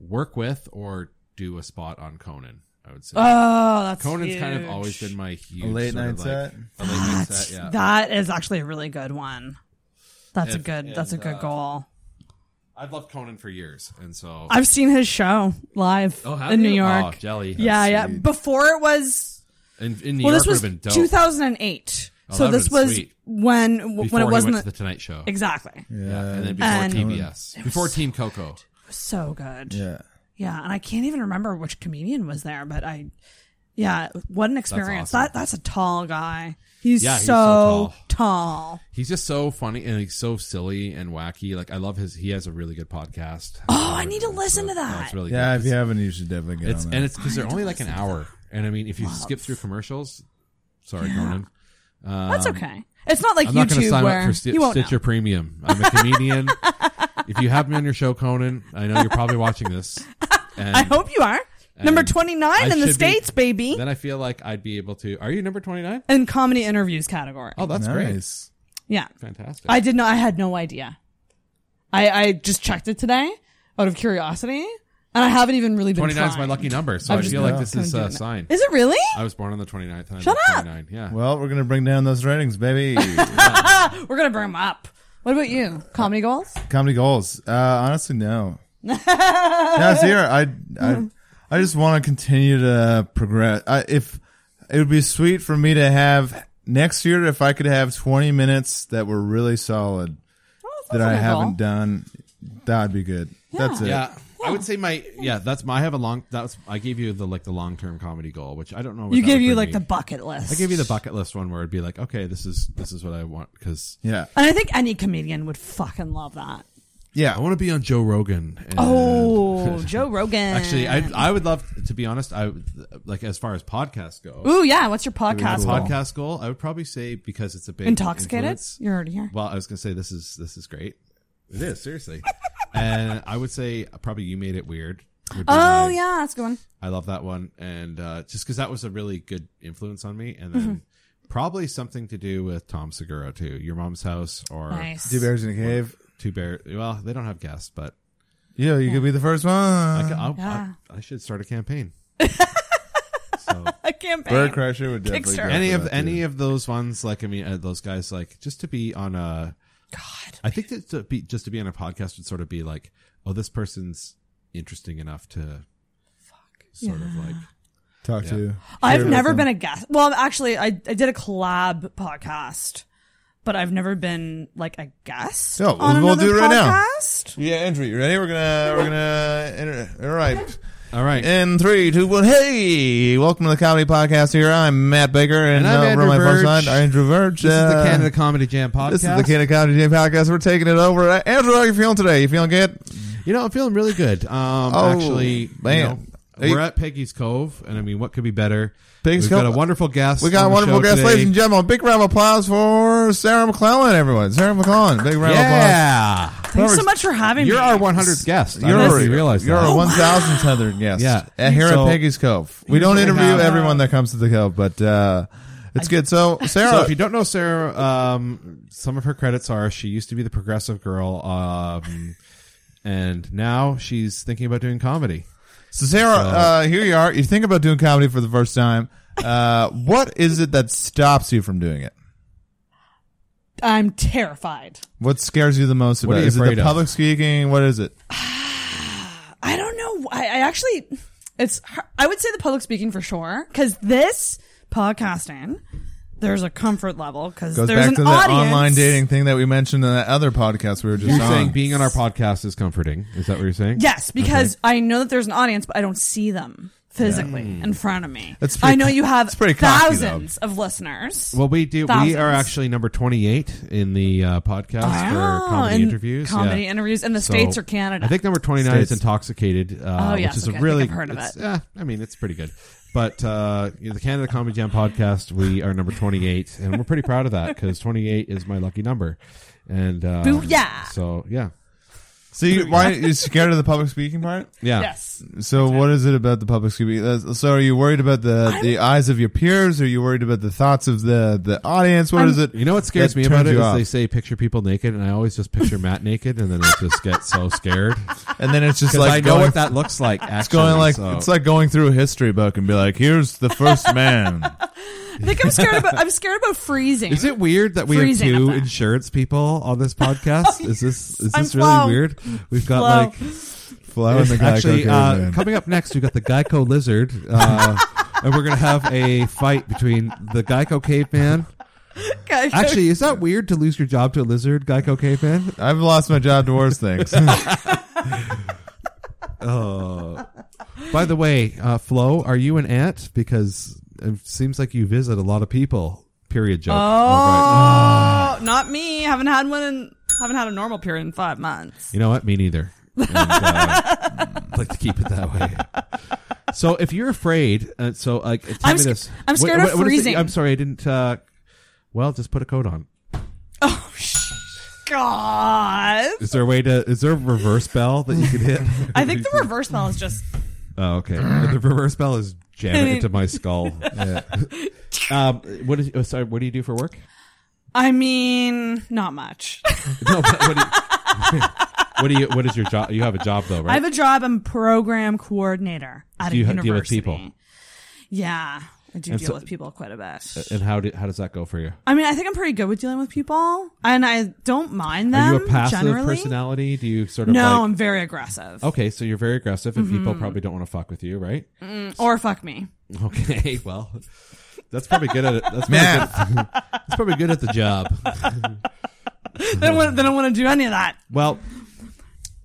work with or do a spot on Conan. I would say.
Oh, that's
Conan's kind of
huge.
always been my huge
A late
sort of,
night
like-
set?
A late night
That's-
set, yeah.
That is actually a really good one. That's a
If-
good. that's a
and,
good
uh,
goal.
I've loved Conan for years, and so
I've seen his show live
Oh, have
in
you?
New York.
Oh, jelly.
Yeah,
That's
yeah.
sweet.
Before it was.
in, in New
well,
York
this was
would have been dope.
2008.
Oh,
so
that
this
would've been
was
sweet.
when w-
Before
when it
he
wasn't
went to The Tonight Show.
Exactly.
yeah, and then before
And-
TBS, before Team Coco.
So good.
Yeah.
Yeah, and I can't even remember which comedian was there, but I, yeah, what an experience.
awesome.
That that's a tall guy. He's,
Yeah, he's so
so, tall.
He's just so funny and he's so silly and wacky. Like I love his. He has a really good podcast.
Oh, I need to listen to that.
That's really
yeah,
good.
if you haven't, you should definitely get
It's
on that.
and it's because they're
I need
only
to
like an
listen to
hour. And I mean, if you skip through commercials, sorry, Conan. Um,
That's okay. It's not like
I'm not gonna
YouTube
sign
where
up for Sti-
you won't
Stitcher
know.
Premium. I'm a
<laughs>
comedian. if you have me on your show, Conan, I know you're probably watching this. And
<laughs> I hope you are
and
number twenty
I
nine in
should
the
be-
states, baby,
Then I feel like I'd be able to. Are you number 29?
in comedy interviews category.
Oh, that's
Nice.
yeah,
great. Fantastic.
I did not. I had no idea. I I just checked it today out of curiosity, and I haven't even really been.
29 is my
trying.
lucky number, so
I'm
I
just
feel
gonna
like this is
kinda
a
do it.
sign.
Is it really?
I was born on the 29th. And Shut
Shut up!
up. 29. Yeah.
Well, we're gonna bring down those ratings, baby.
We're gonna bring them up. What about you? Comedy goals? Oh, <laughs>
Comedy goals. Uh, honestly, no. yeah, see, I, I, I just want to continue to progress. I, if it would be sweet for me to have next year, if I could have 20 minutes that were really solid
that's a
that I
good goal.
haven't done, that'd be good. That's it.
Yeah. I would say my yeah. That's my. I have a long. That's I gave you the like the long term comedy goal, which I don't know. what
You
that
gave
would
you,
bring
like,
me.
the bucket list.
I gave you the bucket list one where it'd be like, okay, this is this is what I want because
yeah,
And I think any comedian would fucking love that.
yeah.
I want to be on Joe Rogan. and-
Oh,
<laughs>
Joe Rogan.
Actually, I I would love to be honest. I would- like as far as podcasts go.
Ooh, yeah, what's your
if it was a
podcast goal?
podcast goal? I would probably say because it's a big
Intoxicated?
influence-
You're already here.
Well, I was gonna say this is this is great. It is seriously, <laughs> and I would say probably you made it weird. would be
Oh,
my-
yeah, that's a good one.
I love that one, and uh, just because that was a really good influence on me, and then
Mm-hmm.
probably something to do with Tom Segura too. Your mom's house or
Nice. Two Bears in a Cave.
Two bear. Well, they don't have guests, but
Yeah, you could be the first one.
I, ca- I'll-
Yeah.
I, I should start a campaign. <laughs>
A campaign.
Bird
Crusher would definitely
Kickstarter.
any of any of those ones like i mean uh, those guys like just to be on a god i think that to be just to be on a podcast would sort of be like oh this person's interesting enough to Fuck. sort of like
Talk to you.
I've never been a guest. Well, actually, I, I did a collab podcast, but I've never been like a guest.
So
on
we'll, we'll do
another
it right
podcast?
now. Yeah, Andrew, you ready? We're gonna we're gonna enter, all right.
All right.
In three, two, one. Hey, welcome to the comedy podcast. Here, I'm Matt Baker,
And
and,
I'm
uh,
Andrew
we're on my first
Verge.
line, Andrew Verge.
this is the
Uh,
canada comedy jam podcast
This is the Canada Comedy Jam podcast. We're taking it over. Uh, Andrew, how are you feeling today? You feeling good?
You know, I'm feeling really good. Um,
Oh,
actually
man.
you know,
Hey.
we're at peggy's cove and i mean what could be better
Peggy's
We've
Cove.
got a wonderful guest
We
on
got a
the
wonderful
show
guest,
today.
ladies and gentlemen. Big round of applause for Sarah McClellan, everyone. Sarah McClellan, big round
Yeah.
of applause.
Thanks so much for having
you're
me.
our
Oh,
100th guest
You're,
i didn't realize
you're
that.
our 1,000th other guest.
Yeah.
And here
So-
at Peggy's Cove. We
You
don't
should
interview
have-
everyone that comes to the Cove, but uh, it's
<laughs>
good. So, Sarah.
So if you don't know Sarah, um, some of her credits are she used to be the progressive girl, um, and now she's thinking about doing comedy.
So Sarah, uh, here you are. You think about doing comedy for the first time. Uh, what is it that stops you from doing it?
I'm terrified.
What scares you the most
What
about
are
it?
you
Is it
afraid
the
of?
public speaking? What is it?
I don't know. I, I actually, it's, har- I would say the public speaking for sure. Cause this podcasting, there's a comfort level because
Goes
there's
back
an
to the
audience.
online dating thing that we mentioned Um, in that other podcast we were just
You're
on.
saying being on our podcast is comforting. Is that what you're saying?
Yes, because I know that there's an audience, but I don't see them physically in front of me.
That's pretty
I know
co-
you have
that's pretty cocky, though.
thousands of listeners.
Well, we do. We
Thousands.
are actually number 28 in the uh, podcast
Wow,
for comedy
in
interviews.
comedy interviews in the States or Canada.
I think number 29
States.
is Intoxicated, uh,
Oh, yes,
which is a
okay, I think
really.
I've heard of
it's-
it.
yeah, I mean, it's pretty good. But uh, you know, the Canada Comedy Jam podcast, we are number 28, and we're pretty proud of that because 28 is my lucky number. And uh,
Booyah!
So yeah, <laughs>
So you, why you scared of the public speaking part?
Yeah.
Yes.
So what is it about the public speaking? uh, So are you worried about the, the eyes of your peers? Are you worried about the thoughts of the, the audience? What is it?
You know what scares
that
me about
turns
it
you
is
off?
they say picture people naked, and I always just picture Matt naked, and then I just get so scared.
<laughs> And then it's just
<laughs> 'Cause
like
I know
going-
what that looks like. Actually,
<laughs> it's going like
so-
it's like going through a history book and be like, here's the first man.
I think I'm scared about. I'm scared about freezing. <laughs>
Is it weird that we
Freezing
have
up
two
there.
insurance people on
<laughs>
this podcast? Is this is
I'm
this really
Flo.
weird? We've got
Flo.
like
Flo and the Geico
Actually,
caveman.
uh, coming up next, we've got the Geico lizard, <laughs> uh, and we're gonna have a fight between the Geico caveman.
Geico-
<laughs> Actually, is that weird to lose your job to a lizard, Geico Uh, caveman?
I've lost my job to worse
<laughs>
things. <laughs>
oh. By the way, uh, Flo, are you an ant? Because it seems like you visit a lot of people. Period joke.
Oh,
All right.
not me. Haven't had one in. Haven't had a normal period in five months.
You know what? Me neither. And, uh, I'd like to keep it that way. So if you're afraid, uh, so like, tell
I'm
me
sc-
this.
I'm scared of
is it-
freezing.
I'm sorry, I didn't. Uh, well, just put a coat on.
Oh, God.
Is there a way to? Is there a reverse bell that you could hit?
I think the reverse bell is just.
Oh, okay. the reverse bell is jam it into
<laughs>
my skull. um, what is? Oh, sorry. What do you do for work?
I mean, not much.
No, but what, do you, <laughs> what do you? What is your job? You have a job though, right?
I have a job. I'm program coordinator at
Do you
a
ha- deal with
university.
people?
Yeah. I do
And
deal
so- Uh,
with people quite a bit.
And how do, how does that go for you?
I mean, I think I'm pretty good with dealing with people, and I don't mind them.
Are you a passive
generally.
personality? Do you sort of
No,
like-
I'm very aggressive.
Okay, so you're very aggressive, and people
Mhm.
probably don't want to fuck with you, right?
Mm, or fuck me. <laughs>
Okay, <laughs> well, that's probably good at it. That's probably
Man.
good, that's probably good at <laughs> the job.
they don't want. They don't want to do any of that.
Well,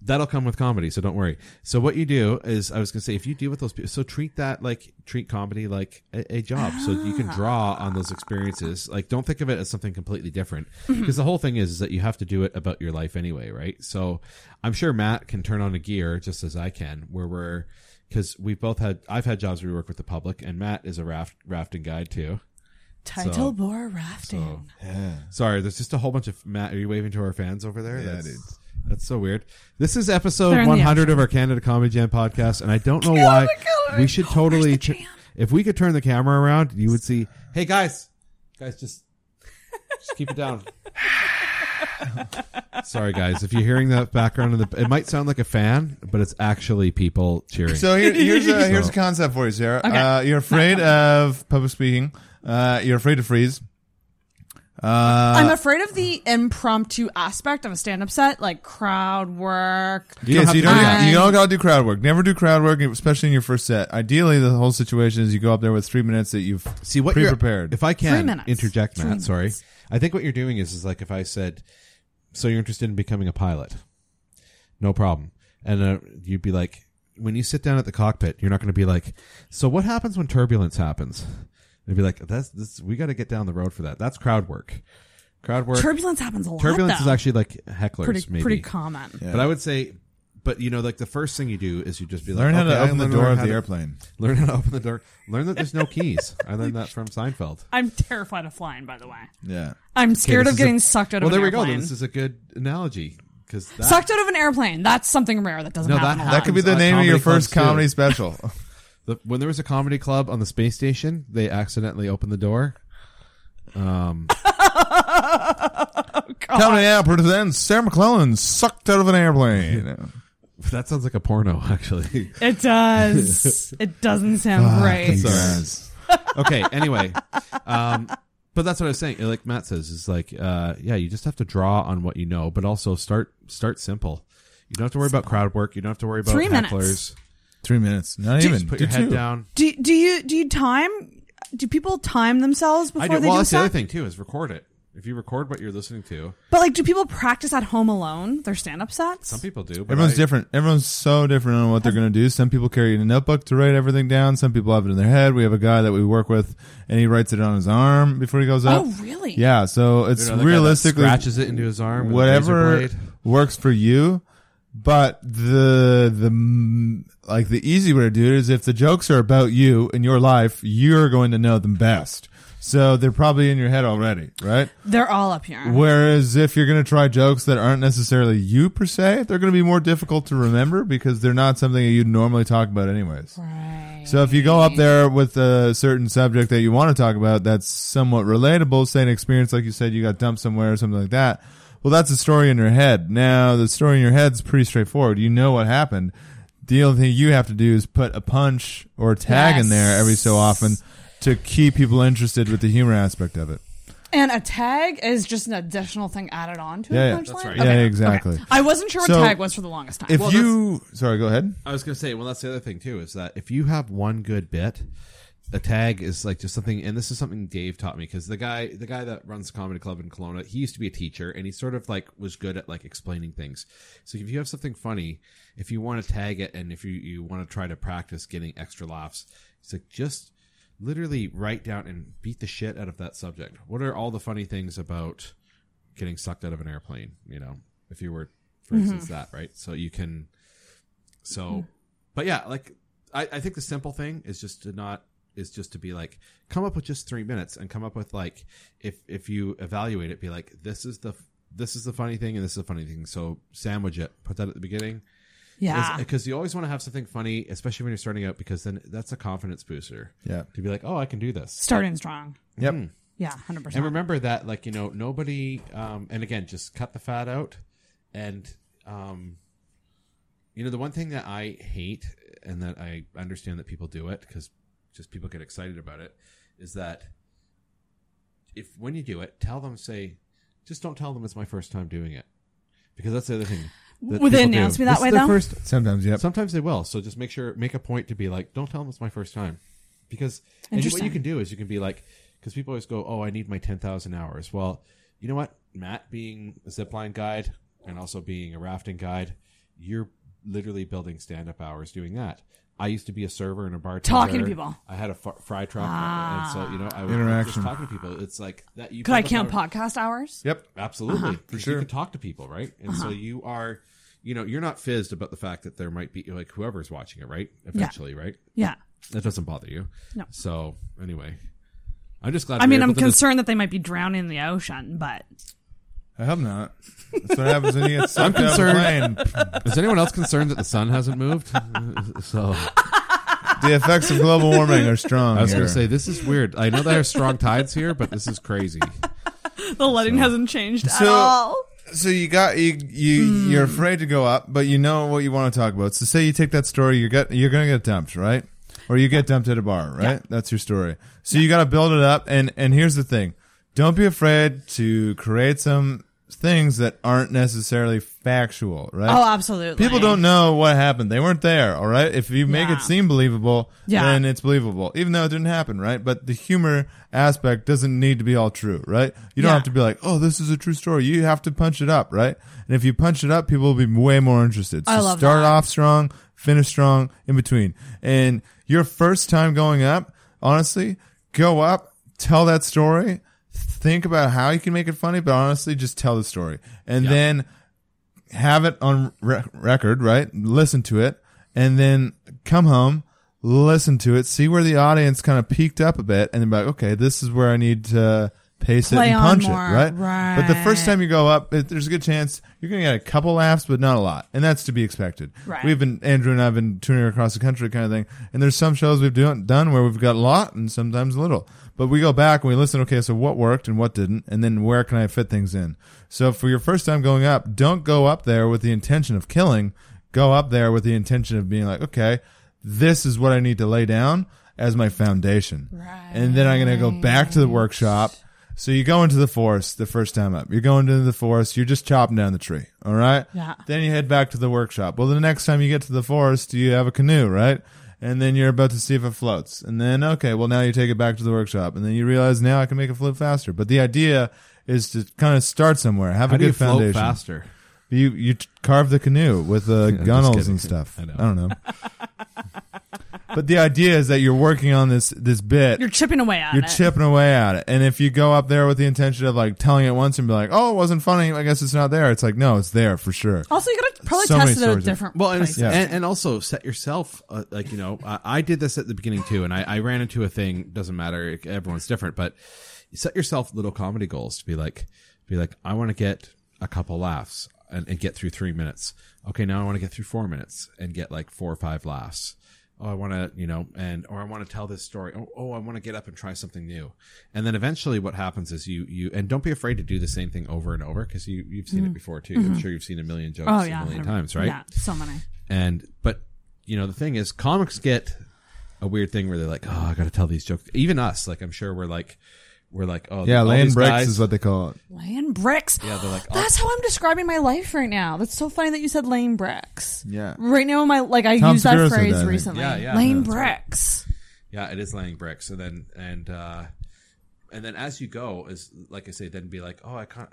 that'll come with comedy, so don't worry. So what you do is, I was gonna say, if you deal with those people, so treat that like treat comedy like a, a job, so you can draw on those experiences. Like, don't think of it as something completely different,
Mhm.
because the whole thing is, is that you have to do it about your life anyway, right? So I'm sure Matt can turn on a gear just as I can, where we're because we've both had I've had jobs where we work with the public, and Matt is a raft rafting guide too.
Title
So-
bore rafting.
so- Sorry, there's just a whole bunch of Matt. Are you waving to our fans over there?
Yeah,
that's,
dude.
That's so weird. This is
They're
episode
in the
100 of our Canada Comedy Jam podcast, and I don't know why we should totally. tu- if we could turn the camera around, you would see. Hey guys, guys, just just keep it
<laughs>
down. Sorry guys, if you're hearing that background in the, it might sound like a fan, but it's actually people cheering.
So here, here's a
<laughs>
here's
So-
a concept for you, Sarah.
Okay.
Uh,
<laughs>
you're afraid of public speaking. Uh, you're afraid to freeze. Uh,
I'm afraid of the impromptu aspect of a stand-up set, like crowd work.
yeah, so you don't,
And-
you don't gotta do crowd work. Never do crowd work, especially in your first set. Ideally, the whole situation is you go up there with three minutes that you've
see what you're-
pre-prepared.
If I
Three
can
minutes.
interject,
Three
Matt, sorry. I think what you're doing is is like if I said, "So you're interested in becoming a pilot?" No problem. And uh, you'd be like, when you sit down at the cockpit, you're not going to be like, "So what happens when turbulence happens?" They'd be like, "That's this. We got to get down the road for that. That's crowd work." Crowd work.
Turbulence happens a lot,
Turbulence is
though.
actually like hecklers,
Pretty-
maybe
pretty common. Yeah.
But I would say. But you know, like the first thing you do is you just be like,
Learn how
"Okay,
to
I
open the
learned
door of
how
the
to-
airplane."
<laughs> Learn how to open the door. Learn that there's no keys. I learned that from Seinfeld.
I'm terrified of flying. By the way.
Yeah.
I'm
Okay,
<laughs> scared
this is
of getting
a-
sucked out
well,
of an
there we
airplane.
go. This is a good analogy because
Sucked out of an airplane. That's something rare that doesn't happen. a lot.
special.
<laughs>
<laughs>
the, when there was a comedy club on the space station, they accidentally opened the door. <laughs> Um,
Coming out presents Sarah McClellan sucked out of an <laughs> airplane.
that sounds like a porno, actually. <laughs>
It does. it doesn't sound
Fuck,
right.
I'm Ah, sorry. okay. Anyway, um, but that's what I was saying. Like Matt says, is like, uh, yeah, you just have to draw on what you know, but also start start simple. You don't have to worry about crowd work. You don't have to worry about
Three minutes.
hecklers.
Three minutes, not
Just
even.
put
Do
your head
two.
down.
Do do you do you time? Do people time themselves before
I do.
they
Well,
do
that's the
stuff?
other thing too is record it. If you record what you're listening to,
But like, do people practice at home alone their stand-up sets?
some people do. But
Everyone's
I-
different. Everyone's so different on what they're going to do. Some people carry a notebook to write everything down. Some people have it in their head. We have a guy that we work with, and he writes it on his arm before he goes up.
Oh, really?
Yeah. So
You
it's
know, the guy that
realistically
scratches it into his arm with a
Whatever
razor
works for you. But the the mm, like the easy way to do it is if the jokes are about you and your life, you're going to know them best. So they're probably in your head already, right?
They're all up here.
Whereas if you're going to try jokes that aren't necessarily you per se, they're going to be more difficult to remember because they're not something that you normally talk about, anyways. Right. So if you go up there with a certain subject that you want to talk about that's somewhat relatable, say an experience like you said you got dumped somewhere or something like that. Well, that's a story in your head. Now the story in your head's pretty straightforward. You know what happened. The only thing you have to do is put a punch or a tag in there every so often to keep people interested with the humor aspect of it.
And a tag is just an additional thing added on to
Yeah,
a
yeah.
punchline.
That's right.
Okay,
Yeah, exactly.
okay. I wasn't sure what
So,
tag was for the longest time.
If you sorry, go ahead.
I was going to say, well, that's the other thing too is that if you have one good bit, a tag is like just something, and this is something Dave taught me because the guy, the guy that runs the comedy club in Kelowna, he used to be a teacher, and he sort of like was good at like explaining things. So if you have something funny, if you want to tag it, and if you you want to try to practice getting extra laughs, it's like just literally write down and beat the shit out of that subject. What are all the funny things about getting sucked out of an airplane? You know, if you were, for
Mhm.
instance, that right, so you can. So, but yeah, like I, I think the simple thing is just to not is just to be like come up with just three minutes and come up with like if if you evaluate it, be like this is the this is the funny thing and this is the funny thing. So sandwich it, put that at the beginning.
Yeah.
because you always want to have something funny, especially when you're starting out, because then that's a confidence booster.
Yeah,
to be like, oh, I can do this.
Starting strong.
Yep.
Mhm.
Yeah, 100%.
And remember that, like you know, nobody. Um, and again, just cut the fat out. And um, you know, the one thing that I hate, and that I understand that people do it because just people get excited about it, is that if when you do it, tell them say, just don't tell them it's my first time doing it, because that's the other thing. that
Will they
people do.
announce me that
This is
way,
their
though?
First,
sometimes, yeah.
Sometimes they will. So just make sure, make a point to be like, don't tell them it's my first time, because and what you
Interesting.
can do is you can be like, because people always go, oh, I need my ten thousand hours. Well, you know what, Matt, being a zipline guide and also being a rafting guide, you're literally building stand-up hours doing that. I used to be a server and a bartender.
Talking to people.
I had a fr- fry truck,
Ah.
and so you know, I was
Interaction.
just talking to people. It's like that. You
Could I
build up
count
a-
podcast hours?
Yep,
absolutely.
Uh-huh.
For sure, you can talk to people, right? And so
Uh-huh.
you are, you know, you're not fizzed about the fact that there might be like whoever's watching it, right? Eventually, right?
Yeah.
that doesn't bother you.
No.
So anyway, I'm just glad.
I
we
mean,
were
I'm
able to just-
concerned that they might be drowning in the ocean,
<laughs>
but
I hope not. That's what happens when you get
I'm
sucked out of a
concerned.
plane.
Is anyone else concerned that the sun hasn't moved? <laughs> so
The effects of global warming are strong.
I was going
here.
to say this is weird. I know there are strong tides here, but this is crazy.
the lighting hasn't changed at all.
So you got you you you're afraid to go up, but you know what you want to talk about. So say you take that story, you get you're gonna get dumped, right? Or you get dumped at a bar, right? That's your story. So you got to build it up, and and here's the thing: don't be afraid to create some things that aren't necessarily factual, right?
Oh, absolutely.
People don't know what happened; they weren't there. All right, if you make
Yeah.
it seem believable,
Yeah.
then it's believable, even though it didn't happen, right? But the humor aspect doesn't need to be all true, right? You don't
Yeah.
have to be like, oh, this is a true story. You have to punch it up, right? And if you punch it up, people will be way more interested. So
I love
start
that.
off strong, finish strong, in between. And your first time going up, honestly, go up, tell that story, think about how you can make it funny, but honestly, just tell the story. And then have it on re- record, right? Listen to it, and then come home, listen to it, see where the audience kind of peaked up a bit, and then be like, okay, this is where I need to pace
Play
it and
on
punch
more,
it, right? But the first
right.
time you go up, it, there's a good chance you're going to get a couple laughs, but not a lot, and that's to be expected.
Right.
We've been Andrew and I've been touring across the country, kind of thing, and there's some shows we've done done where we've got a lot and sometimes little, but we go back and we listen. Okay, so what worked and what didn't, and then where can I fit things in? So for your first time going up, don't go up there with the intention of killing. Go up there with the intention of being like, okay, this is what I need to lay down as my foundation, right. and then I'm going to go back to the workshop. So you go into the forest the first time up. You're going into the forest. You're just chopping down the tree. All right.
Yeah.
Then you head back to the workshop. Well, the next time you get to the forest, you have a canoe, right? And then you're about to see if it floats. And then okay, well now you take it back to the workshop, and then you realize now I can make it float faster. But the idea is to kind of start somewhere, have
How
a
do
good
you float
foundation.
faster?
You you t- carve the
<laughs>
canoe with uh,
just
gunnels
kidding.
and stuff.
I know.
I don't know. <laughs> but the idea is that you're working on this this bit.
You're chipping away at
You're
it.
chipping away at it. And if you go up there with the intention of like telling it once and be like, "Oh, it wasn't funny. I guess it's not there." It's like, "No, it's there for sure."
Also, you gotta probably
So many
test it out
stories.
different.
well and,
places.
it's- and, and also set yourself uh, like you know I, I did this at the beginning too and I, I ran into a thing doesn't matter everyone's different but you set yourself little comedy goals to be like be like i want to get a couple laughs and, and get through three minutes okay now i want to get through four minutes and get like four or five laughs oh i want to you know and or i want to tell this story oh, oh i want to get up and try something new and then eventually what happens is you you and don't be afraid to do the same thing over and over because you you've seen it
Mm.
before too i'm
Mhm.
sure you've seen a million jokes
Oh,
a
yeah.
million times right
Yeah, so many.
and but you know the thing is, comics get a weird thing where they're like, "Oh, I got to tell these jokes." Even us, like I'm sure we're like, we're like, "Oh,
yeah,
all
laying
these
bricks
guys-
is what they call it.
Laying bricks.
Yeah, they're like,
<gasps>
oh,
That's how I'm describing my life right now. That's so funny that you said laying bricks.
Yeah.
Right now, my like I
Tom
used that
Segura said
phrase
that, I think.
recently.
Yeah, yeah,
laying
that's right.
bricks.
yeah, it is laying bricks." And then and uh and then as you go, is like I say, then be like, "Oh, I can't,"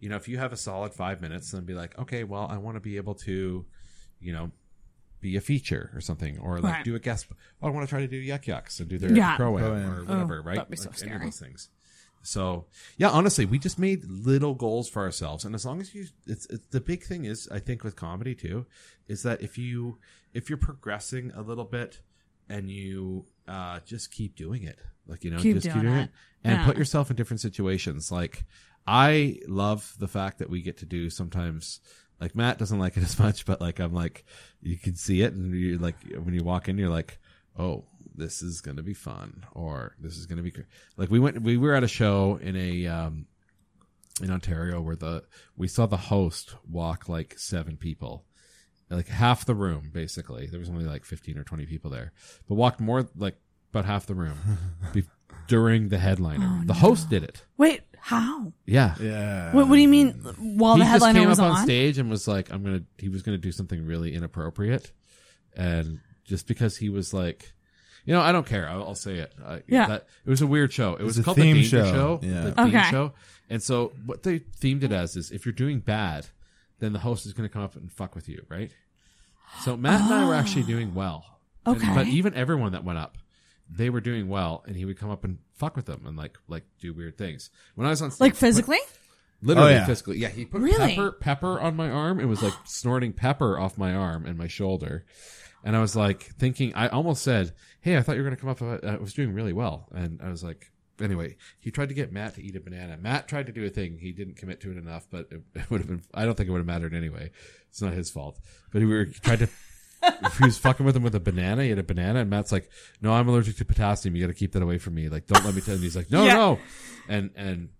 you know, if you have a solid five minutes, then be like, "Okay, well, I want to be able to, you know." Be a feature or something, or like
Right.
do a guest. Oh, I want to try to do yuck yucks and do their
Yeah.
crow
Oh,
am
yeah.
or whatever,
Oh,
right?
that'd be so
Like, any of
scary.
those things. So yeah, honestly, we just made little goals for ourselves, and as long as you, it's, it's the big thing is I think with comedy too, is that if you if you're progressing a little bit and you uh, just keep doing it, like you know,
Keep
just keep
doing
doing
it.
it, and
Yeah.
put yourself in different situations. Like I love the fact that we get to do sometimes. Like Matt doesn't like it <laughs> as much, but like I'm like you can see it, and you like when you walk in, you're like, oh, this is gonna be fun, or this is gonna be cr-. like we went we were at a show in a um in Ontario where the we saw the host walk like seven people. Like half the room, basically. There was only like fifteen or twenty people there, but walked more like about half the room be- during the headliner. the host did it.
Wait, how?
Yeah.
What, what do you mean? While
he
the headliner
just came
was
up on,
on?
stage and was like, "I'm gonna." He was gonna do something really inappropriate, and just because he was like, you know, I don't care. I'll, I'll say it. I,
Yeah.
that- it was a weird show. It was
a
called the
theme
Danger
show.
Show.
Yeah.
The theme
Okay.
show. And so what they themed it as is, if you're doing bad, then the host is gonna come up and fuck with you, right? So Matt and I were actually doing well. And-
Oh. Okay.
but even everyone that went up. They were doing well, and he would come up and fuck with them and like like do weird things. When I was on stage,
Like physically?
literally
Oh, yeah.
physically, yeah. He put
Really?
pepper pepper on my arm and was like snorting pepper off my arm and my shoulder. And I was like thinking, I almost said, "Hey, I thought you were going to come up. I I was doing really well." And I was like, anyway, he tried to get Matt to eat a banana. Matt tried to do a thing. He didn't commit to it enough, but it, it would have been. I don't think it would have mattered anyway. It's not his fault. But we were he tried to. he was fucking with him with a banana. He had a banana, and Matt's like, "No, I'm allergic to potassium. You got to keep that away from me. Like, don't let me tell." you." And he's like, "No,
Yeah.
no." And and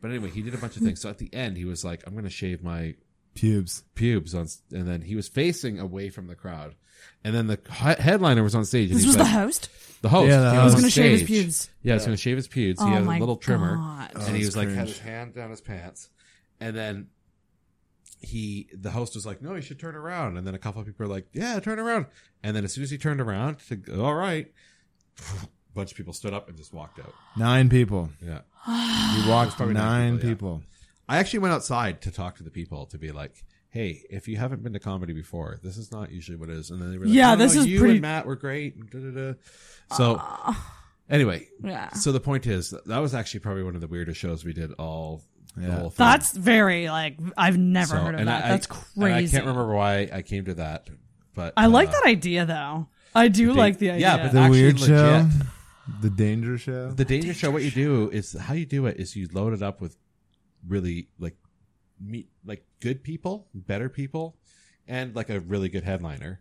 but anyway, he did a bunch of things. So at the end, he was like, "I'm going to shave my
pubes,
pubes on," s- and then he was facing away from the crowd, and then the he- headliner was on stage. And
This
he
was the
like-
host?
The host.
Yeah, the
was
host. He was
on
gonna shave his
stage.
pubes.
Yeah, he was going to shave his pubes.
Oh
he had a
my
little trimmer,
God. Oh,
and he was
that's
like had
cringe.
his hand down his pants, and then he the host was like, "No, you should turn around." And then a couple of people were like, "Yeah, turn around." And then as soon as he turned around, to go, all right, <sighs> a bunch of people stood up and just walked out.
nine people.
<sighs>
Yeah.
you walked
Probably
nine,
nine
people.
I actually went outside to talk to the people to be like, "Hey, if you haven't been to comedy before, this is not usually what it is." And then they were like,
Yeah,
"No, no,
this is
you
pretty- Ah.
and Matt were great." And da, da, da. So anyway,
Yeah.
So the point is that that was actually probably one of the weirdest shows we did all the whole thing.
That's very like I've never
So-
heard of
and
that.
I-
That's
and
crazy.
I can't remember why I came to that, but
I like
uh,
that idea though. I do
dang-
like the idea.
Yeah, but
The
actually
weird
legit.
show, the danger show.
The danger show, what you do is how you do it is you load it up with really like meet like good people, better people, and like a really good headliner.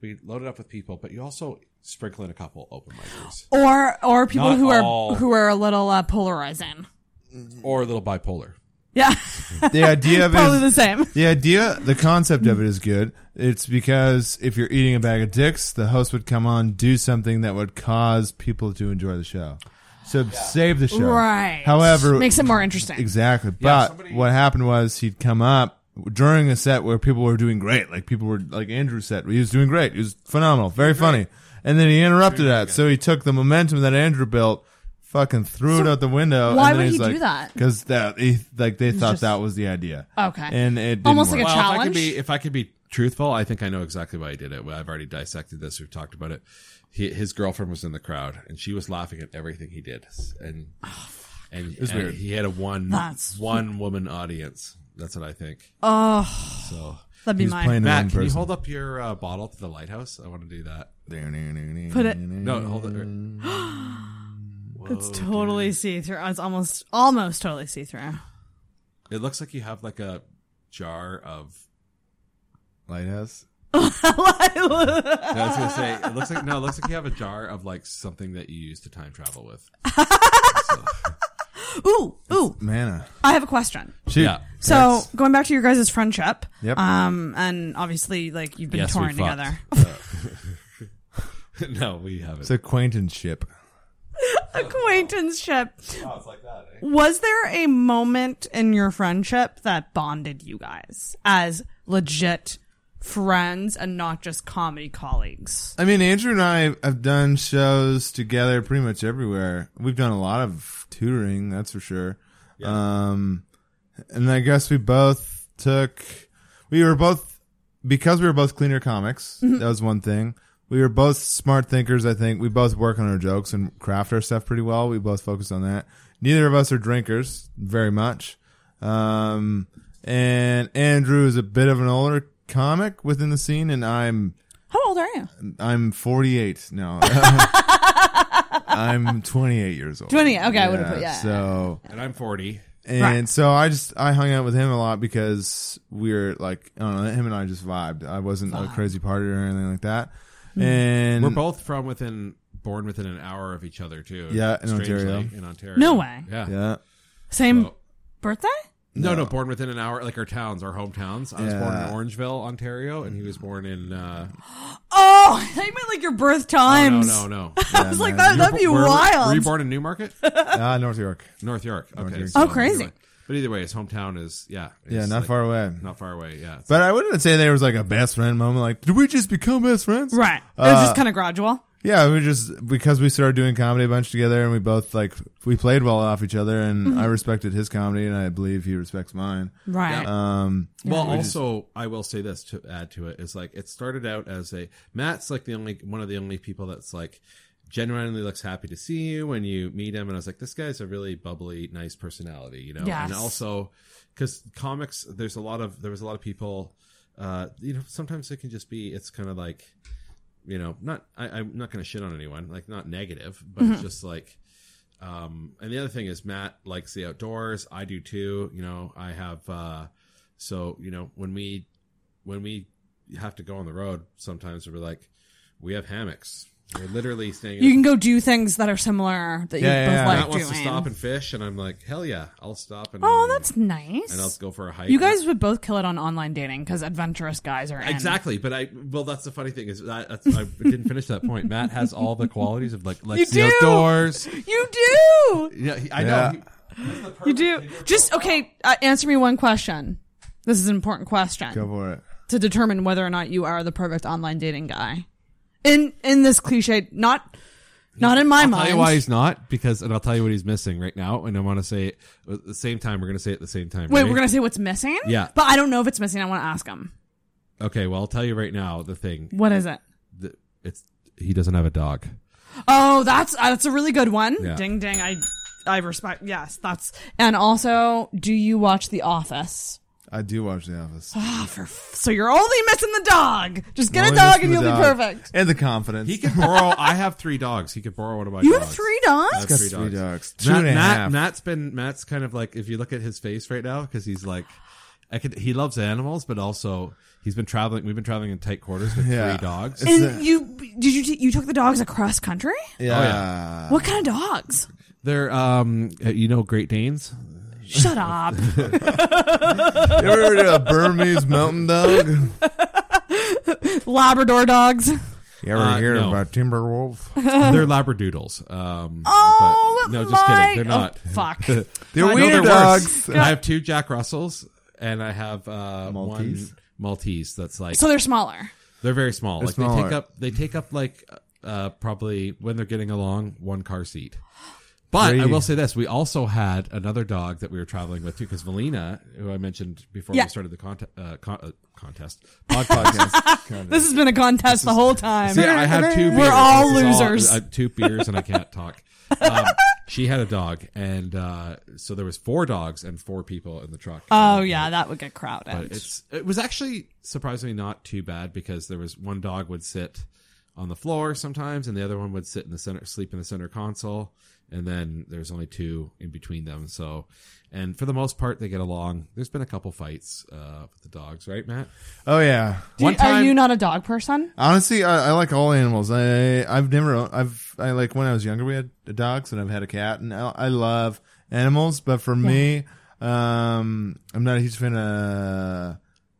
We load it up with people, but you also sprinkle in a couple open micers
or or people
Not
who are
all-
who are a little uh, polarizing.
or a little bipolar.
Yeah.
<laughs> the idea of it
<laughs> Probably
is-
the same.
The idea, the concept of it is good. It's because if you're eating a bag of dicks, the host would come on do something that would cause people to enjoy the show. So save the show,
<laughs> Right.
However,
Makes it more interesting.
Exactly. but what happened was he'd come up during a set where people were doing great, like people were like Andrew's set. He was doing great. He was phenomenal, very funny. And then he interrupted that, so he took the momentum that Andrew built. Fucking threw it out the window.
why
and then
would
he's
he do
like,
that?
Because that he, like they
It's
thought
just-
that was the idea.
Okay.
And it didn't
Almost like
work.
Well,
a
if I
challenge.
could be, if I could be truthful, I think I know exactly why he did it. Well, I've already dissected this. We've talked about it. He, his girlfriend was in the crowd, and she was laughing at everything he did, and and,
was
and
weird.
he had a one
Oh, That's-
one woman audience. That's what I think.
Oh.
so
That'd be
He's
mine.
playing
to
Matt,
one
can you
person.
hold up your uh, bottle to the lighthouse? I want to do that.
Put it-
No, hold it.
It's totally see through. It's almost almost totally see through.
It looks like you have like a jar of.
Lighthouse.
I was gonna say it looks like no, it looks like you have a jar of like something that you use to time travel <laughs> with.
Ooh, ooh.
Mana.
I have a question.
Shoot. Yeah.
So going back to your guys' friendship.
Yep.
Um, and obviously like you've been
Yes, we
touring
fucked.
together.
<laughs>
<laughs>
no, we haven't.
It's acquaintanceship.
Acquaintanceship.
Oh, it's like that, eh?
Was there a moment in your friendship that bonded you guys as legit friends and not just comedy colleagues?
I mean, Andrew and I have done shows together pretty much everywhere. We've done a lot of tutoring, that's for sure. Um, and I guess we both took, we were both, because we were both cleaner comics,
Mhm.
that was one thing. We were both smart thinkers, I think. We both work on our jokes and craft our stuff pretty well. We both focus on that. Neither of us are drinkers very much. Um, and Andrew is a bit of an older comic within the scene, and I'm
How old are you?
I'm 48
<laughs>
now. <laughs> I'm 28 years old.
28, okay, I would've put- yeah.
So
And I'm 40.
and
Right.
so I just I hung out with him a lot because we were like I don't know him and I just vibed. I wasn't a crazy party or anything like that.
Hmm.
And
we're both from within, born within an hour of each other too.
yeah in
strangely,
Ontario
In Ontario.
No way.
Yeah.
yeah
Same birthday?
No, no, born within an hour, like our towns, our hometowns. I was born
Yeah.
in Orangeville, Ontario, and he was born in. Uh,
Oh, <laughs> I meant like your birth
oh, no,
times.
no, no.
<laughs> I was like, that, that'd be
You were bo- where-
wild.
Were you born in Newmarket?
Ah, North York.
North York.
North
Okay.
York.
Oh,
either
crazy.
way- But either way, his hometown is yeah.
Yeah,
it's
not
like-
far away.
Not far away. Yeah.
But I wouldn't say there was like a best friend moment. Like, did we just become best friends?
Right. it was
Uh,
just kind of gradual.
Yeah, we just because we started doing comedy a bunch together, and we both like we played well off each other, and
Mhm.
I respected his comedy, and I believe he respects mine.
Right.
Um.
Well,
we just-
also, I will say this to add to it is like it started out as a Matt's like the only one of the only people that's like genuinely looks happy to see you when you meet him, and I was like, this guy's a really bubbly, nice personality, you know.
Yes.
And also, because comics, there's a lot of there was a lot of people, uh, you know, sometimes it can just be it's kind of like, you know, not I, I'm not going to shit on anyone, like not negative, but
Mhm.
it's just like. Um, and the other thing is Matt likes the outdoors. I do too. You know, I have, uh, so, you know, when we, when we have to go on the road, sometimes we're like, we have hammocks. We're literally staying. in
You
a-
can go do things that are similar that you both like
Matt wants
doing.
to stop and fish. And I'm like, hell yeah, I'll stop. And,
Oh, that's nice.
And I'll go for a hike.
You guys would both kill it on online dating because adventurous guys are in.
Exactly, but I well, that's the funny thing is that that's, I didn't finish that point. Matt has all the qualities of
<laughs>
like let's see
do!
outdoors.
You do.
Yeah, he- I
Yeah.
know. He-
You do. Just okay. Uh, answer me one question. This is an important question.
Go for it.
To determine whether or not you are the perfect online dating guy. In in this cliche, not not in my
I'll
mind.
tell you why he's not because, and I'll tell you what he's missing right now. And I want to say it at the same time. We're going to say it at the same time.
Wait,
Ready?
we're gonna say what's missing.
Yeah.
But I don't know if it's missing. I want to ask him.
Okay, well, I'll tell you right now the thing.
What is it?
The, it's he doesn't have a dog.
Oh, that's uh, that's a really good one.
Yeah.
Ding ding. I I respect. Yes, that's. And also, do you watch The Office?
I do watch
<gasps>
The Office.
Ah, for f- so you're only missing the dog. Just get
Only
a dog
missing
and
the
you'll
dog.
be perfect.
And the confidence.
He could
<laughs>
borrow. I have three dogs. He could borrow one of my.
You have
dogs.
three dogs?
I have
He's
three
got three
dogs.
dogs. Two and a half.
Matt's been Matt's kind of like if you look at his face right now because he's like, I could. He loves animals, but also he's been traveling. We've been traveling in tight quarters with
Yeah.
three dogs.
and you did you t- you took the dogs across country?
Yeah. Oh, yeah.
What kind of dogs?
They're um, uh, you know, Great Danes.
Shut up.
You ever heard of a Burmese mountain dog? You
Labrador dogs.
ever
Uh,
hear
no.
about Timberwolf?
they're labradoodles. Um, oh no, just
my-
kidding. They're
oh,
not.
fuck.
<laughs> No,
They're
worse.
wiener dogs.
I have two Jack Russells, and I have uh,
Maltese?
one Maltese. That's like
So they're smaller.
They're very small.
They're
Oh, like they
smaller.
take up they take up like uh, probably when they're getting along one car seat. But I
Three.
will say this: we also had another dog that we were traveling with too, because Valina, who I mentioned before
Yeah.
we started the conte- uh, con- uh, contest
<laughs> podcast.
This has been a contest the whole time.
See, I have two.
We're
beers.
all
This is
losers.
I have two beers and I can't
<laughs>
talk. Um, she had a dog, and uh, so there was four dogs and four people in the truck. Um,
oh yeah, that would get crowded.
But it's it was actually surprisingly not too bad because there was one dog would sit on the floor sometimes, and the other one would sit in the center, sleep in the center console, and then there's only two in between them. So, and for the most part, they get along. There's been a couple fights uh, with the dogs, right, Matt?
Oh yeah.
Do you- are you not a dog person?
Honestly, I, I like all animals. I I've never owned- I've I like when I was younger we had dogs and I've had a cat and I, I love animals. But for me, um, I'm not a huge fan of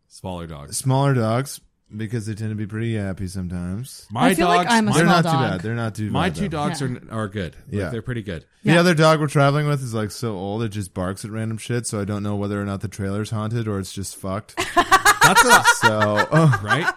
Smaller dogs.
smaller dogs because they tend to be pretty yappy sometimes.
My I feel like dogs- I'm a
they're
small
not
dog.
too bad. They're not too.
My
bad,
two
though.
dogs are- are good. Like,
yeah,
they're pretty good.
The
Yeah.
other dog we're traveling with is like so old it just barks at random shit. So I don't know whether or not the trailer's haunted or it's just
<laughs>
fucked. That's <laughs>
a
so oh. <laughs>
right.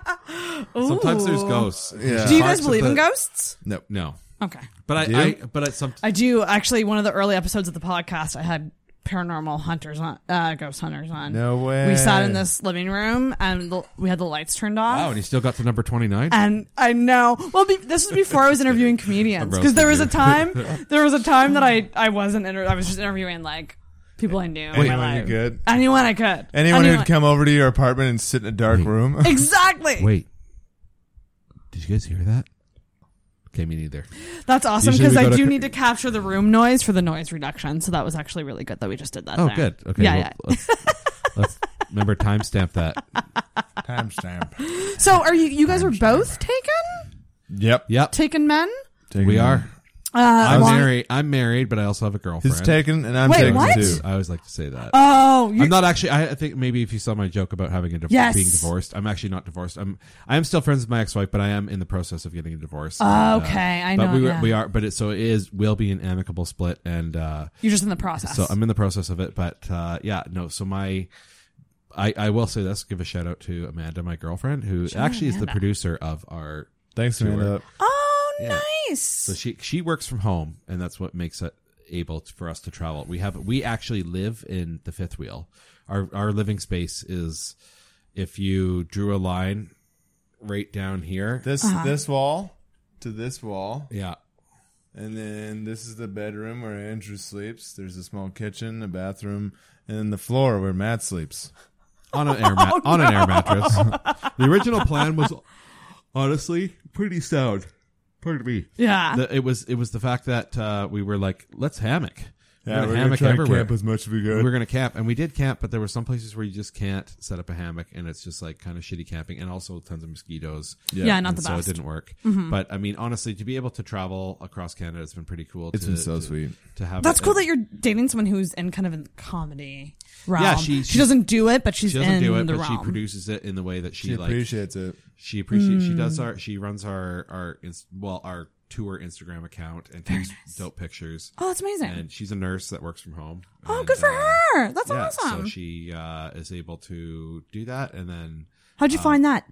Sometimes there's ghosts.
Yeah.
Do you guys believe in ghosts?
No,
no.
Okay.
But I,
Do you?
I but at some
I do actually. One of the early episodes of the podcast, I had paranormal hunters on, uh, ghost hunters on.
No way.
We sat in this living room and the, we had the lights turned off.
wow,
Oh,
and he still got to number twenty nine.
And I know. Well, be, this was before I was interviewing comedians because there was a
roasted
time,
you.
there was a time that I I wasn't. Inter- I was just interviewing like people I knew. in my
Anyone you
life.
could?
Anyone I could.
Anyone who'd come over to your apartment and sit in a dark
<laughs>
room.
Exactly.
Wait. Did you guys hear that? Okay, me neither.
That's awesome
Usually
because
we go
I
to
do
cr-
need to capture the room noise for the noise reduction. So that was actually really good that we just did that.
Oh,
there.
good. Okay.
Yeah,
well,
yeah.
Let's, let's remember timestamp that.
Timestamp.
So are you? You guys are both taken?
Yep.
Yep.
Taken men?
we are.
Uh,
I'm
long-
married. I'm married, but I also have a girlfriend.
He's taken, and I'm
Wait, taken what?
too. I always like to say that.
Oh, you're-
I'm not actually. I, I think maybe if you saw my joke about having a div-
Yes.
being divorced, I'm actually not divorced. I'm I am still friends with my ex-wife, but I am in the process of getting a divorce.
Oh,
And, uh,
okay. I
but
know,
we, were-
yeah.
we are, but it so it is will be an amicable split, and uh,
You're just in the process.
So I'm in the process of it, but uh, yeah, no. So my. I, I will say this. Give a shout out to Amanda, my girlfriend, who
Shout out
actually is the
Amanda.
producer of our.
Thanks,
tour.
Amanda.
Oh,
Yeah.
nice.
So she she works from home, and that's what makes it able to- for us to travel. We have we actually live in the fifth wheel. Our our living space is if you drew a line right down here.
This this wall to this wall.
Yeah.
And then this is the bedroom where Andrew sleeps. There's a small kitchen, a bathroom, and then the floor where Matt sleeps.
On an air mat- on an air mattress. the original plan was honestly pretty sound. Pardon me.
Yeah.
The- it was it was the fact that uh, we were like, let's hammock.
Yeah, we're gonna try and camp as much as we could.
We're gonna camp, and we did camp, but there were some places where you just can't set up a hammock, and it's just like kind of shitty camping, and also tons of mosquitoes.
Yeah. Yeah, not
And
the
so
best.
it didn't work.
Mhm.
But I mean, honestly, to be able to travel across Canada, it's been pretty cool.
It's
to,
been so
to-
sweet.
to have.
That's
it.
cool
And-
that you're dating someone who's in kind of in the comedy realm.
Yeah, she,
she doesn't do it, but she's
she doesn't
in
do it,
the
but
realm.
she produces it in the way that she,
She
like,
appreciates it.
She appreciates. She
Mm.
does our. She runs our our inst- well our tour Instagram account and takes dope pictures.
Oh, that's amazing.
And she's a nurse that works from home. uh,
Oh, good for her. That's
yeah,
awesome.
So she uh, is able to do that, and then
How'd you find that?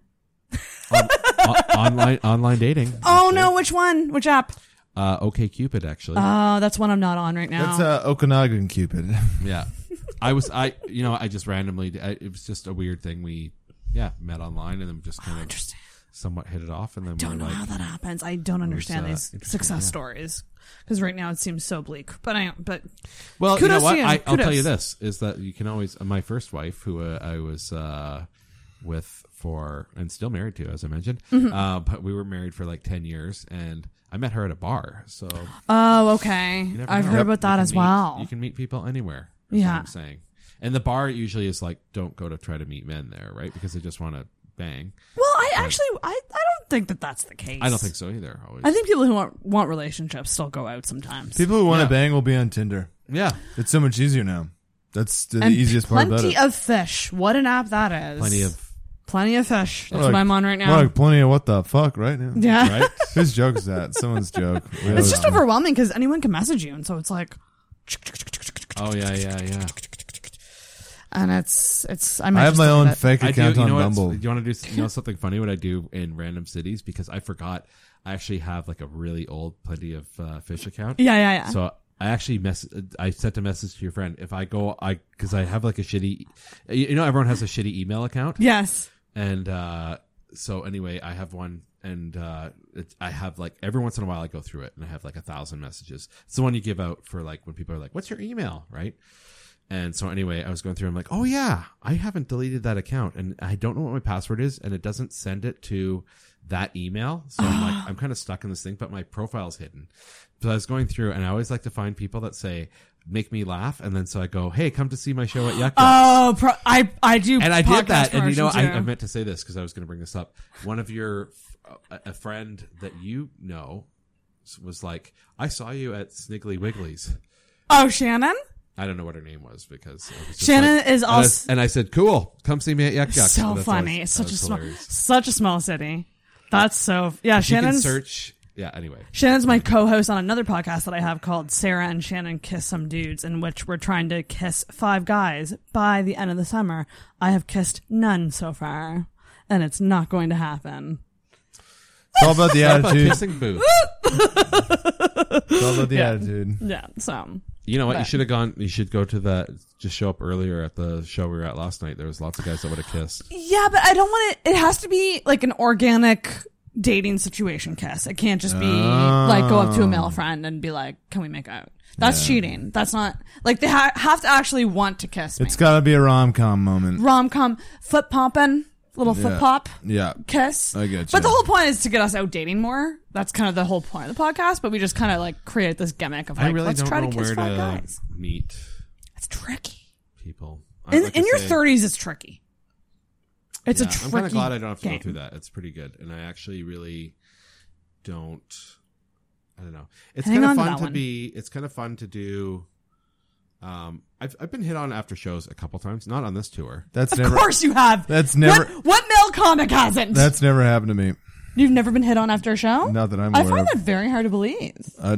o- online online dating.
<laughs> Oh no, which one? Which app?
Uh, okay, Cupid actually.
Oh, that's one I'm not on right now.
That's uh, Okanagan Cupid. <laughs>
yeah, I was I you know I just randomly I, it was just a weird thing we yeah met online and then we just kind of somewhat hit it off and then
don't
we
know
were like,
how that happens. I don't understand
uh,
these
interesting,
success
yeah.
stories because right now it seems so bleak. But I but
Well,
kudos
you know what?
to you.
I, I'll
Kudos.
tell you this: is that you can always. My first wife, who uh, I was uh, with for and still married to, as I mentioned,
Mhm.
uh, but we were married for like ten years, and I met her at a bar. So
Oh, okay.
You never
I've
know.
heard about
You can
that as
meet-
well.
You can meet people anywhere. is
Yeah.
what I'm saying. And the bar usually is like, don't go to try to meet men there, right? Because they just want to bang.
Well, I
But
actually I, I don't think that that's the case.
I don't think so either. Always.
I think people who want, want relationships still go out sometimes.
People who want to
Yeah.
bang will be on Tinder.
Yeah,
it's so much easier now. That's the
and
easiest part
plenty
about it.
of fish. What an app that is.
Plenty of-
plenty of fish. That's
More like-
what I'm on right now.
more like plenty of what the fuck right now.
Yeah. Right?
<laughs> Whose joke is that? Someone's
<laughs>
joke. We
it's
always-
just overwhelming because anyone can message you, and so it's like,
Oh yeah, yeah, yeah.
and it's it's. I, might
I have
just
my
look
own
at it.
fake
I
account
do, you
on
know what's-
Bumble.
Do you want to do you know something funny? What I do in random cities because I forgot I actually have like a really old plenty of uh, fish account.
Yeah, yeah, yeah.
So I actually mess. I sent a message to your friend if I go I because I have like a shitty. You know, everyone has a shitty email account.
Yes.
And uh, so anyway, I have one. And uh, it, I have like every once in a while I go through it and I have like a thousand messages. It's the one you give out for like when people are like, "What's your email?" Right? And so anyway, I was going through. I'm like, "Oh yeah, I haven't deleted that account, and I don't know what my password is, and it doesn't send it to that email." So
<gasps>
I'm like, I'm kind of stuck in this thing, but my profile's hidden. So I was going through, and I always like to find people that say make me laugh, and then so I go, "Hey, come to see my show at Yuck." Yucks."
Oh, pro- I I do,
and I did
podcast
that, and you know,
version,
I,
too.
I meant to say this because I was going to bring this up. One of your a- a friend that you know was like, "I saw you at Sniggly Wiggly's."
oh Shannon,
I don't know what her name was because I was just
Shannon
like- uh,
is
and I was-
also-
and I said, "Cool, come see me at Yuck Yucks."
so
That's
funny.
always-
it's such
that
a
was
small,
hilarious.
such a small city. That's so yeah.
If you can
Shannon's
search. Yeah. Anyway,
Shannon's my co-host on another podcast that I have called Sarah and Shannon Kiss Some Dudes, in which we're trying to kiss five guys by the end of the summer. I have kissed none so far, and it's not going to happen.
It's all
<laughs>
about the
How about
attitude.
kissing booth?
It's all
<laughs>
about the
Yeah.
attitude.
Yeah, so
You know what? You
But-
should have gone. You should go to the. Just show up earlier at the show we were at last night. There was lots of guys that would have kissed.
Yeah, but I don't want it. It has to be like an organic dating situation kiss. It can't just be like go up to a
Oh.
male friend and be like, "Can we make out?" That's
Yeah.
cheating. That's not like they ha- have to actually want to kiss.
It's got to be a rom com moment.
Rom com, foot pumping, little foot
Yeah.
pop,
Yeah.
kiss.
I get
But the
you.
whole point is to get us out dating more. That's kind of the whole point of the podcast. But we just kind of like create this gimmick of like,
I really
let's
don't
try
know
to kiss
where
five
to
guys.
meet
It's tricky.
people.
In,
Like I
in your
say-
30s, it's tricky. It's
Yeah,
a tricky.
I'm kind of glad I don't have to
game.
go through that. It's pretty good, and I actually really don't. I don't know. It's
Hang
kind of
on to
fun
that
to
one.
be. It's kind of fun to do. Um, I've I've been <laughs> hit on after shows a couple times, not on this tour.
That's
Of course you have.
That's never.
What, what male comic hasn't?
That's never happened to me.
You've never been hit on after a show?
Not that I'm
I
aware
find
of.
that very hard to believe.
I,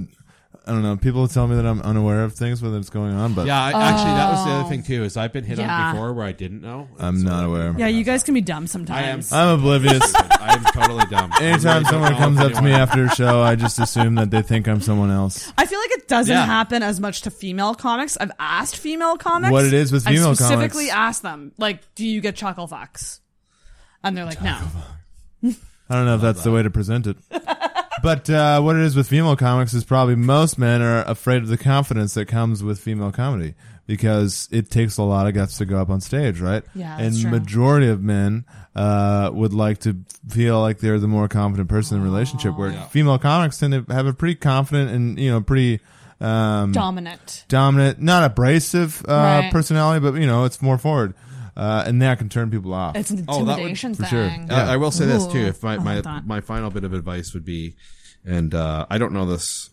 I don't know. People tell me that I'm unaware of things when it's going on, but
Yeah, I, actually, that was the
Oh.
other thing too. Is I've been hit
Yeah.
on before where I didn't know.
I'm not aware. Uh,
Yeah, you guys can be dumb sometimes.
I'm
<laughs>
oblivious.
I am totally dumb. I
Anytime
really don't
someone
know
comes up to me
anyone.
after a show, I just assume that they think I'm someone else.
I feel like it doesn't
Yeah.
happen as much to female comics. I've asked female comics
What it is with female
I've
comics.
specifically asked them, like, do you get chocolate fox? And they're like, no.
I don't know if that's the way to present
<laughs>
it. but uh, what it is with female comics is probably most men are afraid of the confidence that comes with female comedy because it takes a lot of guts to go up on stage, right?
Yeah, that's
and
true.
majority of men uh, would like to feel like they're the more confident person in a relationship, where
Oh, Yeah.
female comics tend to have a pretty confident and you know pretty. Um,
Dominant.
dominant, not abrasive uh,
Right.
personality, but you know it's more forward, uh, and that can turn people off.
It's an
Oh, that would-
intimidation
for sure.
thing.
I- I will say this too.
Ooh.
If my,
Oh,
my,
hold on.
my final bit of advice would be, and uh, I don't know this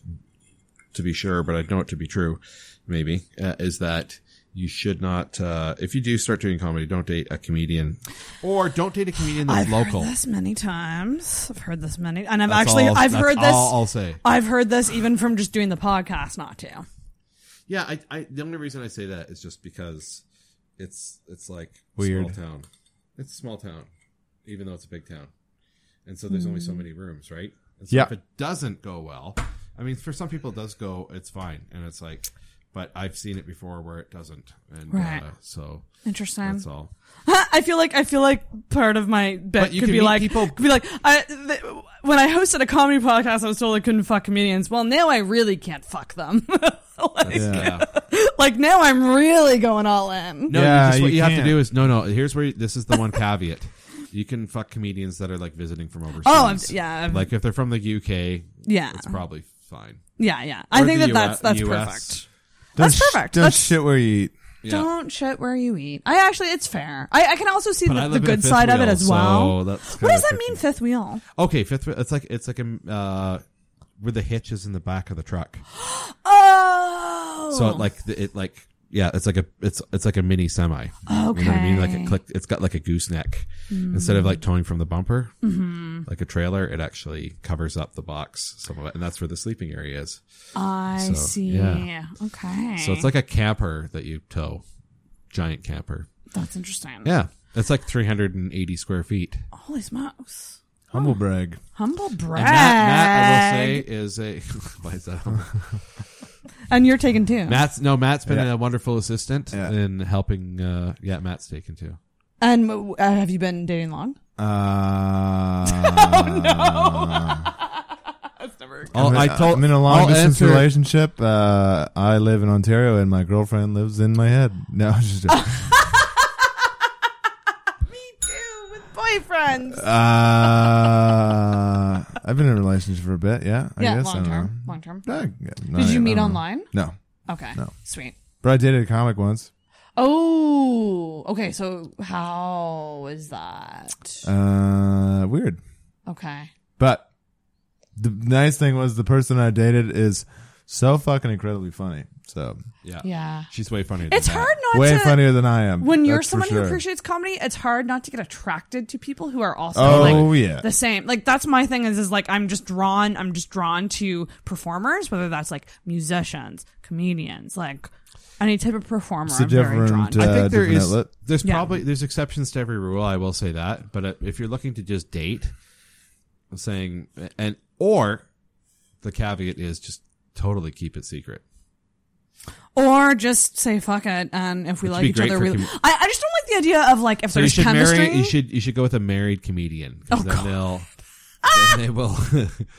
to be sure, but I know it to be true, maybe, uh, is that you should not, uh, if you do start doing comedy, don't date a comedian or don't date a comedian that's
I've
local.
heard this many times. I've heard this many, and I've
That's
actually
all-
I've
that's
heard this.
all I'll say.
I've heard this even from just doing the podcast, not to.
Yeah, I, I, the only reason I say that is just because it's it's like
Weird.
small town. It's a small town, even though it's a big town, and so there's only so
Mm.
many rooms, right? And so
Yeah.
If it doesn't go well, I mean, for some people it does go, it's fine, and it's like, but I've seen it before where it doesn't, and
Right.
uh, so
Interesting.
That's all.
<laughs> I feel like I feel like part of my bit
But you
could
can
be
meet
like
people-
could be like I, th- when I hosted a comedy podcast, I was told I couldn't fuck comedians. Well, now I really can't fuck them. <laughs> like,
Yeah.
<laughs> like now I'm really going all in.
No,
Yeah,
you just, what
you
you, have to
can't.
do is no, no. Here's where you, this is the one caveat: you can fuck comedians that are like visiting from overseas.
Oh, I'm- yeah, I'm-
Like if they're from the UK,
Yeah.
it's probably fine.
Yeah, yeah. I
Or
think
the
that that's- that's perfect. That's
Don't sh-
perfect.
Don't
That's-
shit where you eat.
Don't shit where you eat. I actually, it's fair. I, I can also see
But I
the, the
live in a
good
fifth
side of it
wheel,
as well.
so that's
what does
kinda
that mean, fifth wheel?
Okay, fifth. wheel- It's like it's like a uh, where the hitch is in the back of the truck.
Oh,
So it like the- it like yeah, it's like a it's it's like a mini semi. You know what I mean? Like
Oh. Okay.
it click, it's got like a gooseneck
Mm.
instead of like towing from the bumper,
Mhm.
like a trailer. It actually covers up the box some of it, and that's where the sleeping area is.
I
So,
see.
yeah.
Okay,
So it's like a camper that you tow, giant camper.
that's interesting.
Yeah, it's like 380 square feet.
Holy smokes.
Humble brag.
Humble brag.
And Matt, Matt, I will say, is a <laughs> why is that?
<laughs> And you're taken too.
Matt's no, Matt's been
Yeah.
a wonderful assistant in helping. Uh, yeah, Matt's taken too.
And uh, have you been dating long?
Uh,
<laughs> Oh, I told-
I'm uh, in a long
I'll
distance
answer-
relationship. Uh, I live in Ontario, and my girlfriend lives in my head. No, <laughs> I'm just joking.
oh.
Boyfriends.
uh, I've been in a relationship for a bit. Yeah, I
Yeah,
guess. I
long
don't
term,
know.
long term.
Yeah, yeah, no,
Did
I-
you
I
meet
don't know.
online?
No.
Okay.
No.
Sweet.
But I dated a comic once.
Oh, okay. So how is that?
Uh, weird.
Okay.
But the nice thing was the person I dated is so fucking incredibly funny. So
Yeah,
Yeah.
she's way funnier.
It's
than Matt.
hard not
way
to.
funnier than I am.
When you're
that's for
someone
sure.
who appreciates comedy, it's hard not to get attracted to people who are also
Oh,
like
yeah.
the same. Like that's my thing is is like I'm just drawn I'm just drawn to performers, whether that's like musicians, comedians, like any type of performer.
It's a
I'm very drawn.
different, uh,
to.
I think there
different
is.
outlet.
There's
Yeah.
probably there's exceptions to every rule. I will say that. But uh, if you're looking to just date, I'm saying and or the caveat is just totally keep it secret.
Or just say fuck it, and if we
Which would
like
be
each
great
other,
for
we.
com-
I, I just don't like the idea of like if
So you
there's
should
chemistry.
marry. You should you should go with a married comedian. 'cause
Oh,
then
God. <laughs> Ah!
they'll then they will. <laughs>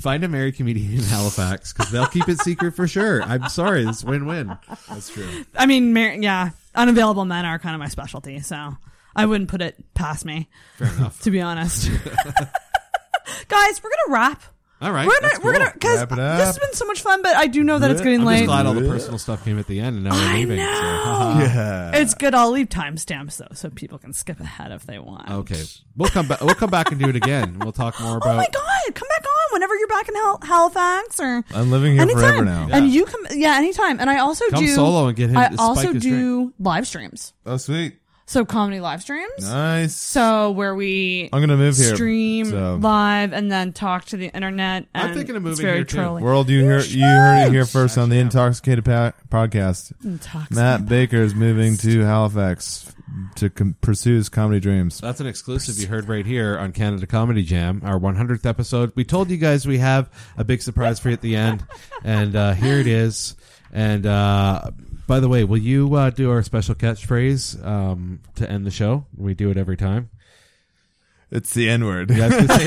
Find a married comedian in Halifax because they'll keep it secret for sure. I'm sorry, it's win-win. That's true.
I mean, mar- yeah, unavailable men are kind of my specialty, so I wouldn't put it past me.
Fair enough.
to
<laughs>
be honest. <laughs> Guys, we're gonna wrap.
All right,
we're gonna
that's
we're
cool.
gonna because
Wrap it
this has
up.
been so much fun, but I do know that it's getting
I'm
late.
just glad all
<laughs>
the personal stuff came at the end, and now we're leaving. so- <laughs>
Yeah.
It's good. I'll leave timestamps though, so people can skip ahead if they want.
Okay, we'll come back. We'll come back and do it again. We'll talk more about.
Oh my Oh god, come back on whenever you're back in Hal- Halifax or
I'm living here
anytime.
forever now.
And you come, yeah, anytime. And I also
Come
do
solo and get him
I
to spike
also
his
do live streams.
Oh, sweet.
So comedy live streams.
Nice.
So where we
I'm gonna move here,
stream
so-
live and then talk to the internet. And
I'm thinking of
it's
moving
very
here too.
trolly.
World, you hear you heard it here first on the Intoxicated pa- podcast.
Intoxicated <laughs>
Matt Baker is moving to Halifax to com- pursue his comedy dreams.
That's an exclusive you heard right here on Canada Comedy Jam, our 100th episode. We told you guys we have a big surprise for you at the end, and uh, here it is. And uh, by the way, will you uh, do our special catchphrase um, to end the show? We do it every time.
It's the N word.
Yeah, I was gonna say involves-
<laughs>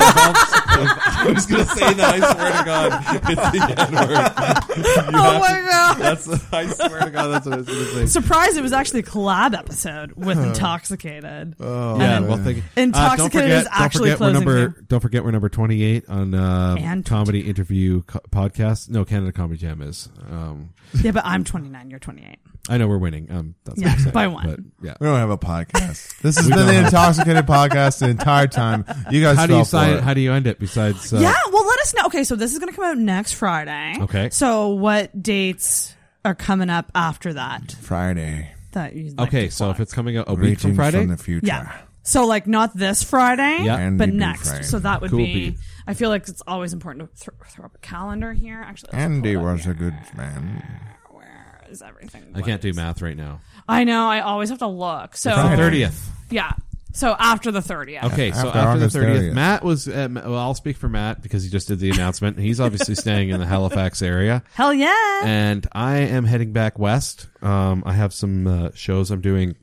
I was gonna say that. I swear to God, it's the N word.
Oh my God.
That's
<laughs>
I swear to God, that's what I was gonna say.
Surprised it was actually a collab episode
<laughs>
with Intoxicated.
Oh,
yeah,
man.
well, thank, uh, don't
Intoxicated
forget,
is actually
don't forget we're
closing.
number. Don't forget we're number twenty eight on uh,
And
comedy interview co- podcast. No, Canada Comedy Jam is. Um,
Yeah, but I'm 29. You're 28.
I know we're winning. Um, that's
Yeah,
what I'm saying,
by one.
but, yeah,
We don't have
<laughs>
a podcast. This has
We
been
don't
the
have- <laughs>
Intoxicated podcast the entire time. You guys
how do
fell
you
for
sign,
it.
How do you end it besides? Uh,
yeah, well, let us know. Okay, so this is going to come out next Friday.
Okay.
So what dates are coming up after that?
Friday.
That you like
okay,
to
so if it's coming out a week
Greetings
from Friday,
from the future.
Yeah. So like not this Friday,
Yeah. And
but
it'd be
next.
Friday.
So that would
Cool
be.
beat.
I feel like it's always important to th- throw up a calendar here. Actually, let's
Andy
pull up
was a good man.
Where is everything?
I can't do math right now.
I know. I always have to look. So
It's the 30th.
Yeah. So after the thirtieth.
Okay, so
After
after,
August
the 30th,
30th.
Matt was. At, well, I'll speak for Matt because he just did the announcement. He's obviously staying in the Halifax area.
Hell yeah.
And I am heading back west. Um, I have some uh, shows I'm doing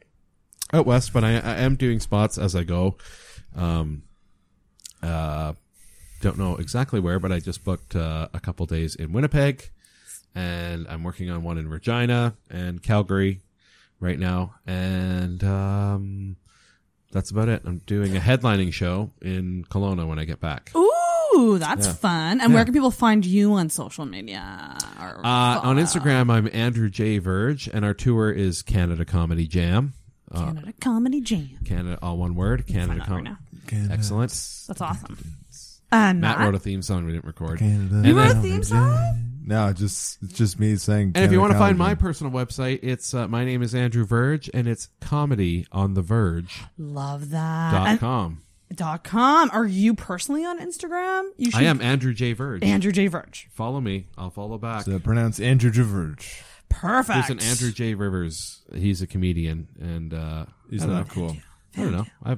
out west, but I, I am doing spots as I go. Um, uh, don't know exactly where, but I just booked uh, a couple days in Winnipeg, and I'm working on one in Regina and Calgary right now, and um, that's about it. I'm doing a headlining show in Kelowna when I get back.
Ooh, that's
Yeah.
fun. And where
Yeah.
can people find you on social media? Or
Uh, on Instagram, I'm Andrew J. Verge, and our tour is Canada Comedy Jam. Uh,
Canada Comedy Jam.
Canada, all one word. Canada Comedy. Excellent.
That's awesome. And
Matt
Matt?
wrote a theme song we didn't record.
Canada
And
You wrote
then-
a theme song?
No, just it's just me saying.
And if you want to find my
Canada
personal website, it's uh, my name is Andrew Verge, and it's comedy on the verge
Love that.
dot
And-
com.
Dot com. Are you personally on Instagram? You
I am Andrew J Verge.
Andrew J. Verge.
Follow me. I'll follow back.
So pronounce Andrew Diverge.
Perfect.
There's an Andrew J Rivers. He's a comedian, and uh,
He's
I don't
not
know.
cool.
I don't know. I,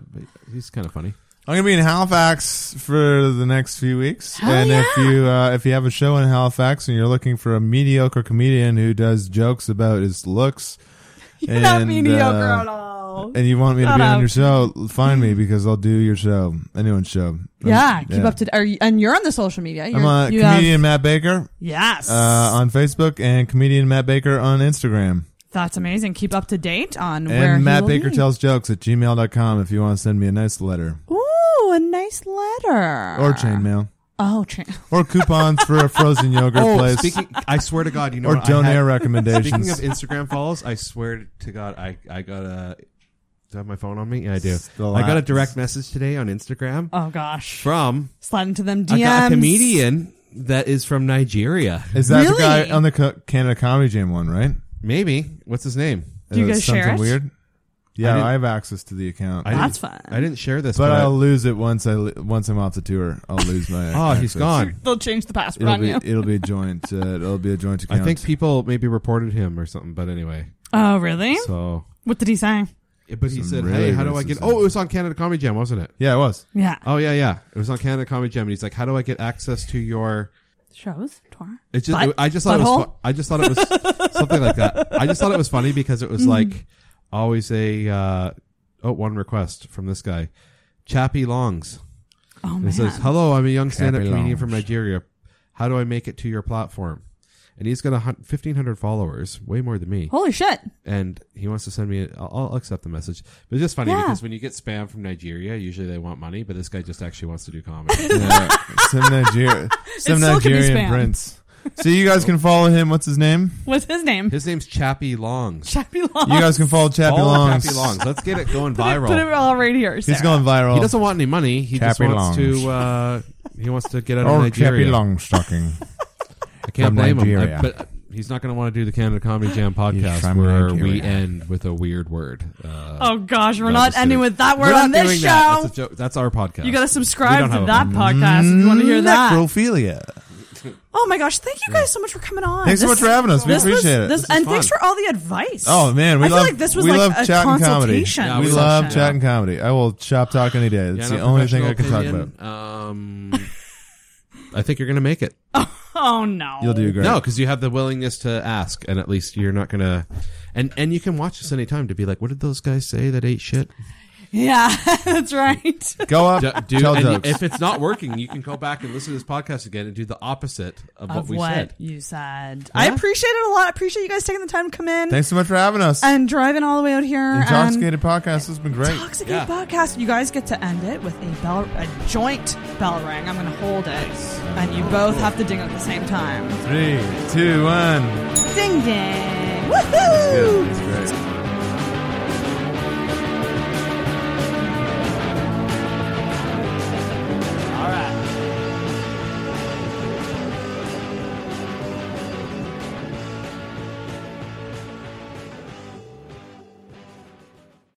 he's kind of funny.
I'm gonna be in Halifax for the next few weeks,
Hell
and if you uh, if you have a show in Halifax and you're looking for a mediocre comedian who does jokes about his looks,
<laughs> You're not mediocre
uh,
at all.
and you want me to
Shut
be
up.
on your show, find me because I'll do your show, anyone's show. Um,
Yeah, keep up to. Are you, and you're on the social media. You're,
I'm a
you
comedian
have-
Matt Baker.
Yes.
uh, on Facebook and comedian Matt Baker on Instagram.
that's amazing. Keep up to date on where
And Matt
he will
Baker
be.
tells jokes at gmail.com if you want to send me a nice letter
Ooh, a nice letter.
or chainmail
Oh, cha-
or coupons for a frozen yogurt
Oh,
place.
speaking- I swear to God, you know
Or
what I
donair
had-
recommendations.
Speaking of Instagram follows, I swear to God, I I got a. Do I have my phone on me? Yeah, I do.
Still
I got a
laps.
direct message today on Instagram.
<laughs> Oh, gosh.
From
slide into them
I got
DMs.
a comedian uh, that is from Nigeria.
Is that
Really?
the guy on the Co- Canada Comedy Jam one, right?
Maybe. What's his name?
Do you guys share
something
it?
weird?
I
Yeah,
didn't-
I, have access to the account.
I didn't- That's fine. I didn't share this,
but,
but I-
I'll lose it once I li- once I'm off the tour. I'll lose my.
<laughs>
Oh, he's
access.
gone.
They'll change the password
It'll
on
be
you.
it'll be a joint. Uh, it'll be a
<laughs>
joint
I
account.
think people maybe reported him or something. But anyway.
Oh, really?
So.
What did he say?
Yeah, But he
Some
said,
really
"Hey, how do I
racist
get?"
stuff.
Oh, it was on Canada Comedy Jam, wasn't it?
Yeah, it was.
Yeah.
Oh yeah, yeah. It was on Canada Comedy Jam, and he's like, "How do I get access to your?"
Shows? Tor?
It just,
Butt?
I just thought it was.
Butthole?
Fu- I just thought it
<laughs>
was something like that. I just thought it was funny because it was
Mm.
like always a uh, oh one request from this guy, Chappie Longs.
Oh,
He says,
man.
"Hello, I'm a young stand-up
Chappie
comedian from Nigeria. How do I make it to your platform?" And he's got a hun- 1,500 followers, way more than me.
Holy shit.
And he wants to send me. A, I'll, I'll accept the message. But it's just funny
Yeah.
because when you get spam from Nigeria, usually they want money, but this guy just actually wants to do comedy. <laughs>
Yeah, some Niger- some
still could be spam.
Nigerian prince. So you guys can follow him. What's his name?
What's his name? <laughs>
His name's Chappie Longs.
Chappie Long.
You guys can follow Chappie
Follow
Longs.
Chappie Longs. Let's get it going
<laughs> Put it
viral.
all right here.
He's going viral.
He doesn't want any money. He just
Chappie
wants
Longs.
to uh, He wants to get out of
Or
Nigeria.
Cappy
<laughs>
Longstocking
I can't
from
blame him,
Nigeria.
I- but uh, he's not going to want to do the Canada Comedy Jam podcast
from
where we
Nigeria.
end with a weird word. Uh,
Oh, gosh, we're
about
not
the
ending
city.
with that word
We're not
on this
doing that.
show.
That's, a joke. That's our podcast.
You gotta subscribe
We don't
to
have a
that podcast if you wanna hear that.
Necrophilia.
Oh my gosh! Thank you guys so much for coming on.
Thanks so
This-
much for having us. We
this was-
appreciate it.
this-
This was
and
fun.
thanks for all the advice.
Oh man, we
I
love
feel like this was
we
like
love
a
chat and comedy.
consultation.
we
session.
love chat and comedy. I will shop talk any day. It's
Yeah,
the
not
only thing I can
professional
talk about.
opinion. Um, I think you're going to make it.
Oh no!
You'll do great.
No, because you have the willingness to ask, and at least you're not going to. And and you can watch us anytime to be like, what did those guys say that ate shit?
Yeah, <laughs> that's right.
Go up,
do,
tell
and
jokes.
If it's not working, you can go back and listen to this podcast again and do the opposite of, what
Of
we
what
said.
you said. I appreciate it a lot. I appreciate you guys taking the time to come in
Thanks so much for having us.
and driving all the way out here. and
Intoxicated podcast has been great.
Intoxicated podcast. You guys get to end it with a bell, a joint bell ring. I'm going to hold it, and you both have to ding at the same time.
Three, two, one.
Ding ding!
It's good.
Woohoo!
It's great.